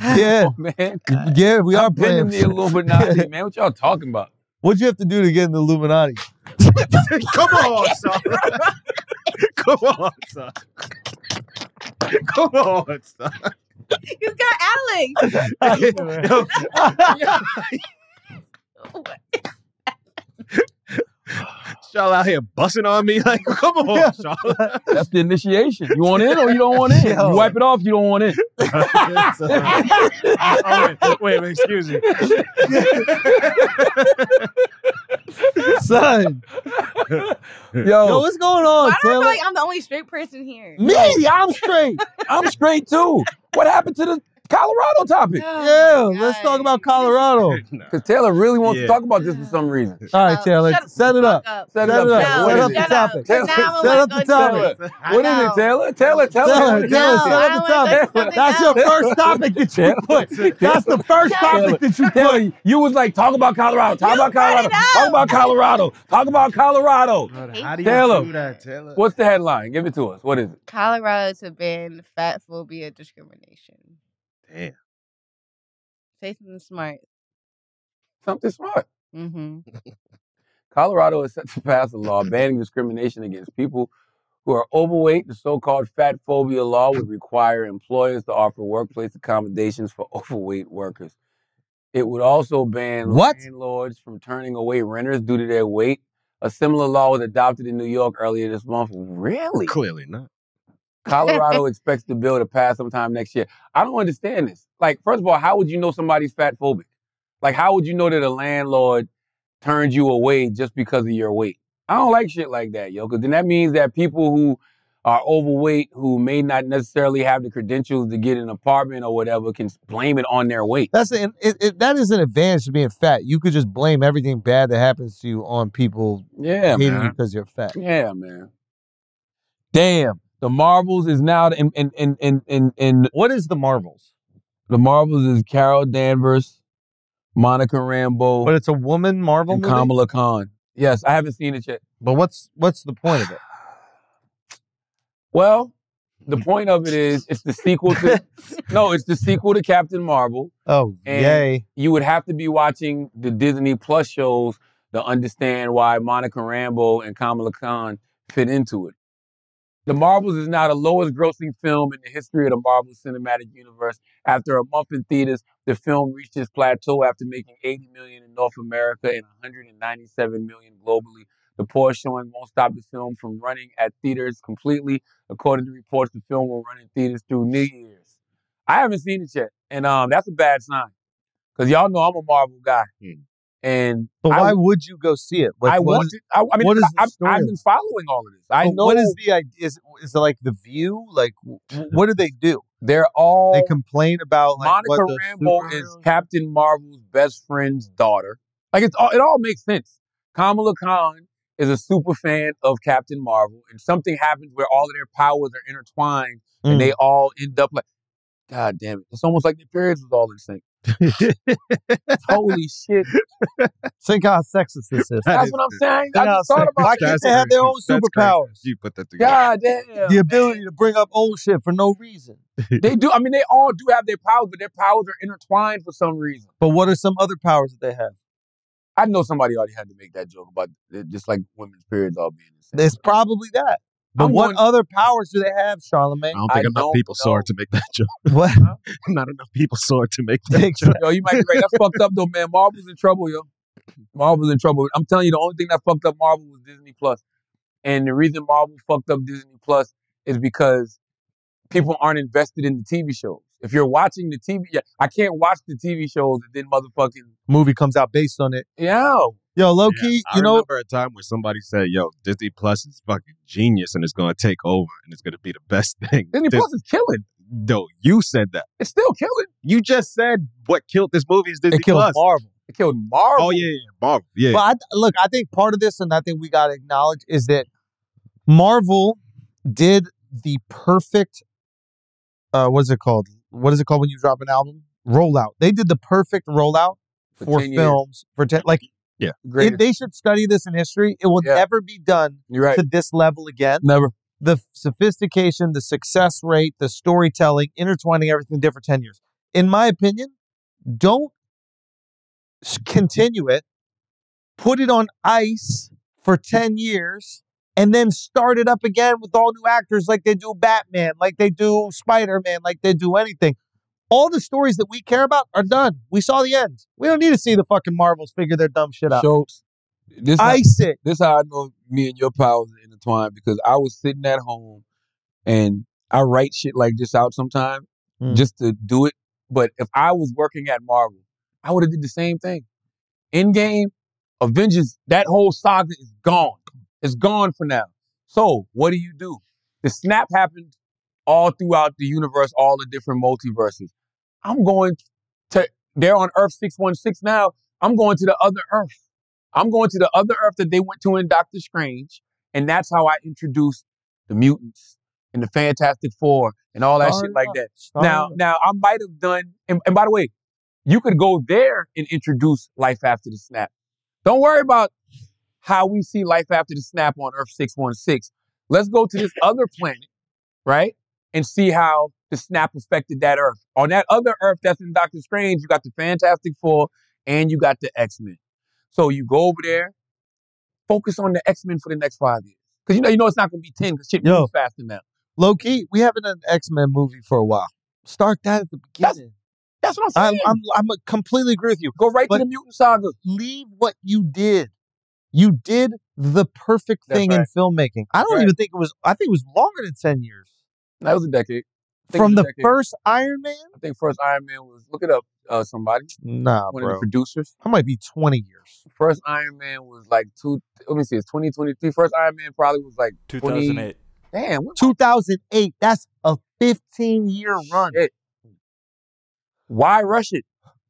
[SPEAKER 5] yeah.
[SPEAKER 4] Oh, *laughs* man.
[SPEAKER 5] Yeah, we are
[SPEAKER 4] I've been in
[SPEAKER 5] playing.
[SPEAKER 4] the
[SPEAKER 5] *laughs*
[SPEAKER 4] Illuminati, man. What y'all talking about?
[SPEAKER 5] What'd you have to do to get in the Illuminati?
[SPEAKER 7] Come on, son. Come on, son. Come on, son.
[SPEAKER 8] you got Alex.
[SPEAKER 7] Yo, Charlotte out here bussing on me. Like, come on,
[SPEAKER 4] That's the initiation. You want in or you don't
[SPEAKER 5] *laughs*
[SPEAKER 4] want in?
[SPEAKER 5] Yo.
[SPEAKER 4] You wipe it off, you don't want in.
[SPEAKER 7] Charlotte. oh, wait, wait, wait, excuse me.
[SPEAKER 5] Son, yo,
[SPEAKER 4] Yo,
[SPEAKER 5] what's going
[SPEAKER 8] Why
[SPEAKER 5] on,
[SPEAKER 8] do I feel
[SPEAKER 5] Taylor?
[SPEAKER 8] like I'm the only straight person here?
[SPEAKER 5] Me, I'm straight.
[SPEAKER 4] I'm straight too. What happened to the Colorado topic?
[SPEAKER 5] yeah,
[SPEAKER 8] Oh my
[SPEAKER 5] let's
[SPEAKER 8] God.
[SPEAKER 5] talk about
[SPEAKER 8] *laughs*
[SPEAKER 5] Colorado. All
[SPEAKER 7] Nah.
[SPEAKER 4] Because Taylor really wants
[SPEAKER 7] Yeah.
[SPEAKER 4] to talk about this for some reason.
[SPEAKER 5] right,
[SPEAKER 8] Oh,
[SPEAKER 5] Taylor,
[SPEAKER 8] shut
[SPEAKER 5] set it
[SPEAKER 8] the
[SPEAKER 5] up.
[SPEAKER 8] fuck up.
[SPEAKER 4] Set it
[SPEAKER 5] Set
[SPEAKER 4] up.
[SPEAKER 5] it up.
[SPEAKER 4] Taylor.
[SPEAKER 8] No,
[SPEAKER 4] What
[SPEAKER 5] set
[SPEAKER 4] is
[SPEAKER 5] up
[SPEAKER 4] it?
[SPEAKER 5] the topic.
[SPEAKER 8] shut Cause
[SPEAKER 4] Set-
[SPEAKER 8] now I'm
[SPEAKER 5] set up
[SPEAKER 8] like,
[SPEAKER 5] the
[SPEAKER 8] going
[SPEAKER 5] topic.
[SPEAKER 8] to-
[SPEAKER 4] What is
[SPEAKER 8] No.
[SPEAKER 4] it, Taylor? Taylor, Taylor,
[SPEAKER 5] Taylor,
[SPEAKER 4] what is it?
[SPEAKER 5] Taylor, set up the
[SPEAKER 8] I don't wanna go to
[SPEAKER 5] topic.
[SPEAKER 8] something
[SPEAKER 5] That's your
[SPEAKER 8] else.
[SPEAKER 5] first topic that you
[SPEAKER 4] Taylor. *laughs*
[SPEAKER 5] put. That's the first
[SPEAKER 8] Taylor.
[SPEAKER 5] topic that you
[SPEAKER 4] Taylor,
[SPEAKER 5] put.
[SPEAKER 4] you was like, talk about Colorado, talk
[SPEAKER 8] You
[SPEAKER 4] about
[SPEAKER 8] brought
[SPEAKER 4] Colorado,
[SPEAKER 8] it up.
[SPEAKER 4] talk about Colorado, talk about Colorado.
[SPEAKER 8] how do
[SPEAKER 4] you Taylor. do
[SPEAKER 7] that, Taylor?
[SPEAKER 4] What's the headline? Give it to us. What is it?
[SPEAKER 8] Colorado to ban fat phobia discrimination.
[SPEAKER 7] Damn.
[SPEAKER 8] Say something smart.
[SPEAKER 4] Something smart.
[SPEAKER 8] Mm-hmm.
[SPEAKER 4] Colorado is set *laughs* to pass a law banning discrimination against people who are overweight. The so-called fat phobia law would require employers to offer workplace accommodations for *laughs* overweight workers. It would also ban
[SPEAKER 5] What?
[SPEAKER 4] landlords from turning away renters due to their weight. A similar law was adopted in New York earlier this month. Really?
[SPEAKER 7] Clearly not.
[SPEAKER 4] *laughs* Colorado expects the bill to pass sometime next year. I don't understand this. Like, first of all, how would you know somebody's fat phobic? Like, how would you know that a landlord turned you away just because of your weight? I don't like shit like that, yo, because then that means that people who are overweight, who may not necessarily have the credentials to get an apartment or whatever, can blame it on their weight.
[SPEAKER 5] That's an it, it, that is an advantage to being fat. You could just blame everything bad that happens to you on people
[SPEAKER 4] Yeah,
[SPEAKER 5] hating you
[SPEAKER 7] man.
[SPEAKER 5] because you're fat.
[SPEAKER 4] Yeah, man. Damn. The Marvels is now in in in in in, in
[SPEAKER 5] What is the Marvels?
[SPEAKER 4] the Marvels is Carol Danvers, Monica Rambeau.
[SPEAKER 5] But it's a woman Marvel
[SPEAKER 4] and
[SPEAKER 5] movie.
[SPEAKER 4] Kamala Khan. Yes, I haven't seen it yet.
[SPEAKER 5] But what's what's the point of it?
[SPEAKER 4] Well, the point of it is it's the sequel to No, it's the sequel to Captain Marvel.
[SPEAKER 5] *sighs* Oh,
[SPEAKER 4] And-
[SPEAKER 5] yay!
[SPEAKER 4] You would have to be watching the Disney Plus shows to understand why Monica Rambeau and Kamala Khan fit into it. The Marvels is now the lowest grossing film in the history of the Marvel Cinematic Universe. After a month in theaters, the film reached its plateau after making 80 million in North America and 197 million globally. The poor showing won't stop the film from running at theaters completely. According to reports, the film will run in theaters through New Year's. I haven't seen it yet, and um, that's a bad sign because y'all know I'm a Marvel guy,
[SPEAKER 7] Hmm.
[SPEAKER 4] and
[SPEAKER 5] But
[SPEAKER 4] I-
[SPEAKER 5] why would you go see it? Like,
[SPEAKER 4] I
[SPEAKER 5] what
[SPEAKER 4] want.
[SPEAKER 5] is-
[SPEAKER 4] to- I, I mean,
[SPEAKER 5] what is the
[SPEAKER 4] I,
[SPEAKER 5] story
[SPEAKER 4] have
[SPEAKER 5] of
[SPEAKER 4] been
[SPEAKER 5] it?
[SPEAKER 4] following all of this. I
[SPEAKER 5] but
[SPEAKER 4] know
[SPEAKER 5] what is the idea? Is is it like the View? Like, w- w- what do they do?
[SPEAKER 4] they're all
[SPEAKER 5] They complain about like
[SPEAKER 4] Monica
[SPEAKER 5] what the
[SPEAKER 4] Rambeau is
[SPEAKER 5] superheroes-
[SPEAKER 4] Captain Marvel's best friend's daughter. Like it's all, it all makes sense. Kamala Khan is a super fan of Captain Marvel, and something happens where all of their powers are intertwined,
[SPEAKER 5] Mm.
[SPEAKER 4] and they all end up like, God damn it! It's almost like their periods was all in sync. Mm. Holy shit!
[SPEAKER 5] *laughs* Think how sexist this is.
[SPEAKER 7] That
[SPEAKER 4] *laughs* That's
[SPEAKER 7] is-
[SPEAKER 4] what I'm saying. I
[SPEAKER 7] that
[SPEAKER 4] just
[SPEAKER 7] is
[SPEAKER 4] thought about
[SPEAKER 5] Why
[SPEAKER 7] That's
[SPEAKER 5] can't
[SPEAKER 4] that.
[SPEAKER 5] they have their
[SPEAKER 7] crazy.
[SPEAKER 5] own
[SPEAKER 7] That's crazy.
[SPEAKER 5] superpowers?
[SPEAKER 7] You put that together.
[SPEAKER 4] God damn.
[SPEAKER 5] The ability to bring up old shit for no reason.
[SPEAKER 4] They do. I mean, they all do have their powers, but their powers are intertwined for some reason.
[SPEAKER 5] But what are some other powers that they have?
[SPEAKER 4] I know somebody already had to make that joke about it, just like women's periods all being the same.
[SPEAKER 5] It's probably that. But
[SPEAKER 4] I'm
[SPEAKER 5] what
[SPEAKER 4] going-
[SPEAKER 5] other powers do they have,
[SPEAKER 7] I
[SPEAKER 5] Charlemagne?
[SPEAKER 7] don't
[SPEAKER 4] I
[SPEAKER 7] think enough
[SPEAKER 4] don't
[SPEAKER 7] people saw
[SPEAKER 4] know.
[SPEAKER 7] it to make that *laughs* joke.
[SPEAKER 4] Oh.
[SPEAKER 5] What?
[SPEAKER 7] Not enough people saw it to make that
[SPEAKER 5] Big-
[SPEAKER 7] joke.
[SPEAKER 4] yo, you might be right. That's fucked up though, man. Marvel's in trouble, yo. Marvel's in trouble. I'm telling you, the only thing that fucked up Marvel was Disney Plus. And the reason Marvel fucked up Disney Plus is because people aren't invested in the TV shows. If you're watching the TV, yeah, I can't watch the TV shows and then motherfucking
[SPEAKER 5] Movie comes out based on it.
[SPEAKER 4] yeah.
[SPEAKER 5] Yo, low key,
[SPEAKER 7] Yeah, I
[SPEAKER 5] you know,
[SPEAKER 7] remember a time when somebody said, "Yo, Disney Plus is fucking genius and it's gonna take over and it's gonna be the best *laughs* thing."
[SPEAKER 4] Disney
[SPEAKER 7] Dis-
[SPEAKER 4] Plus is killing.
[SPEAKER 7] no, you said that.
[SPEAKER 4] It's still killing.
[SPEAKER 7] You just said what killed this movie is Disney
[SPEAKER 5] it killed
[SPEAKER 7] Plus.
[SPEAKER 5] Marvel.
[SPEAKER 4] It killed Marvel.
[SPEAKER 7] Oh yeah, yeah, Marvel. Yeah,
[SPEAKER 5] But I, look, I think part of this, and I think we got to acknowledge, is that Marvel did the perfect. Uh, what is it called? What is it called when you drop an album? Rollout. They did the perfect rollout
[SPEAKER 4] For
[SPEAKER 5] for,
[SPEAKER 4] 10 years.
[SPEAKER 5] films for ten. Like
[SPEAKER 4] Great.
[SPEAKER 5] it, they should study this in history. It will
[SPEAKER 4] Yeah.
[SPEAKER 5] never be done
[SPEAKER 4] You're right.
[SPEAKER 5] to this level again.
[SPEAKER 4] Never.
[SPEAKER 5] The sophistication, the success rate, the storytelling, intertwining everything did for ten years. In my opinion, don't s- continue it, put it on ice for 10 years, and then start it up again with all new actors like they do Batman, like they do Spider Man, like they do anything. All the stories that we care about are done. We saw the end. We don't need to see the fucking Marvels figure their dumb shit out.
[SPEAKER 4] Schultz. This
[SPEAKER 5] Ice it.
[SPEAKER 4] this how I know me and your powers are intertwined because I was sitting at home and I write shit like this out sometime
[SPEAKER 5] Mm.
[SPEAKER 4] just to do it. But if I was working at Marvel, I would have did the same thing. Endgame, Avengers, that whole saga is gone. It's gone for now. So what do you do? The snap happened all throughout the universe, all the different multiverses. I'm going to they're on Earth 616 now. I'm going to the other Earth. I'm going to the other Earth that they went to in Doctor Strange, and that's how I introduced the mutants and the Fantastic Four and all that
[SPEAKER 5] Start
[SPEAKER 4] shit
[SPEAKER 5] it
[SPEAKER 4] like
[SPEAKER 5] up.
[SPEAKER 4] that.
[SPEAKER 5] Start
[SPEAKER 4] now,
[SPEAKER 5] it up.
[SPEAKER 4] now I might have done, and, and by the way, you could go there and introduce Life After the Snap. Don't worry about how we see Life After the Snap on Earth 616. Let's go to this other planet, right? And see how the snap affected that Earth. On that other Earth that's in Doctor Strange, you got the Fantastic Four and you got the X Men. So you go over there, focus on the X Men for the next five years. Because you know, you know it's not going to be 10 because shit
[SPEAKER 5] Yo.
[SPEAKER 4] moves faster now.
[SPEAKER 5] Low key, we haven't done an X Men movie for a while. Start that at the
[SPEAKER 4] That's-
[SPEAKER 5] beginning.
[SPEAKER 4] That's what I'm
[SPEAKER 5] I'm,
[SPEAKER 4] saying.
[SPEAKER 5] I'm, I'm uh, completely agree with you.
[SPEAKER 4] go right
[SPEAKER 5] but-
[SPEAKER 4] to the Mutant Saga.
[SPEAKER 5] leave what you did. You did the perfect
[SPEAKER 4] That's
[SPEAKER 5] thing in
[SPEAKER 4] right.
[SPEAKER 5] filmmaking. I don't
[SPEAKER 4] Right.
[SPEAKER 5] even think it was. I think it was longer than ten years
[SPEAKER 4] That was a decade. I think it
[SPEAKER 5] from
[SPEAKER 4] was a
[SPEAKER 5] the
[SPEAKER 4] decade.
[SPEAKER 5] first Iron Man.
[SPEAKER 4] I think first Iron Man was, look it up, uh, somebody,
[SPEAKER 5] Nah,
[SPEAKER 4] one of
[SPEAKER 5] bro,
[SPEAKER 4] the producers.
[SPEAKER 5] that might be twenty years.
[SPEAKER 4] first Iron Man was like two. Let me see, it's 2023. First Iron Man probably was like
[SPEAKER 1] 2008.
[SPEAKER 4] damn. What,
[SPEAKER 5] Two thousand eight. That's a fifteen-year run,
[SPEAKER 4] Shit. Why rush it?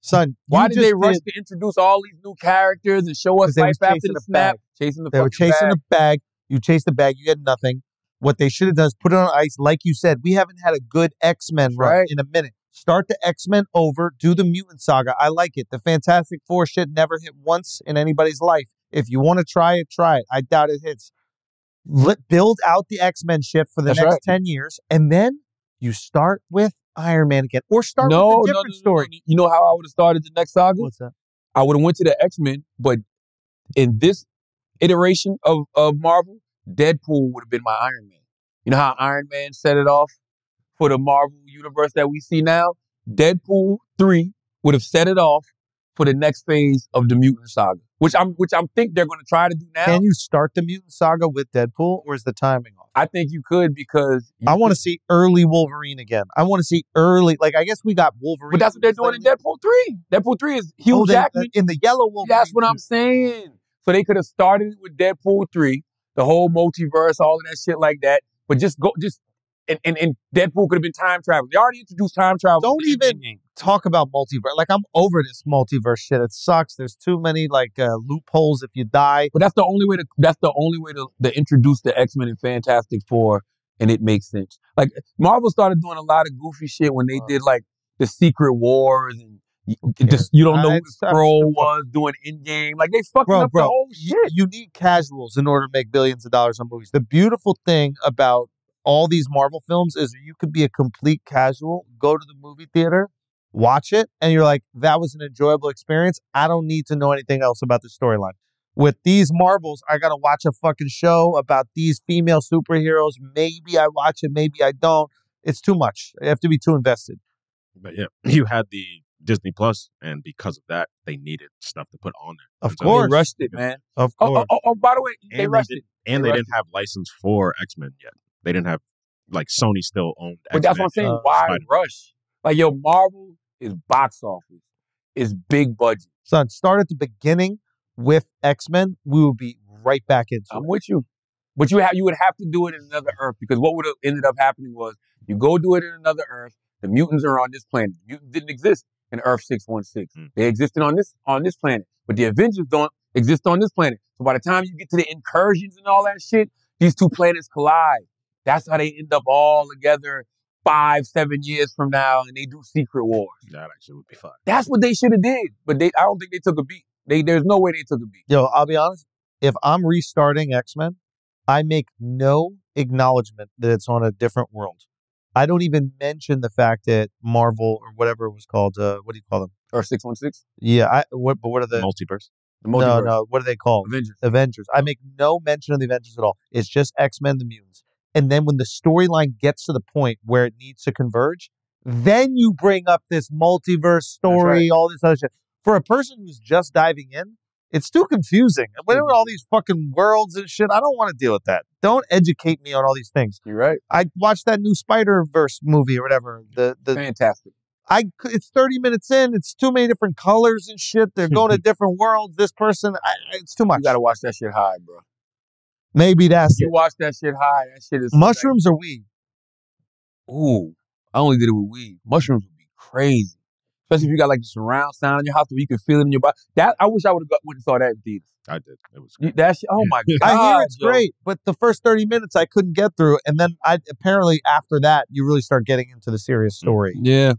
[SPEAKER 5] son.
[SPEAKER 4] Why
[SPEAKER 5] you
[SPEAKER 4] did
[SPEAKER 5] just
[SPEAKER 4] they rush to introduce all these new characters and show
[SPEAKER 5] 'Cause
[SPEAKER 4] us
[SPEAKER 5] they
[SPEAKER 4] life
[SPEAKER 5] was
[SPEAKER 4] after
[SPEAKER 5] chasing
[SPEAKER 4] the
[SPEAKER 5] the
[SPEAKER 4] snap?
[SPEAKER 5] bag.
[SPEAKER 4] Chasing the
[SPEAKER 5] They were
[SPEAKER 4] fucking
[SPEAKER 5] chasing
[SPEAKER 4] bag.
[SPEAKER 5] the bag. You chased the bag. You had nothing. What they should have done is put it on ice, like you said. We haven't had a good X Men run
[SPEAKER 4] Right.
[SPEAKER 5] in a minute. Start the X Men over. Do the mutant saga. I like it. The Fantastic Four shit never hit once in anybody's life. If you want to try it, try it. I doubt it hits. Let build out the X Men shit for the
[SPEAKER 4] That's
[SPEAKER 5] next
[SPEAKER 4] right.
[SPEAKER 5] ten years, and then you start with Iron Man again, or start
[SPEAKER 4] no,
[SPEAKER 5] with a
[SPEAKER 4] no,
[SPEAKER 5] different
[SPEAKER 4] no, no,
[SPEAKER 5] story.
[SPEAKER 4] no. You know how I would have started the next saga?
[SPEAKER 5] What's that?
[SPEAKER 4] I would have went to the X Men, but in this iteration of of Marvel, Deadpool would have been my Iron Man. You know how Iron Man set it off for the Marvel universe that we see now? Deadpool three would have set it off for the next phase of the mutant saga, which I'm which I'm think they're going to try to do now.
[SPEAKER 5] Can you start the mutant saga with Deadpool, or is the timing off?
[SPEAKER 4] I think you could because
[SPEAKER 5] I want to see early Wolverine again. I want to see early, like I guess we got Wolverine,
[SPEAKER 4] but that's what they're doing in Deadpool three. Deadpool three is Hugh
[SPEAKER 5] Oh, they-
[SPEAKER 4] Jackman.
[SPEAKER 5] in the yellow Wolverine.
[SPEAKER 4] That's what I'm saying. So they could have started with Deadpool three, the whole multiverse, all of that shit like that. But just go, just and, and, and Deadpool could have been time travel. They already introduced time travel.
[SPEAKER 5] Don't even talk about multiverse. Like I'm over this multiverse shit. It sucks. There's too many like uh, loopholes. If you die,
[SPEAKER 4] But that's the only way to that's the only way to, to introduce the X Men and Fantastic Four, and it makes sense. Like Marvel started doing a lot of goofy shit when they
[SPEAKER 5] Uh.
[SPEAKER 4] did like the Secret Wars and. You,
[SPEAKER 5] cares?
[SPEAKER 4] just, you don't know
[SPEAKER 5] I-
[SPEAKER 4] who
[SPEAKER 5] I-
[SPEAKER 4] Scroll was doing in game, like they fucking
[SPEAKER 5] bro,
[SPEAKER 4] up the
[SPEAKER 5] bro.
[SPEAKER 4] whole
[SPEAKER 5] You,
[SPEAKER 4] shit.
[SPEAKER 5] you need casuals in order to make billions of dollars on movies. The beautiful thing about all these Marvel films is you could be a complete casual, go to the movie theater, watch it, and you're like, that was an enjoyable experience. I don't need to know anything else about the storyline. With these Marvels, I gotta watch a fucking show about these female superheroes. Maybe I watch it, maybe I don't. It's too much. I have to be too invested.
[SPEAKER 7] But yeah, *laughs* you had the Disney Plus, and because of that, they needed stuff to put on there.
[SPEAKER 5] Of
[SPEAKER 7] And so-
[SPEAKER 4] They
[SPEAKER 5] course.
[SPEAKER 4] rushed it, man.
[SPEAKER 5] Of
[SPEAKER 4] Oh, oh,
[SPEAKER 5] course.
[SPEAKER 4] oh, oh, by the way, they
[SPEAKER 7] And
[SPEAKER 4] rushed
[SPEAKER 7] they
[SPEAKER 4] it.
[SPEAKER 7] did- and
[SPEAKER 4] They
[SPEAKER 7] they,
[SPEAKER 4] rushed
[SPEAKER 7] didn't have license for X Men yet. They didn't have like Sony still owned.
[SPEAKER 4] But that's what I'm
[SPEAKER 7] X-Men.
[SPEAKER 4] saying.
[SPEAKER 5] uh,
[SPEAKER 4] Why
[SPEAKER 7] Spider-Man.
[SPEAKER 4] rush? Like yo, Marvel is box office, is big budget.
[SPEAKER 5] Son, start at the beginning with X Men. We will be right back into it.
[SPEAKER 4] I'm with you, but you have you would have to do it in another Earth because what would have ended up happening was you go do it in another Earth. The mutants are on this planet. Mutants didn't exist in Earth six one six.
[SPEAKER 7] Hmm.
[SPEAKER 4] They existed on this on this planet, but the Avengers don't exist on this planet. So by the time you get to the incursions and all that shit, these two planets collide. That's how they end up all together five seven years from now, and they do Secret Wars.
[SPEAKER 7] That actually would be fun.
[SPEAKER 4] That's what they should have did, but they I don't think they took a beat. They there's no way they took a beat.
[SPEAKER 5] Yo, I'll be honest. If I'm restarting X Men, I make no acknowledgement that it's on a different world. I don't even mention the fact that Marvel or whatever it was called. Uh, what do you call them?
[SPEAKER 4] Or six one six,
[SPEAKER 5] Yeah, I what? But what are the?
[SPEAKER 7] Multiverse.
[SPEAKER 4] the
[SPEAKER 5] no,
[SPEAKER 4] multiverse,
[SPEAKER 5] no. What are they called?
[SPEAKER 4] Avengers.
[SPEAKER 5] Avengers. I make no mention of the Avengers at all. It's just X Men, the mutants. And then when the storyline gets to the point where it needs to converge, then you bring up this multiverse story, all this other shit. For a person who's just diving in, it's too confusing. What are all these fucking worlds and shit? I don't want to deal with that. Don't educate me on all these things.
[SPEAKER 4] You're right.
[SPEAKER 5] I watched that new Spider Verse movie or whatever. The the
[SPEAKER 4] Fantastic.
[SPEAKER 5] I c- it's 30 minutes in. It's too many different colors and shit. They're
[SPEAKER 4] *laughs*
[SPEAKER 5] going to different worlds. This person, I, it's too much.
[SPEAKER 4] You gotta watch that shit high, bro.
[SPEAKER 5] Maybe that's it.
[SPEAKER 4] You watch that shit high. That shit is
[SPEAKER 5] Mushrooms or weed?
[SPEAKER 4] Like, Ooh, I only did it with weed. Mushrooms would be crazy, especially if you got like the surround sound in your house where you can feel it in your body. That I wish I would have went and saw that in theaters.
[SPEAKER 7] I did. It was
[SPEAKER 4] You- That shit. Oh my god.
[SPEAKER 5] *laughs* I hear it's
[SPEAKER 4] yo.
[SPEAKER 5] great, but the first 30 minutes I couldn't get through. And then I apparently after that, you really start getting into the serious
[SPEAKER 4] Mm-hmm.
[SPEAKER 5] story.
[SPEAKER 4] Yeah,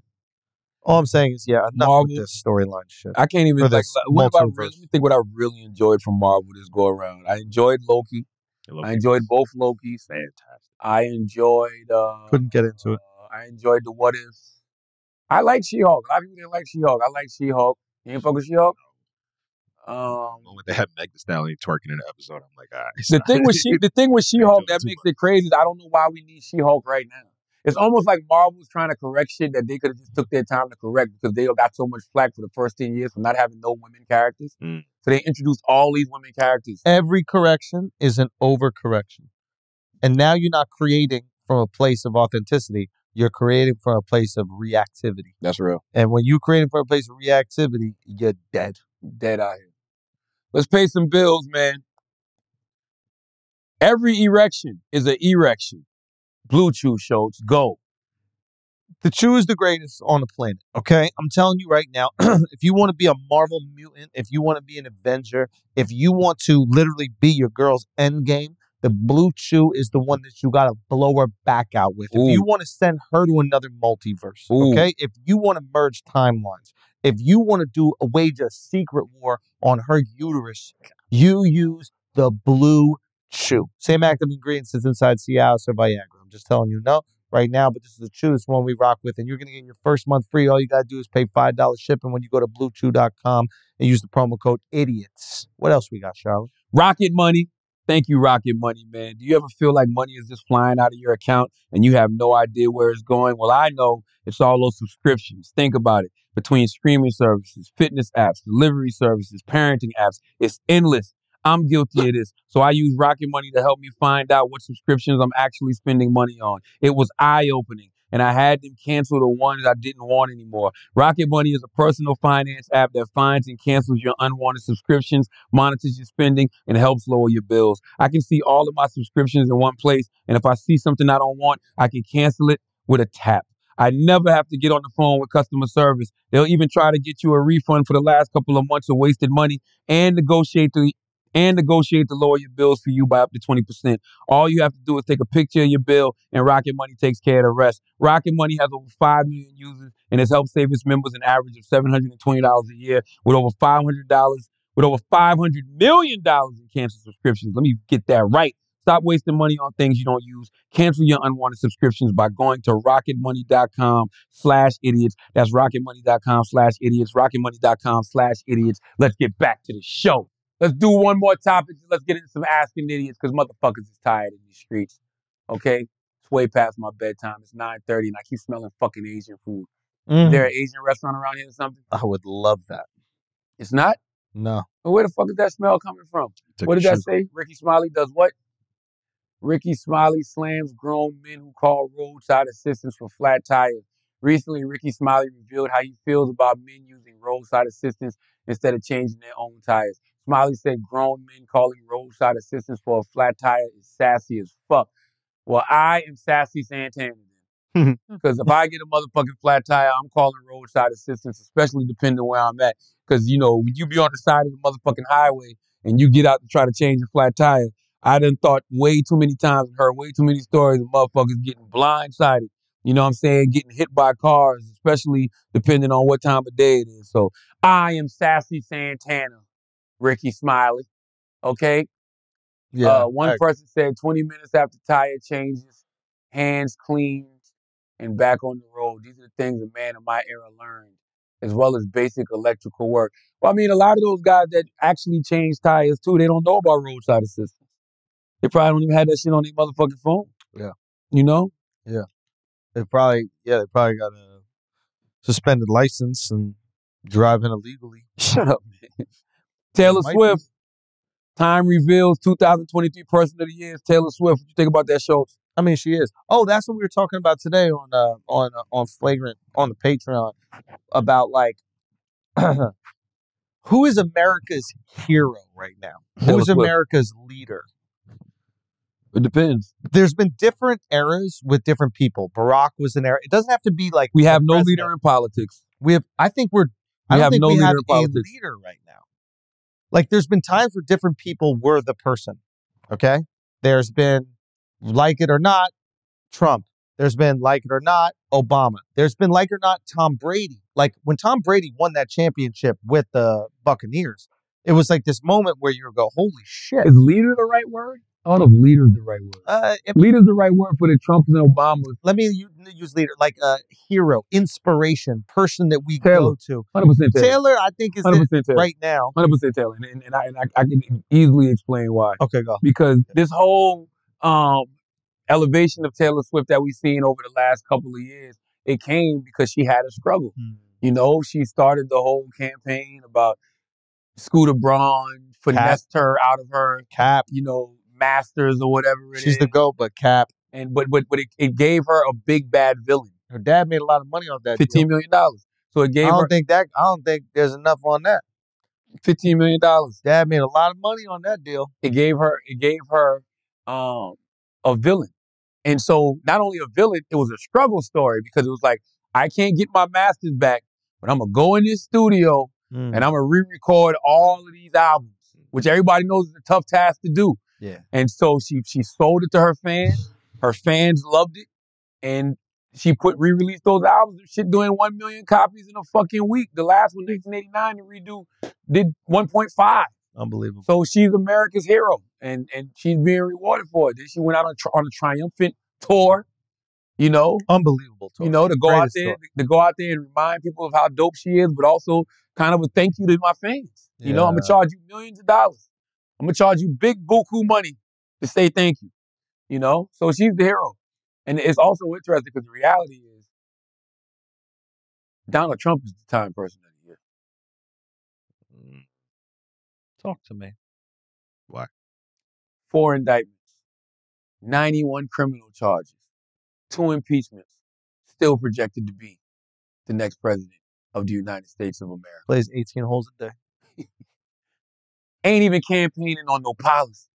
[SPEAKER 5] All I'm saying is, yeah, enough
[SPEAKER 4] Marvel.
[SPEAKER 5] with this storyline shit.
[SPEAKER 4] I can't even
[SPEAKER 5] For
[SPEAKER 4] like.
[SPEAKER 5] this
[SPEAKER 4] like, What about
[SPEAKER 5] multiverse.
[SPEAKER 4] really, let me think what I really enjoyed from Marvel this go around. I enjoyed Loki. I enjoyed both Lokis.
[SPEAKER 7] Fantastic.
[SPEAKER 4] I enjoyed. Uh,
[SPEAKER 5] Couldn't get into it.
[SPEAKER 4] Uh, I enjoyed the what ifs. I like She Hulk. A lot of people didn't like She Hulk. I like She Hulk. You ain't fuck with She Hulk.
[SPEAKER 7] The
[SPEAKER 4] Um,
[SPEAKER 7] moment they had Meg Thee Stallion twerking in the episode, I'm like, "Ah, all right.
[SPEAKER 5] Oh,
[SPEAKER 4] the thing
[SPEAKER 7] *laughs*
[SPEAKER 5] *laughs*
[SPEAKER 4] with She, the thing with She Hulk that
[SPEAKER 7] Too
[SPEAKER 4] makes it crazy is I don't know why we need She Hulk right now. It's almost like Marvel's trying to correct shit that they could have just took their time to correct because they got so much flack for the first ten years for not having no women characters.
[SPEAKER 7] Mm.
[SPEAKER 4] So they introduced all these women characters.
[SPEAKER 5] Every correction is an overcorrection. And now you're not creating from a place of authenticity. You're creating from a place of reactivity.
[SPEAKER 4] That's real.
[SPEAKER 5] And when you're creating from a place of reactivity, you're dead.
[SPEAKER 4] dead out here. Let's pay some bills, man. Every erection is an erection. Blue Chew Schultz, go.
[SPEAKER 5] The Chew is the greatest on the planet. Okay, I'm telling you right now. *clears throat* if you want to be a Marvel mutant, if you want to be an Avenger, if you want to literally be your girl's end game, the Blue Chew is the one that you got to blow her back out with.
[SPEAKER 4] Ooh.
[SPEAKER 5] If you want to send her to another multiverse,
[SPEAKER 4] Ooh.
[SPEAKER 5] okay. If you want to merge timelines, if you want to do a wage a secret war on her uterus, you use the Blue Chew. Same active ingredients as inside Cialis or Viagra. I'm just telling you. No right now, but this is the Chew. It's the one we rock with, and you're going to get your first month free. All you got to do is pay $5 shipping when you go to bluechew.com and use the promo code IDIOTS. What else we got, Charlotte?
[SPEAKER 4] Rocket Money. Thank you, Rocket Money, man. Do you ever feel like money is just flying out of your account and you have no idea where it's going? Well, I know it's all those subscriptions. Think about it. Between streaming services, fitness apps, delivery services, parenting apps, it's endless. I'm guilty of this. So I use Rocket Money to help me find out what subscriptions I'm actually spending money on. It was eye opening. and I had them cancel the ones I didn't want anymore. Rocket Money is a personal finance app that finds and cancels your unwanted subscriptions, monitors your spending, and helps lower your bills. I can see all of my subscriptions in one place, and if I see something I don't want, I can cancel it with a tap. I never have to get on the phone with customer service. They'll even try to get you a refund for the last couple of months of wasted money and negotiate the and negotiate to lower your bills for you by up to 20%. All you have to do is take a picture of your bill, and Rocket Money takes care of the rest. Rocket Money has over 5 million users and has helped save its members an average of $720 a year with over $500 with over $500 million in canceled subscriptions. Let me get that right. Stop wasting money on things you don't use. Cancel your unwanted subscriptions by going to rocketmoney.com slash idiots. That's rocketmoney.com slash idiots, rocketmoney.com slash idiots. Let's get back to the show. Let's do one more topic. Let's get into some asking idiots because motherfuckers is tired in these streets. Okay? It's way past my bedtime. It's 9.30 and I keep smelling fucking Asian food. Is
[SPEAKER 5] Mm,
[SPEAKER 4] there an Asian restaurant around here or something?
[SPEAKER 5] I would love that.
[SPEAKER 4] It's not?
[SPEAKER 5] No.
[SPEAKER 4] Well, where the fuck is that smell coming from?
[SPEAKER 7] Took
[SPEAKER 4] what
[SPEAKER 7] a
[SPEAKER 4] did that
[SPEAKER 7] trip.
[SPEAKER 4] say? Ricky Smiley does what? Ricky Smiley slams grown men who call roadside assistance for flat tires. Recently, Ricky Smiley revealed how he feels about men using roadside assistance instead of changing their own tires. Smiley said grown men calling roadside assistance for a flat tire is sassy as fuck. Well, I am sassy Santana. *laughs* Because if I get a motherfucking flat tire, I'm calling roadside assistance, especially depending where I'm at. Because, you know, when you be on the side of the motherfucking highway, and you get out to try to change a flat tire, I done thought way too many times and heard way too many stories of motherfuckers getting blindsided. You know what I'm saying? Getting hit by cars, especially depending on what time of day it is. So I am Sassy Santana, Ricky Smiley. Okay?
[SPEAKER 5] Yeah.
[SPEAKER 4] uh, one
[SPEAKER 5] I-
[SPEAKER 4] person said 20 minutes after tire changes, hands cleaned, and back on the road. These are the things a man of my era learned, as well as basic electrical work. Well, I mean, a lot of those guys that actually change tires too, they don't know about roadside assistance. They probably don't even have that shit on their motherfucking phone.
[SPEAKER 5] Yeah.
[SPEAKER 4] You know? *laughs*
[SPEAKER 5] they probably yeah they probably got a suspended license and driving illegally.
[SPEAKER 4] Shut up, man. Taylor
[SPEAKER 5] might be.
[SPEAKER 4] Swift. Time reveals 2023 Person of the Year is Taylor Swift. What you think about that, Schultz?
[SPEAKER 5] I mean, she is. Oh, that's what we were talking about today on uh, on uh, on flagrant on the Patreon about like *clears throat* who is America's hero right now?
[SPEAKER 4] *laughs* Taylor
[SPEAKER 5] Who's
[SPEAKER 4] Swift.
[SPEAKER 5] America's leader?
[SPEAKER 4] It depends.
[SPEAKER 5] There's been different eras with different people. Barack was an era. It doesn't have to be like
[SPEAKER 4] We
[SPEAKER 5] the
[SPEAKER 4] have no
[SPEAKER 5] president.
[SPEAKER 4] leader in politics.
[SPEAKER 5] We have. I think we're. I
[SPEAKER 4] We
[SPEAKER 5] don't
[SPEAKER 4] have
[SPEAKER 5] think
[SPEAKER 4] no
[SPEAKER 5] we
[SPEAKER 4] leader
[SPEAKER 5] have
[SPEAKER 4] in
[SPEAKER 5] a
[SPEAKER 4] politics.
[SPEAKER 5] leader right now. Like, there's been times where different people were the person. Okay, there's been like it or not, Trump. There's been like it or not, Obama. There's been like it or not, Tom Brady. Like when Tom Brady won that championship with the Buccaneers, it was like this moment where you go, "Holy shit!"
[SPEAKER 4] Is leader the right word? I don't know if leader is the right word.
[SPEAKER 5] Uh, it-
[SPEAKER 4] Leader's the right word for the Trumps and Obamas.
[SPEAKER 5] let me u- use leader like a hero, inspiration, person that we
[SPEAKER 4] Taylor.
[SPEAKER 5] go to.
[SPEAKER 4] 100% Taylor.
[SPEAKER 5] Taylor, I think is it
[SPEAKER 4] 100% Taylor.
[SPEAKER 5] right now.
[SPEAKER 4] 100% Taylor. And, and, and, I, and I, I can easily explain why.
[SPEAKER 5] Okay, go.
[SPEAKER 4] because this whole um, elevation of Taylor Swift that we've seen over the last couple of years, it came because she had a struggle. You know, she started the whole campaign about Scooter Braun finessed her out of her,
[SPEAKER 5] Cap.
[SPEAKER 4] you know, masters or whatever it is.
[SPEAKER 5] She's the goat, but Cap.
[SPEAKER 4] and but but but it, it gave her a big bad villain,
[SPEAKER 5] Her dad made a lot of money off that.
[SPEAKER 4] fifteen
[SPEAKER 5] Fifteen.
[SPEAKER 4] million dollars. So it
[SPEAKER 5] I
[SPEAKER 4] gave her
[SPEAKER 5] don't think that. I don't think there's enough on that.
[SPEAKER 4] fifteen million dollars.
[SPEAKER 5] Dad made a lot of money on that deal.
[SPEAKER 4] it gave her it gave her um a villain and so not only a villain it was a struggle story because it was like i can't get my masters back but i'm gonna go in this studio
[SPEAKER 5] Hmm.
[SPEAKER 4] and i'm gonna re-record all of these albums which everybody knows is a tough task to do
[SPEAKER 5] Yeah.
[SPEAKER 4] and so she she sold it to her fans her fans loved it and she put re-released those albums and shit doing 1 million copies in a fucking week the last one 1989 the redo did 1.5
[SPEAKER 5] Unbelievable.
[SPEAKER 4] so she's America's hero, and and she's being rewarded for it. Then she went out on, tri- on a triumphant tour, you know,
[SPEAKER 5] Unbelievable.
[SPEAKER 4] you know, to go out
[SPEAKER 5] Greatest
[SPEAKER 4] there
[SPEAKER 5] story.
[SPEAKER 4] to go out there and remind people of how dope she is, but also kind of a thank you to my fans. You know, I'm gonna
[SPEAKER 5] Yeah.
[SPEAKER 4] charge you millions of dollars. I'm gonna charge you big buku money to say thank you. You know, so she's the hero, and it's also interesting because the reality is Donald Trump is the time person of the year.
[SPEAKER 5] Mm. Talk to me.
[SPEAKER 4] four indictments, 91 criminal charges, two impeachments, still projected to be the next president of the United States of America.
[SPEAKER 5] Plays 18 holes a day.
[SPEAKER 4] Ain't even campaigning on no policy.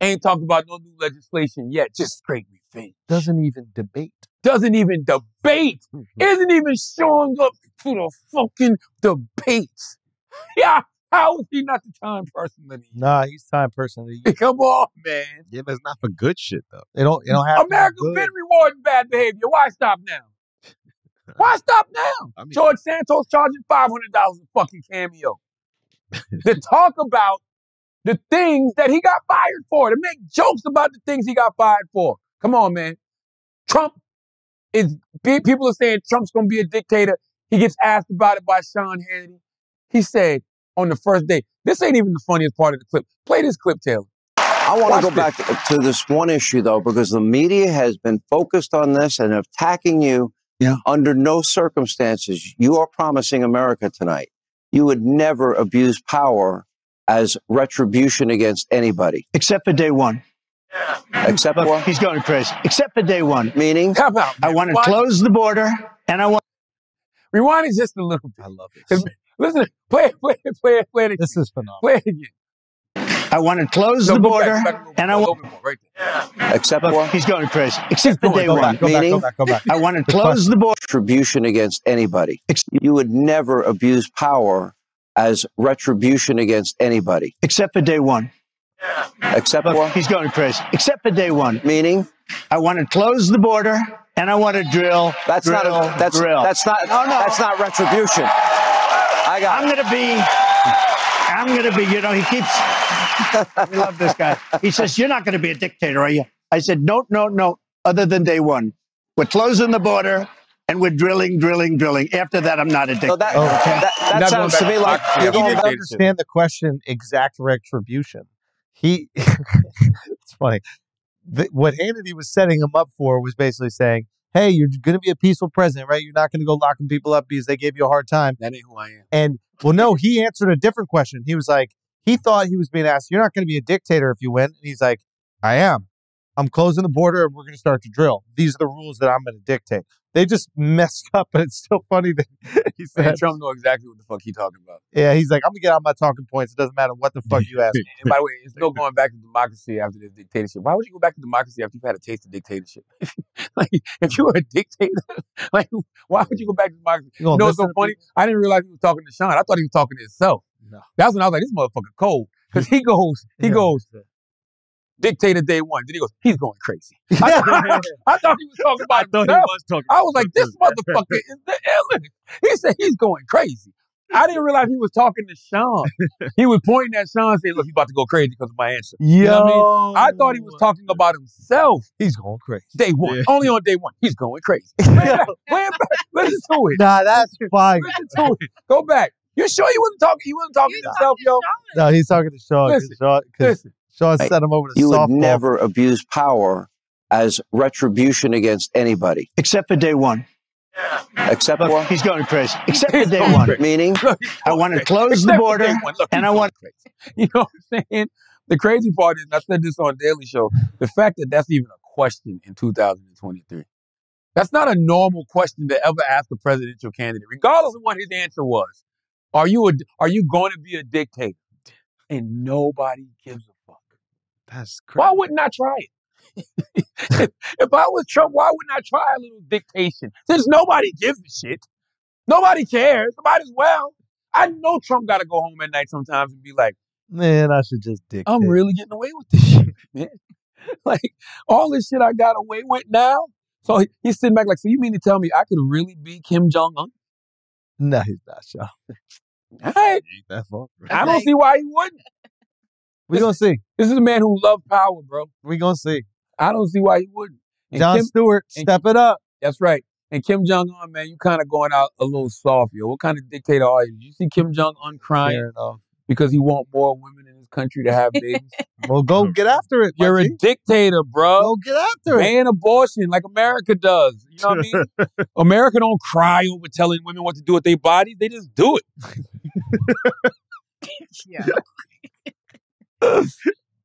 [SPEAKER 4] Ain't talking about no new legislation yet. Just straight revenge.
[SPEAKER 5] Doesn't even debate. Mm-hmm.
[SPEAKER 4] doesn't even debate, isn't even showing up to the fucking debates. Yeah, how is he not the time person that he
[SPEAKER 5] Nah, he's time person. of the year.
[SPEAKER 4] is? Come on, man.
[SPEAKER 7] Yeah, but it's not for good shit though.
[SPEAKER 5] They don't. They don't have to be
[SPEAKER 4] America
[SPEAKER 5] good.
[SPEAKER 4] been rewarding bad behavior. Why stop now? Why stop now?
[SPEAKER 7] I
[SPEAKER 4] *laughs*
[SPEAKER 7] mean-
[SPEAKER 4] George Santos charging five hundred dollars a fucking cameo to talk about the things that he got fired for, to make jokes about the things he got fired for. Come on, man. Trump is pe- people are saying Trump's gonna be a dictator. He gets asked about it by Sean Hannity. He said on the first day, this ain't even the funniest part of the clip. Play this clip, Taylor.
[SPEAKER 10] I want
[SPEAKER 4] Watch
[SPEAKER 10] to go
[SPEAKER 4] this.
[SPEAKER 10] back to this one issue, though, because the media has been focused on this and attacking you
[SPEAKER 4] Yeah.
[SPEAKER 10] under no circumstances. You are promising America tonight. You would never abuse power as retribution against anybody,
[SPEAKER 11] except for day one.
[SPEAKER 10] except
[SPEAKER 11] Look,
[SPEAKER 10] what?
[SPEAKER 11] he's going crazy. Except for day one.
[SPEAKER 10] Meaning,
[SPEAKER 4] How about
[SPEAKER 11] I want to
[SPEAKER 4] Watch-
[SPEAKER 11] close the border and I want
[SPEAKER 4] Rewind it just a little bit.
[SPEAKER 5] I love this.
[SPEAKER 4] Cause- Listen, *laughs* play it, play it, play it, play it,
[SPEAKER 5] This is phenomenal.
[SPEAKER 4] play it again.
[SPEAKER 11] I want to close
[SPEAKER 4] No,
[SPEAKER 11] the
[SPEAKER 4] go
[SPEAKER 11] border
[SPEAKER 4] back, back a little bit
[SPEAKER 11] and I
[SPEAKER 4] more,
[SPEAKER 11] want
[SPEAKER 4] a little bit more, right there.
[SPEAKER 10] except
[SPEAKER 11] Look,
[SPEAKER 10] what?
[SPEAKER 11] he's going crazy. Except for
[SPEAKER 4] going-
[SPEAKER 11] day
[SPEAKER 5] Go
[SPEAKER 11] one.
[SPEAKER 5] back. Go back. Go
[SPEAKER 10] Meaning?
[SPEAKER 5] back. Go back.
[SPEAKER 11] I want to
[SPEAKER 5] The
[SPEAKER 11] close the border.
[SPEAKER 10] Retribution against anybody.
[SPEAKER 11] Ex-
[SPEAKER 10] You would never abuse power as retribution against anybody,
[SPEAKER 11] Except for day one.
[SPEAKER 10] except
[SPEAKER 11] Look,
[SPEAKER 10] what?
[SPEAKER 11] he's going crazy. Except for day one.
[SPEAKER 10] Meaning,
[SPEAKER 11] I want to close the border and I want to drill.
[SPEAKER 10] that's
[SPEAKER 11] drill,
[SPEAKER 10] not a, that's
[SPEAKER 11] drill.
[SPEAKER 10] that's not
[SPEAKER 11] No, no.
[SPEAKER 10] that's not retribution. I got. it.
[SPEAKER 11] I'm gonna be. I'm gonna be. You know, he keeps. We love this guy. He says, "You're not gonna be a dictator, are you?" I said, "No, no, no. Other than day one, we're closing the border and we're drilling, drilling, drilling. After that, I'm not a dictator."
[SPEAKER 10] So that,
[SPEAKER 5] Oh, okay.
[SPEAKER 10] that, that
[SPEAKER 4] Not going
[SPEAKER 10] sounds to
[SPEAKER 4] back
[SPEAKER 10] me
[SPEAKER 4] to
[SPEAKER 10] like
[SPEAKER 4] Fox
[SPEAKER 10] you're
[SPEAKER 4] News.
[SPEAKER 5] he
[SPEAKER 10] going
[SPEAKER 5] didn't
[SPEAKER 10] back.
[SPEAKER 5] understand the question exact retribution. He, *laughs* it's funny. The, what Hannity was setting him up for was basically saying, "Hey, you're going to be a peaceful president, right? You're not going to go locking people up because they gave you a hard time."
[SPEAKER 4] That ain't who I am.
[SPEAKER 5] And well, no, he answered a different question. He was like, he thought he was being asked, "You're not going to be a dictator if you win," and he's like, "I am. I'm closing the border, and we're going to start to drill. These are the rules that I'm going to dictate." They just *laughs* messed up, but it's still funny that *laughs* he
[SPEAKER 4] Man,
[SPEAKER 5] said,
[SPEAKER 4] Trump know exactly what the fuck he talking about.
[SPEAKER 5] yeah, he's like, I'm gonna get out my talking points. It doesn't matter what the
[SPEAKER 4] *laughs*
[SPEAKER 5] fuck you ask. me."
[SPEAKER 4] And by the way, it's no going back to democracy after this dictatorship. Why would you go back to democracy after you've had a taste of dictatorship? *laughs* like, if you were a dictator, *laughs* like, why would you go back to democracy?
[SPEAKER 5] You gonna
[SPEAKER 4] You know what's so
[SPEAKER 5] listen to
[SPEAKER 4] funny? I didn't realize he was talking to Sean. I thought he was talking to himself.
[SPEAKER 5] No.
[SPEAKER 4] That's when I was like, this motherfucker cold. Because *laughs* he goes, he
[SPEAKER 5] Yeah. *laughs*
[SPEAKER 4] goes, dictator day one. Then he goes, he's going *laughs* crazy. I, thought, I thought he was talking about himself.
[SPEAKER 7] talking.
[SPEAKER 4] I was like, this motherfucker is the illest. He said he's going crazy. I didn't realize he was talking to Sean. He was pointing at Sean saying, look, he's about to go crazy because of my answer.
[SPEAKER 5] people? Yo,
[SPEAKER 4] know what I mean? I thought he was talking about himself
[SPEAKER 5] He's going crazy.
[SPEAKER 4] day one.
[SPEAKER 7] Yeah.
[SPEAKER 4] Only on day one. He's going crazy. *laughs* Play it back. Play it back. Listen to it.
[SPEAKER 5] Nah, that's fine.
[SPEAKER 4] Listen to it. Go back. You sure he wasn't talking? He wasn't talking
[SPEAKER 6] You
[SPEAKER 4] to
[SPEAKER 6] talking
[SPEAKER 4] himself, yo.
[SPEAKER 6] shit.
[SPEAKER 5] No, he's talking to Sean. 'cause
[SPEAKER 4] Listen,
[SPEAKER 5] Sean, 'cause
[SPEAKER 4] Listen,
[SPEAKER 5] Sean
[SPEAKER 10] Hey,
[SPEAKER 5] sent him over to
[SPEAKER 10] You
[SPEAKER 5] softball.
[SPEAKER 10] would never abuse power as retribution against anybody,
[SPEAKER 11] Except for day one.
[SPEAKER 10] except
[SPEAKER 11] Look,
[SPEAKER 10] what?
[SPEAKER 11] he's going crazy. Except for
[SPEAKER 4] He's
[SPEAKER 11] day
[SPEAKER 4] going
[SPEAKER 11] one.
[SPEAKER 4] crazy.
[SPEAKER 10] Meaning,
[SPEAKER 4] Look, he's
[SPEAKER 11] I
[SPEAKER 4] going
[SPEAKER 11] want to
[SPEAKER 4] crazy.
[SPEAKER 11] close the
[SPEAKER 4] Except for
[SPEAKER 11] border
[SPEAKER 4] day one. Look,
[SPEAKER 11] and
[SPEAKER 4] he's
[SPEAKER 11] I want-
[SPEAKER 4] going crazy. *laughs* You know what I'm saying? The crazy part is, and I said this on Daily Show, the fact that that's even a question in 2023. That's not a normal question to ever ask a presidential candidate, regardless of what his answer was. Are you a, are you going to be a dictator? And nobody gives a fuck.
[SPEAKER 7] That's crazy.
[SPEAKER 4] Why wouldn't I try it? *laughs* if I was Trump, why wouldn't I try a little dictation? Since nobody gives a shit, nobody cares. Might as well. I know Trump got to go home at night sometimes and be like,
[SPEAKER 5] Man, I should just dick.
[SPEAKER 4] "I'm
[SPEAKER 5] pic.
[SPEAKER 4] really getting away with this *laughs* shit, man. like all this shit I got away with now." So he- he's sitting back like, "So you mean to tell me I could really be Kim Jong *laughs* Un?"
[SPEAKER 5] No, he's not,
[SPEAKER 4] *laughs*
[SPEAKER 5] Sean.
[SPEAKER 4] All right,
[SPEAKER 7] Ain't that far, bro.
[SPEAKER 4] I don't see why he wouldn't.
[SPEAKER 5] *laughs* We gonna see.
[SPEAKER 4] This is a man who loved power, bro.
[SPEAKER 5] We gonna see.
[SPEAKER 4] I don't see why he wouldn't. And
[SPEAKER 5] John
[SPEAKER 4] Kim-
[SPEAKER 5] Stewart,
[SPEAKER 4] and
[SPEAKER 5] step it up.
[SPEAKER 4] That's right. And Kim Jong Un, man, you kind of going out a little soft, yo. What kind of dictator are you? You see Kim Jong Un crying
[SPEAKER 5] Fair enough.
[SPEAKER 4] because he want more women in his country to have babies. *laughs*
[SPEAKER 5] Well, go get after it.
[SPEAKER 4] You're a
[SPEAKER 5] Mikey.
[SPEAKER 4] dictator, bro.
[SPEAKER 5] Go get after
[SPEAKER 4] *laughs*
[SPEAKER 5] it.
[SPEAKER 4] Ban abortion like America does. You know what I mean? America don't cry over telling women what to do with their bodies. They just do it.
[SPEAKER 6] Yeah.
[SPEAKER 4] *laughs*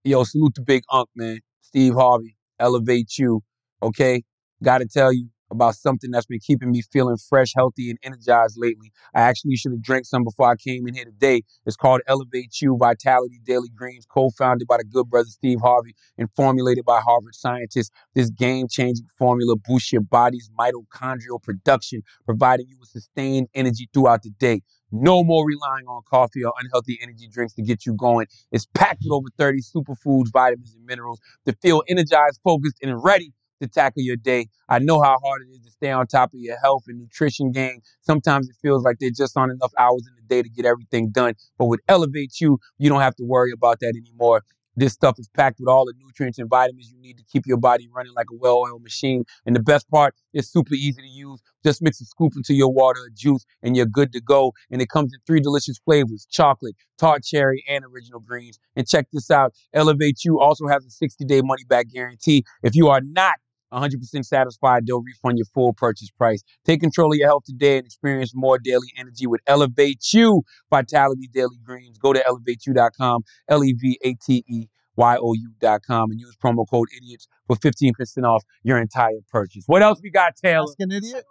[SPEAKER 4] Yo, salute the big unk, man. Steve Harvey, elevate you. Okay, gotta tell you, about something that's been keeping me feeling fresh, healthy, and energized lately. I actually should have drank some before I came in here today. It's called Elevate You Vitality Daily Greens, co-founded by the good brother Steve Harvey and formulated by Harvard scientists. This game-changing formula boosts your body's mitochondrial production, providing you with sustained energy throughout the day. No more relying on coffee or unhealthy energy drinks to get you going. It's packed with over 30 superfoods, vitamins, and minerals to feel energized, focused, and ready to tackle your day. I know how hard it is to stay on top of your health and nutrition game. Sometimes it feels like there just aren't enough hours in the day to get everything done. But with Elevate You, you don't have to worry about that anymore. This stuff is packed with all the nutrients and vitamins you need to keep your body running like a well oiled machine. And the best part, it's super easy to use. Just mix a scoop into your water or juice, and you're good to go. And it comes in three delicious flavors chocolate, tart cherry, and original greens. And check this out Elevate You also has a 60 day money back guarantee. If you are not 100% satisfied, they'll refund your full purchase price. Take control of your health today and experience more daily energy with Elevate You Vitality Daily Greens. Go to elevateyou.com, L E V A T E Y O U.com, and use promo code IDIOTS for 15% off your entire purchase. What else we got, Taylor?
[SPEAKER 5] Ask an idiot.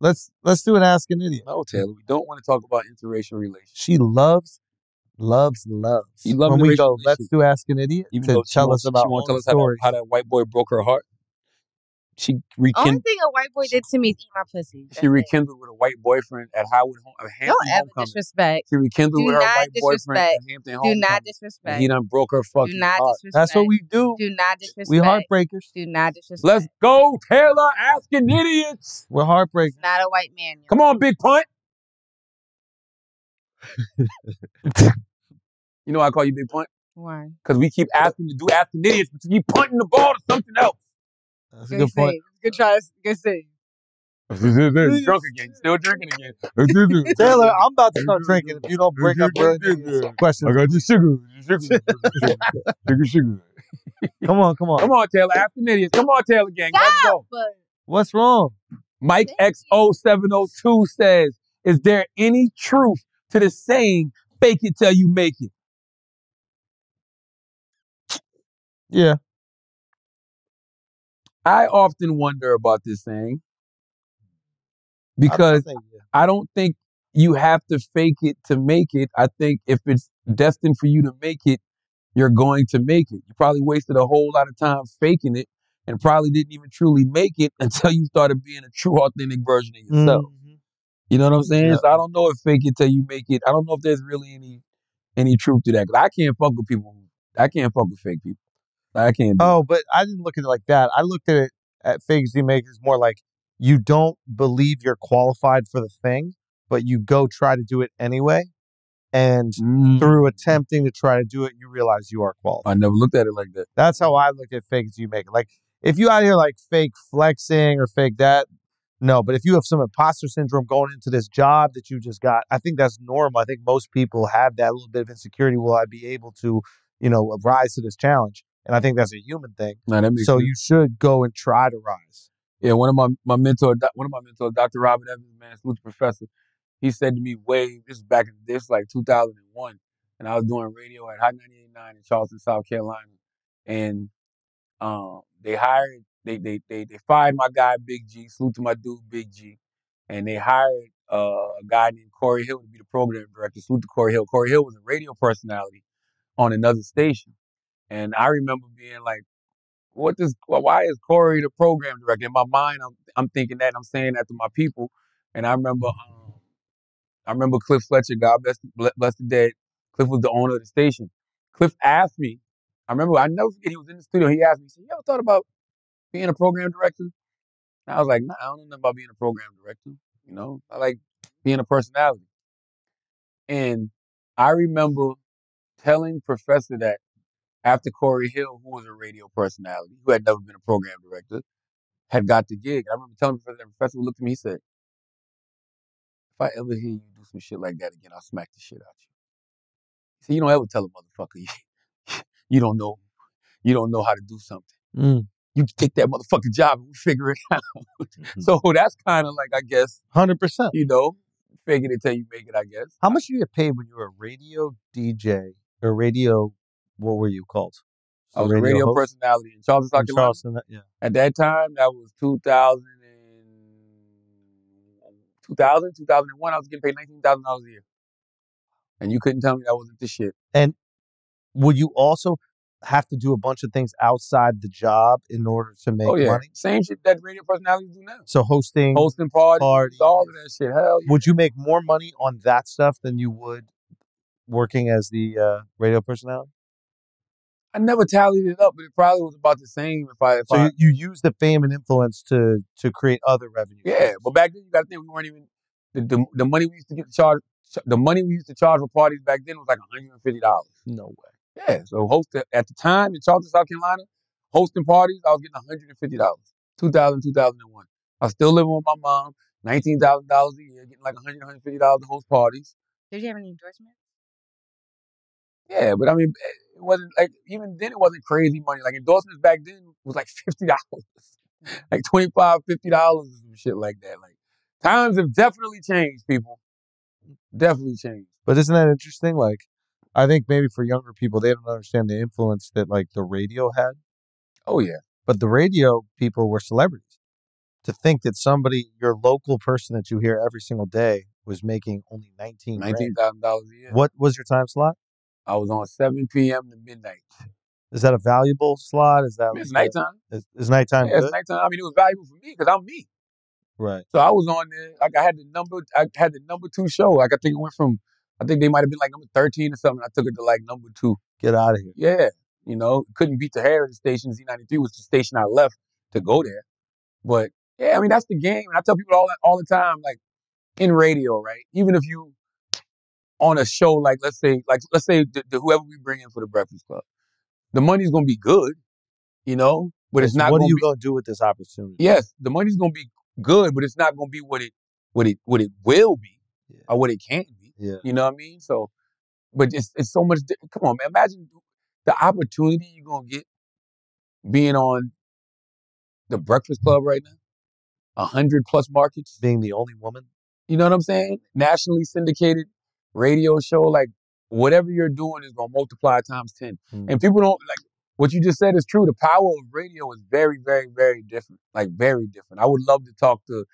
[SPEAKER 5] Let's let's do an ask an idiot.
[SPEAKER 4] No, Taylor, we don't want to talk about interracial relations.
[SPEAKER 5] She loves, loves, loves.
[SPEAKER 4] You love
[SPEAKER 5] when we go,
[SPEAKER 4] interracial
[SPEAKER 5] let's do ask an idiot
[SPEAKER 4] Even
[SPEAKER 5] to
[SPEAKER 4] though she
[SPEAKER 5] tell
[SPEAKER 4] won't-
[SPEAKER 5] us about
[SPEAKER 4] she won't
[SPEAKER 5] all
[SPEAKER 4] tell
[SPEAKER 5] the
[SPEAKER 4] us how that,
[SPEAKER 5] stories.
[SPEAKER 4] how that white boy broke her heart. She
[SPEAKER 8] Only
[SPEAKER 4] rekindled,
[SPEAKER 8] thing a white boy did to me is eat my pussy. That's
[SPEAKER 4] she
[SPEAKER 8] it.
[SPEAKER 4] rekindled with a white boyfriend at Howard Home, uh,
[SPEAKER 8] Don't
[SPEAKER 4] Hampton
[SPEAKER 8] ever
[SPEAKER 4] Homecoming.
[SPEAKER 8] disrespect.
[SPEAKER 4] She rekindled
[SPEAKER 8] Do
[SPEAKER 4] with her
[SPEAKER 8] not
[SPEAKER 4] white boyfriend at
[SPEAKER 8] disrespect.
[SPEAKER 4] Hampton
[SPEAKER 8] Do
[SPEAKER 4] Homecoming.
[SPEAKER 8] not
[SPEAKER 4] and
[SPEAKER 8] disrespect.
[SPEAKER 4] he done broke her
[SPEAKER 8] Do
[SPEAKER 4] fucking
[SPEAKER 8] not
[SPEAKER 4] heart.
[SPEAKER 8] disrespect.
[SPEAKER 5] That's what we do.
[SPEAKER 8] Do not disrespect.
[SPEAKER 5] We heartbreakers.
[SPEAKER 8] Do not disrespect.
[SPEAKER 4] Let's go, Taylor, asking idiots.
[SPEAKER 5] We're heartbreakers.
[SPEAKER 8] not a white man.
[SPEAKER 4] Come on, big
[SPEAKER 8] *laughs*
[SPEAKER 4] punt. you know why I call you big punt?
[SPEAKER 8] Why?
[SPEAKER 4] Because we keep asking to do asking idiots, but you keep punting the ball to something else.
[SPEAKER 5] That's a
[SPEAKER 8] Good,
[SPEAKER 5] good point.
[SPEAKER 8] save. Good try. Good save.
[SPEAKER 4] Drunk again, still drinking again. Taylor,
[SPEAKER 5] Taylor, I'm about to start drinking if you don't bring up real questions.
[SPEAKER 4] got you sugar, sugar, sugar, sugar, sugar.
[SPEAKER 5] *laughs* Come on, come on.
[SPEAKER 4] Come on, Taylor, asking idiots. Come on, Taylor gang, let's go.
[SPEAKER 8] But
[SPEAKER 5] What's wrong?
[SPEAKER 4] Mike XO702 says, Is there any truth to the saying, fake it till you make it?
[SPEAKER 5] Yeah.
[SPEAKER 4] I often wonder about this saying
[SPEAKER 5] I, I
[SPEAKER 4] because
[SPEAKER 5] think, yeah.
[SPEAKER 4] I don't think you have to fake it to make it. I think if it's destined for you to make it, you're going to make it. You probably wasted a whole lot of time faking it and probably didn't even truly make it *laughs* until you started being a true, authentic version of yourself.
[SPEAKER 5] Mhm.
[SPEAKER 4] You know what I'm saying?
[SPEAKER 5] Yeah.
[SPEAKER 4] So I don't know if fake it till you make it. I don't know if there's really any any truth to that. 'Cause I can't fuck with people. who- I can't fuck with fake people. I can't. Do it.
[SPEAKER 5] Oh, but I didn't look at it like that. I looked at it at fakes you make is more like you don't believe you're qualified for the thing, but you go try to do it anyway. And
[SPEAKER 4] Mm-hmm.
[SPEAKER 5] through attempting to try to do it, you realize you are qualified.
[SPEAKER 4] Mm. I never looked at it like that.
[SPEAKER 5] That's how I look at fake as you make it. Like if you out here like fake flexing or fake that, no. But if you have some imposter syndrome going into this job that you just got, I think that's normal. I think most people have that little bit of insecurity. Will I be able to, you know, rise to this challenge? And I think that's a human thing.
[SPEAKER 4] No, that makes
[SPEAKER 5] So
[SPEAKER 4] sense.
[SPEAKER 5] you should go and try to rise.
[SPEAKER 4] yeah, one of my my mentor, doc- one of my mentors, Dr. Robert Evans, man, salute professor. He said to me, "Way this is back in this like 2001, and I was doing radio at Hot 98.9 in Charleston, South Carolina, and um, they hired they they they they fired my guy Big G. Salute to my dude Big G, and they hired uh, a guy named Corey Hill to be the program director. Salute to Corey Hill. Corey Hill was a radio personality on another station, and I remember being like, "What does? Why is Corey the program director?" In my mind, I'm I'm thinking that and I'm saying that to my people, and I remember um, I remember Cliff Fletcher. God bless ble- bless the dead. Cliff was the owner of the station. Cliff asked me. I remember I never forget. He was in the studio. He asked me, he said, "You ever thought about being a program director?" And I was like, nah, I don't know nothing about being a program director. You know, I like being a personality. And I remember telling Professor that after Corey Hill, who was a radio personality, who had never been a program director, had got the gig. I remember telling Professor, and Professor looked at me, he said, If I ever hear you do some shit like that again, I'll smack the shit out you. He said, You don't ever tell a motherfucker *laughs* you- you don't know you don't know how to do something. You take that motherfucking job and we figure it *laughs* out. so that's kind of like I guess
[SPEAKER 5] Hundred percent.
[SPEAKER 4] you know, figured it till you make it, I guess.
[SPEAKER 5] How much do you get paid when you're a radio DJ or radio? What were you called?
[SPEAKER 4] I was a radio
[SPEAKER 5] host
[SPEAKER 4] personality in Charleston, South
[SPEAKER 5] in
[SPEAKER 4] Carolina.
[SPEAKER 5] Charleston. Yeah.
[SPEAKER 4] At that time, that was 2000 and 2000, 2001, I was getting paid $19,000 a year. And you couldn't tell me that wasn't the shit.
[SPEAKER 5] And would you also have to do a bunch of things outside the job in order to make
[SPEAKER 4] oh, yeah.
[SPEAKER 5] money?
[SPEAKER 4] Same shit that radio personalities do now.
[SPEAKER 5] So hosting,
[SPEAKER 4] Hosting parties, all of that shit. Hell yeah.
[SPEAKER 5] would you make more money on that stuff than you would working as the uh, radio personality?
[SPEAKER 4] I never tallied it up, but it probably was about the same if I. If
[SPEAKER 5] So
[SPEAKER 4] I
[SPEAKER 5] you, you use the fame and influence to to create other revenue.
[SPEAKER 4] Yeah, but back then you got to think we weren't even the, the, the money we used to get charged. The money we used to charge for parties back then was like one hundred and fifty dollars.
[SPEAKER 5] No way.
[SPEAKER 4] Yeah, so host at the time in Charleston, South Carolina, hosting parties, I was getting one hundred and fifty dollars. 2000, 2001. I was still living with my mom. Nineteen thousand dollars a year, getting like 100 dollars to host parties.
[SPEAKER 8] Did you have any endorsements?
[SPEAKER 4] Yeah, but I mean, eh, it wasn't like even then it wasn't crazy money. Like endorsements back then was like fifty dollars, *laughs* like 25 dollars or some shit like that. Like times have definitely changed, people. Definitely changed.
[SPEAKER 5] But isn't that interesting? Like, I think maybe for younger people, they don't understand the influence that like the radio had.
[SPEAKER 4] Oh yeah.
[SPEAKER 5] But the radio people were celebrities. To think that somebody, your local person that you hear every single day, was making only nineteen. grand.
[SPEAKER 4] Nineteen thousand dollars a year.
[SPEAKER 5] What was your time slot?
[SPEAKER 4] I was on seven p.m. to midnight.
[SPEAKER 5] Is that a valuable slot? Is that
[SPEAKER 4] It's
[SPEAKER 5] like
[SPEAKER 4] nighttime.
[SPEAKER 5] a- Is, is nighttime
[SPEAKER 4] Yeah,
[SPEAKER 5] good?
[SPEAKER 4] it's nighttime. I mean, it was valuable for me because I'm me.
[SPEAKER 5] right.
[SPEAKER 4] So I was on there. Like I had the number. I had the number two show. Like I think it went from. I think they might have been like number thirteen or something. I took it to like number two.
[SPEAKER 5] Get out of here.
[SPEAKER 4] Yeah, you know, couldn't beat the Heritage Station. Z93 was the station I left to go there. But yeah, I mean that's the game. And I tell people all all the time, like in radio, right? Even if you on a show, like let's say, like let's say the, the whoever we bring in for the Breakfast Club, the money's gonna be good, you know, but it's,
[SPEAKER 5] It's
[SPEAKER 4] not.
[SPEAKER 5] What are
[SPEAKER 4] gonna
[SPEAKER 5] you
[SPEAKER 4] be,
[SPEAKER 5] going to do with this opportunity?
[SPEAKER 4] Yes, the money's gonna be good, but it's not gonna be what it what it what it will be or what it can be.
[SPEAKER 5] Yeah.
[SPEAKER 4] You know what I mean? So, but it's it's so much. Di- Come on, man! Imagine the opportunity you're gonna get being on the Breakfast Club right now, a hundred plus markets.
[SPEAKER 5] Being the only woman.
[SPEAKER 4] You know what I'm saying? Nationally syndicated radio show, like whatever you're doing is gonna multiply times ten.
[SPEAKER 5] Mm.
[SPEAKER 4] And people don't like what you just said is true. The power of radio is very, very, very different. Like very different. I would love to talk to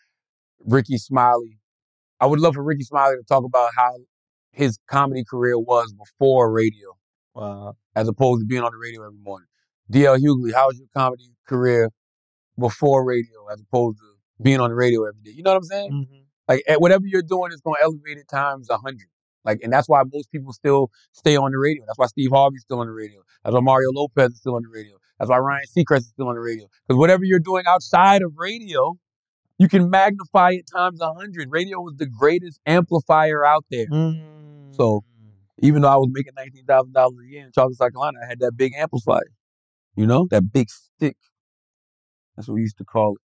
[SPEAKER 4] Ricky Smiley. I would love for Ricky Smiley to talk about how his comedy career was before radio,
[SPEAKER 5] Wow.
[SPEAKER 4] as opposed to being on the radio every morning. DL Hughley, how was your comedy career before radio, as opposed to being on the radio every day? You know what I'm saying?
[SPEAKER 5] Mm-hmm.
[SPEAKER 4] Like at whatever you're doing is gonna elevate it times a hundred. Like and that's why most people still stay on the radio. That's why Steve Harvey's still on the radio. That's why Mario Lopez is still on the radio. That's why Ryan Seacrest is still on the radio. Because whatever you're doing outside of radio, you can magnify it times a hundred. Radio was the greatest amplifier out there.
[SPEAKER 5] Mm-hmm.
[SPEAKER 4] So even though I was making nineteen thousand dollars a year in Charleston, South Carolina, I had that big amplifier. You know, that big stick. That's what we used to call it.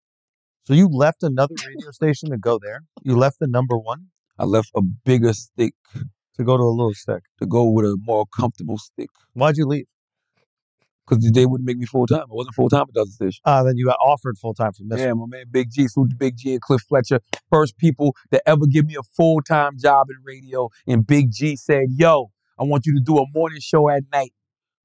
[SPEAKER 5] So you left another radio station to go there. You left the number one
[SPEAKER 4] I left a bigger stick
[SPEAKER 5] to go to a little stick.
[SPEAKER 4] to go with a more comfortable stick.
[SPEAKER 5] Why'd you leave?
[SPEAKER 4] because they wouldn't make me full time. I wasn't full time at the other station.
[SPEAKER 5] Uh, then you got offered full time from this.
[SPEAKER 4] Yeah, my man Big G, salute to Big G and Cliff Fletcher, first people that ever give me a full time job in radio. And Big G said, "Yo, I want you to do a morning show at night."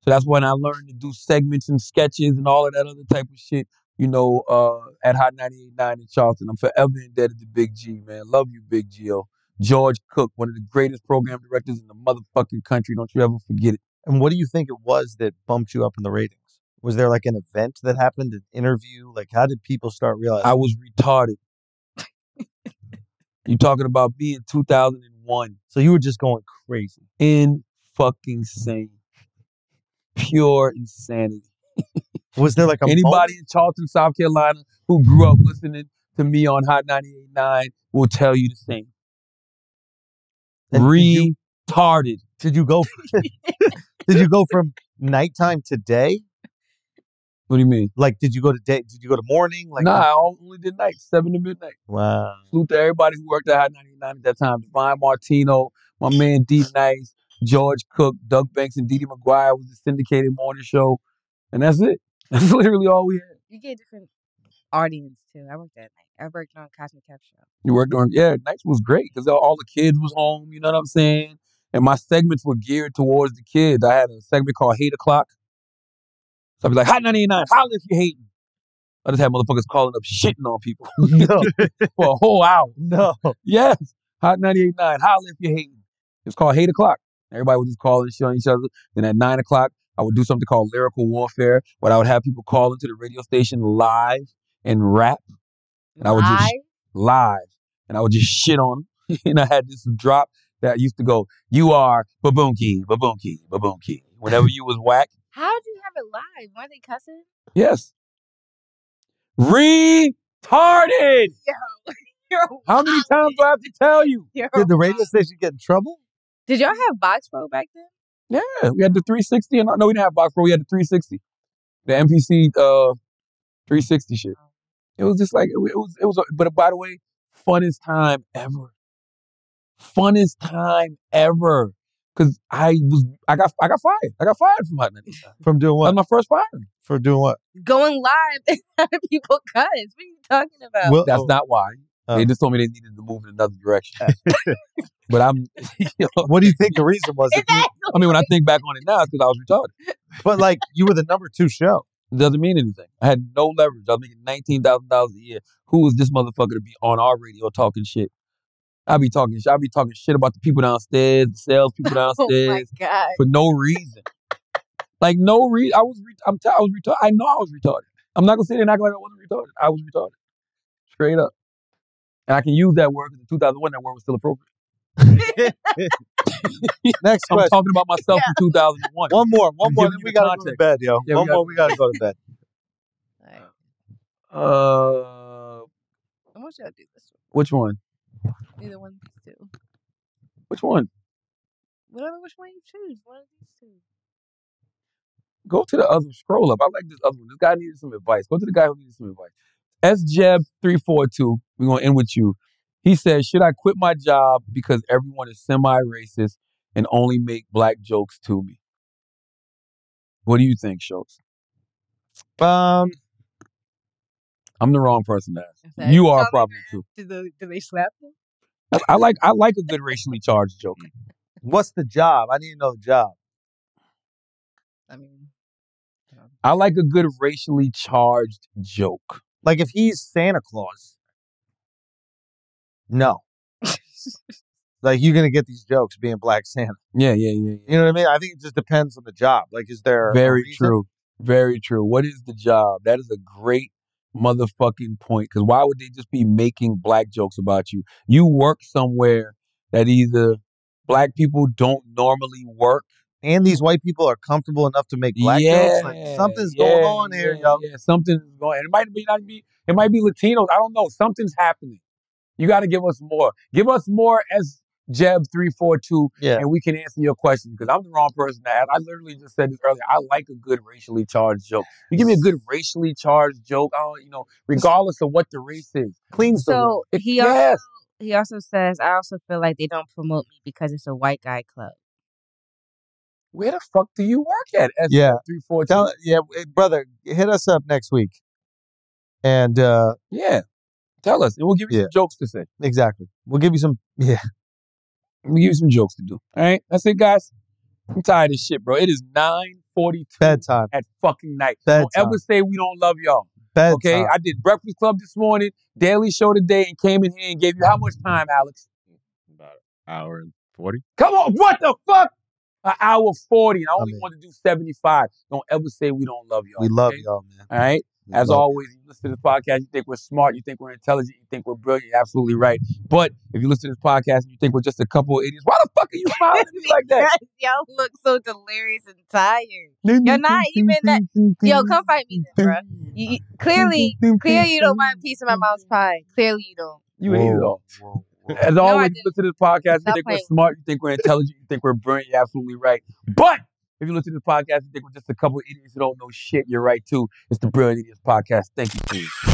[SPEAKER 4] So that's when I learned to do segments and sketches and all of that other type of shit. You know, uh, at Hot 98.9 in Charleston, I'm forever indebted to Big G, man. Love you, Big G.O. George Cook, one of the greatest program directors in the motherfucking country. Don't you ever forget it.
[SPEAKER 5] And what do you think it was that bumped you up in the ratings? Was there like an event that happened, an interview? Like, how did people start realizing?
[SPEAKER 4] I was retarded. you talking about me in 2001.
[SPEAKER 5] so you were just going crazy.
[SPEAKER 4] In fucking sane. Pure insanity.
[SPEAKER 5] Was there like a
[SPEAKER 4] Anybody
[SPEAKER 5] moment-
[SPEAKER 4] in Charleston, South Carolina who grew up listening to me on Hot 98.9 will tell you the same.
[SPEAKER 5] And did you-
[SPEAKER 4] Retarded.
[SPEAKER 5] Did you *laughs* go? did you go from nighttime to day?
[SPEAKER 4] What do you mean?
[SPEAKER 5] Like, did you go to day? Did you go to morning? Like,
[SPEAKER 4] nah, I only did night, 7 to midnight.
[SPEAKER 5] *laughs* wow.
[SPEAKER 4] Salute to everybody who worked at Hot 99 at that time. Divine Martino, my man D Nice, George Cook, Doug Banks, and Didi McGuire was the syndicated morning show. And that's it. *laughs* That's literally all we had.
[SPEAKER 8] You get a different audience too. I worked that night. I worked on Cosmic Cap Show.
[SPEAKER 4] You worked on, yeah, nights was great because all the kids was home, you know what I'm saying? And my segments were geared towards the kids. I had a segment called Hate O'Clock. So I'd be like, Hot 99, holler if you hating. I just had motherfuckers calling up shitting on people for a whole hour.
[SPEAKER 5] No.
[SPEAKER 4] Yes. Hot 98.9. Holler if you're hating. It's called Hate O'Clock. Everybody would just call and shit on each other. Then at 9 o'clock, I would do something called Lyrical Warfare, where I would have people call into the radio station live and rap. And I would just live. And I would just shit on them. *laughs* and I had this drop that used to go, You are babunki, babunki, babunki. Whenever you was whack,
[SPEAKER 8] How did you have it live? Weren't they cussing? *laughs*
[SPEAKER 4] Yes. Retarded. How many times do I have to tell you?
[SPEAKER 5] Did the radio station get in trouble?
[SPEAKER 8] Did y'all have box pro back then?
[SPEAKER 4] Yeah, we had the 360 and no, we didn't have box pro. We had the 360, the MPC uh 360 shit. It was just like it was. It was. a- But by the way, funnest time ever. Funnest time ever. Cause I was. I got. I got fired. I got fired from Hot 99.
[SPEAKER 5] From doing what?
[SPEAKER 4] That was my first firing.
[SPEAKER 5] For doing what?
[SPEAKER 8] Going live *laughs* and having people cuss. What are you talking about?
[SPEAKER 5] Well-
[SPEAKER 4] That's
[SPEAKER 5] oh.
[SPEAKER 4] not why. They just told me they needed to move in another
[SPEAKER 5] *laughs*
[SPEAKER 4] direction. *laughs* but I'm. *laughs* you know,
[SPEAKER 5] What do you think the reason
[SPEAKER 4] *laughs*
[SPEAKER 5] was? If you-
[SPEAKER 4] I mean, when I think back on it now, it's because I was retarded.
[SPEAKER 5] *laughs* but like you were the number
[SPEAKER 4] *laughs*
[SPEAKER 5] two show.
[SPEAKER 4] It doesn't mean anything. I had no leverage. I was making nineteen thousand dollars a year. Who is this motherfucker to be on our radio talking shit? I be talking shit. I be talking shit about the people downstairs, the sales people
[SPEAKER 8] *laughs* Oh my
[SPEAKER 4] downstairs,
[SPEAKER 8] god.
[SPEAKER 4] for no reason. like no reason. I was. Re- I'm. T- I was retarded. I know I was retarded. I'm not gonna sit there and act like I wasn't retarded. I was retarded, straight up. And I can use that word because in 2001 that word was still appropriate.
[SPEAKER 5] Next
[SPEAKER 4] I'm
[SPEAKER 5] question.
[SPEAKER 4] talking about myself in 2001.
[SPEAKER 5] One more. One
[SPEAKER 4] I'm
[SPEAKER 5] more.
[SPEAKER 4] giving
[SPEAKER 5] Then
[SPEAKER 4] you
[SPEAKER 5] we
[SPEAKER 4] the
[SPEAKER 5] gotta go to
[SPEAKER 4] context.
[SPEAKER 5] bed, yo.
[SPEAKER 4] Yeah, we
[SPEAKER 5] one
[SPEAKER 4] gotta-
[SPEAKER 5] more. We gotta go to bed.
[SPEAKER 8] Oh.
[SPEAKER 4] Uh,
[SPEAKER 8] I want y'all to do this
[SPEAKER 4] which one?
[SPEAKER 8] one. Either one of these two.
[SPEAKER 4] Which one?
[SPEAKER 8] Whatever which one you choose. One of these two.
[SPEAKER 4] Go to the other. Scroll up. I like this other one. This guy needed some advice. Go to the guy who needed some advice. S Jeb three four two. We're gonna end with you. He says, "Should I quit my job because everyone is semi-racist and only make black jokes to me?" What do you think, Schultz?
[SPEAKER 5] Um,
[SPEAKER 4] I'm the wrong person to ask.
[SPEAKER 8] Is that-
[SPEAKER 4] You
[SPEAKER 8] Y'all
[SPEAKER 4] are
[SPEAKER 8] like
[SPEAKER 4] probably too.
[SPEAKER 8] that? Do they, do they slap them?
[SPEAKER 4] I- I like I like a good racially charged joke.
[SPEAKER 5] what's the job? I need to know the job.
[SPEAKER 8] I mean,
[SPEAKER 4] I like a good racially charged joke.
[SPEAKER 5] Like if he's Santa Claus.
[SPEAKER 4] *laughs*
[SPEAKER 5] No. like you're gonna get these jokes being Black Santa.
[SPEAKER 4] Yeah, yeah, yeah. yeah.
[SPEAKER 5] You know what I mean? I think it just depends on the job. Like, is there a
[SPEAKER 4] Very
[SPEAKER 5] reason?
[SPEAKER 4] true. Very true. What is the job? That is a great motherfucking point. Because why would they just be making black jokes about you? You work somewhere that either black people don't normally work.
[SPEAKER 5] And these white people are comfortable enough to make black jokes. Like, something's going
[SPEAKER 4] yeah,
[SPEAKER 5] on here,
[SPEAKER 4] yeah,
[SPEAKER 5] yo.
[SPEAKER 4] Yeah, something's going. It might be not be. It might be Latinos. I don't know. Something's happening. You got to give us more. Give us more as Jeb three four two
[SPEAKER 5] Yeah.
[SPEAKER 4] and we can answer your question because I'm the wrong person to ask. I literally just said this earlier. I like a good racially charged joke. You give me a good racially charged joke, I don't, you know, regardless of what the race is.
[SPEAKER 5] Cleans the room.
[SPEAKER 8] so
[SPEAKER 4] It-
[SPEAKER 8] he also
[SPEAKER 4] *laughs* yes,
[SPEAKER 8] he also says I also feel like they don't promote me because it's a white guy club.
[SPEAKER 4] where the fuck do you work at? As
[SPEAKER 5] Yeah.
[SPEAKER 4] three four two.
[SPEAKER 5] Tell, yeah, eh, brother, hit us up next week. And uh
[SPEAKER 4] Yeah, tell us, and we'll give you
[SPEAKER 5] Yeah.
[SPEAKER 4] some jokes to say.
[SPEAKER 5] exactly. We'll give you some yeah.
[SPEAKER 4] We'll give you some jokes to do. All right, that's it, guys. I'm tired of this shit, bro. It is nine forty two
[SPEAKER 5] Bedtime.
[SPEAKER 4] at fucking night.
[SPEAKER 5] Bedtime.
[SPEAKER 4] Don't ever say we don't love y'all.
[SPEAKER 5] Bedtime.
[SPEAKER 4] Okay, I did Breakfast Club this morning, Daily Show today, and came in here and gave you how much time, Alex?
[SPEAKER 7] About an hour and 40.
[SPEAKER 4] Come on, what the fuck? An hour 40, and I only
[SPEAKER 5] mean-
[SPEAKER 4] want to do 75. Don't ever say we don't love y'all.
[SPEAKER 5] we love
[SPEAKER 4] okay?
[SPEAKER 5] y'all, man.
[SPEAKER 4] All right?
[SPEAKER 5] We
[SPEAKER 4] As
[SPEAKER 5] love-
[SPEAKER 4] always, you listen to this podcast, you think we're smart, you think we're intelligent, you think we're brilliant, you're absolutely right. But if you listen to this podcast and you think we're just a couple of idiots, why the fuck are you smiling at me like that?
[SPEAKER 8] *laughs* y'all look so delirious and tired. You're not even that. *laughs* Yo, come fight me, then, bro. You, you, clearly, clearly you don't mind a piece of my mom's pie. Clearly you don't.
[SPEAKER 4] You hate it all.
[SPEAKER 5] Whoa, whoa.
[SPEAKER 4] As
[SPEAKER 8] No, I
[SPEAKER 4] always, you
[SPEAKER 8] didn't.
[SPEAKER 4] listen to this podcast, you
[SPEAKER 8] Stop
[SPEAKER 4] think we're
[SPEAKER 8] playing.
[SPEAKER 4] smart, you think we're intelligent, you think we're brilliant, you're absolutely right. But if you listen to this podcast, you think we're just a couple of idiots who don't know shit, you're right too. It's the Brilliant Idiots Podcast. Thank you, please.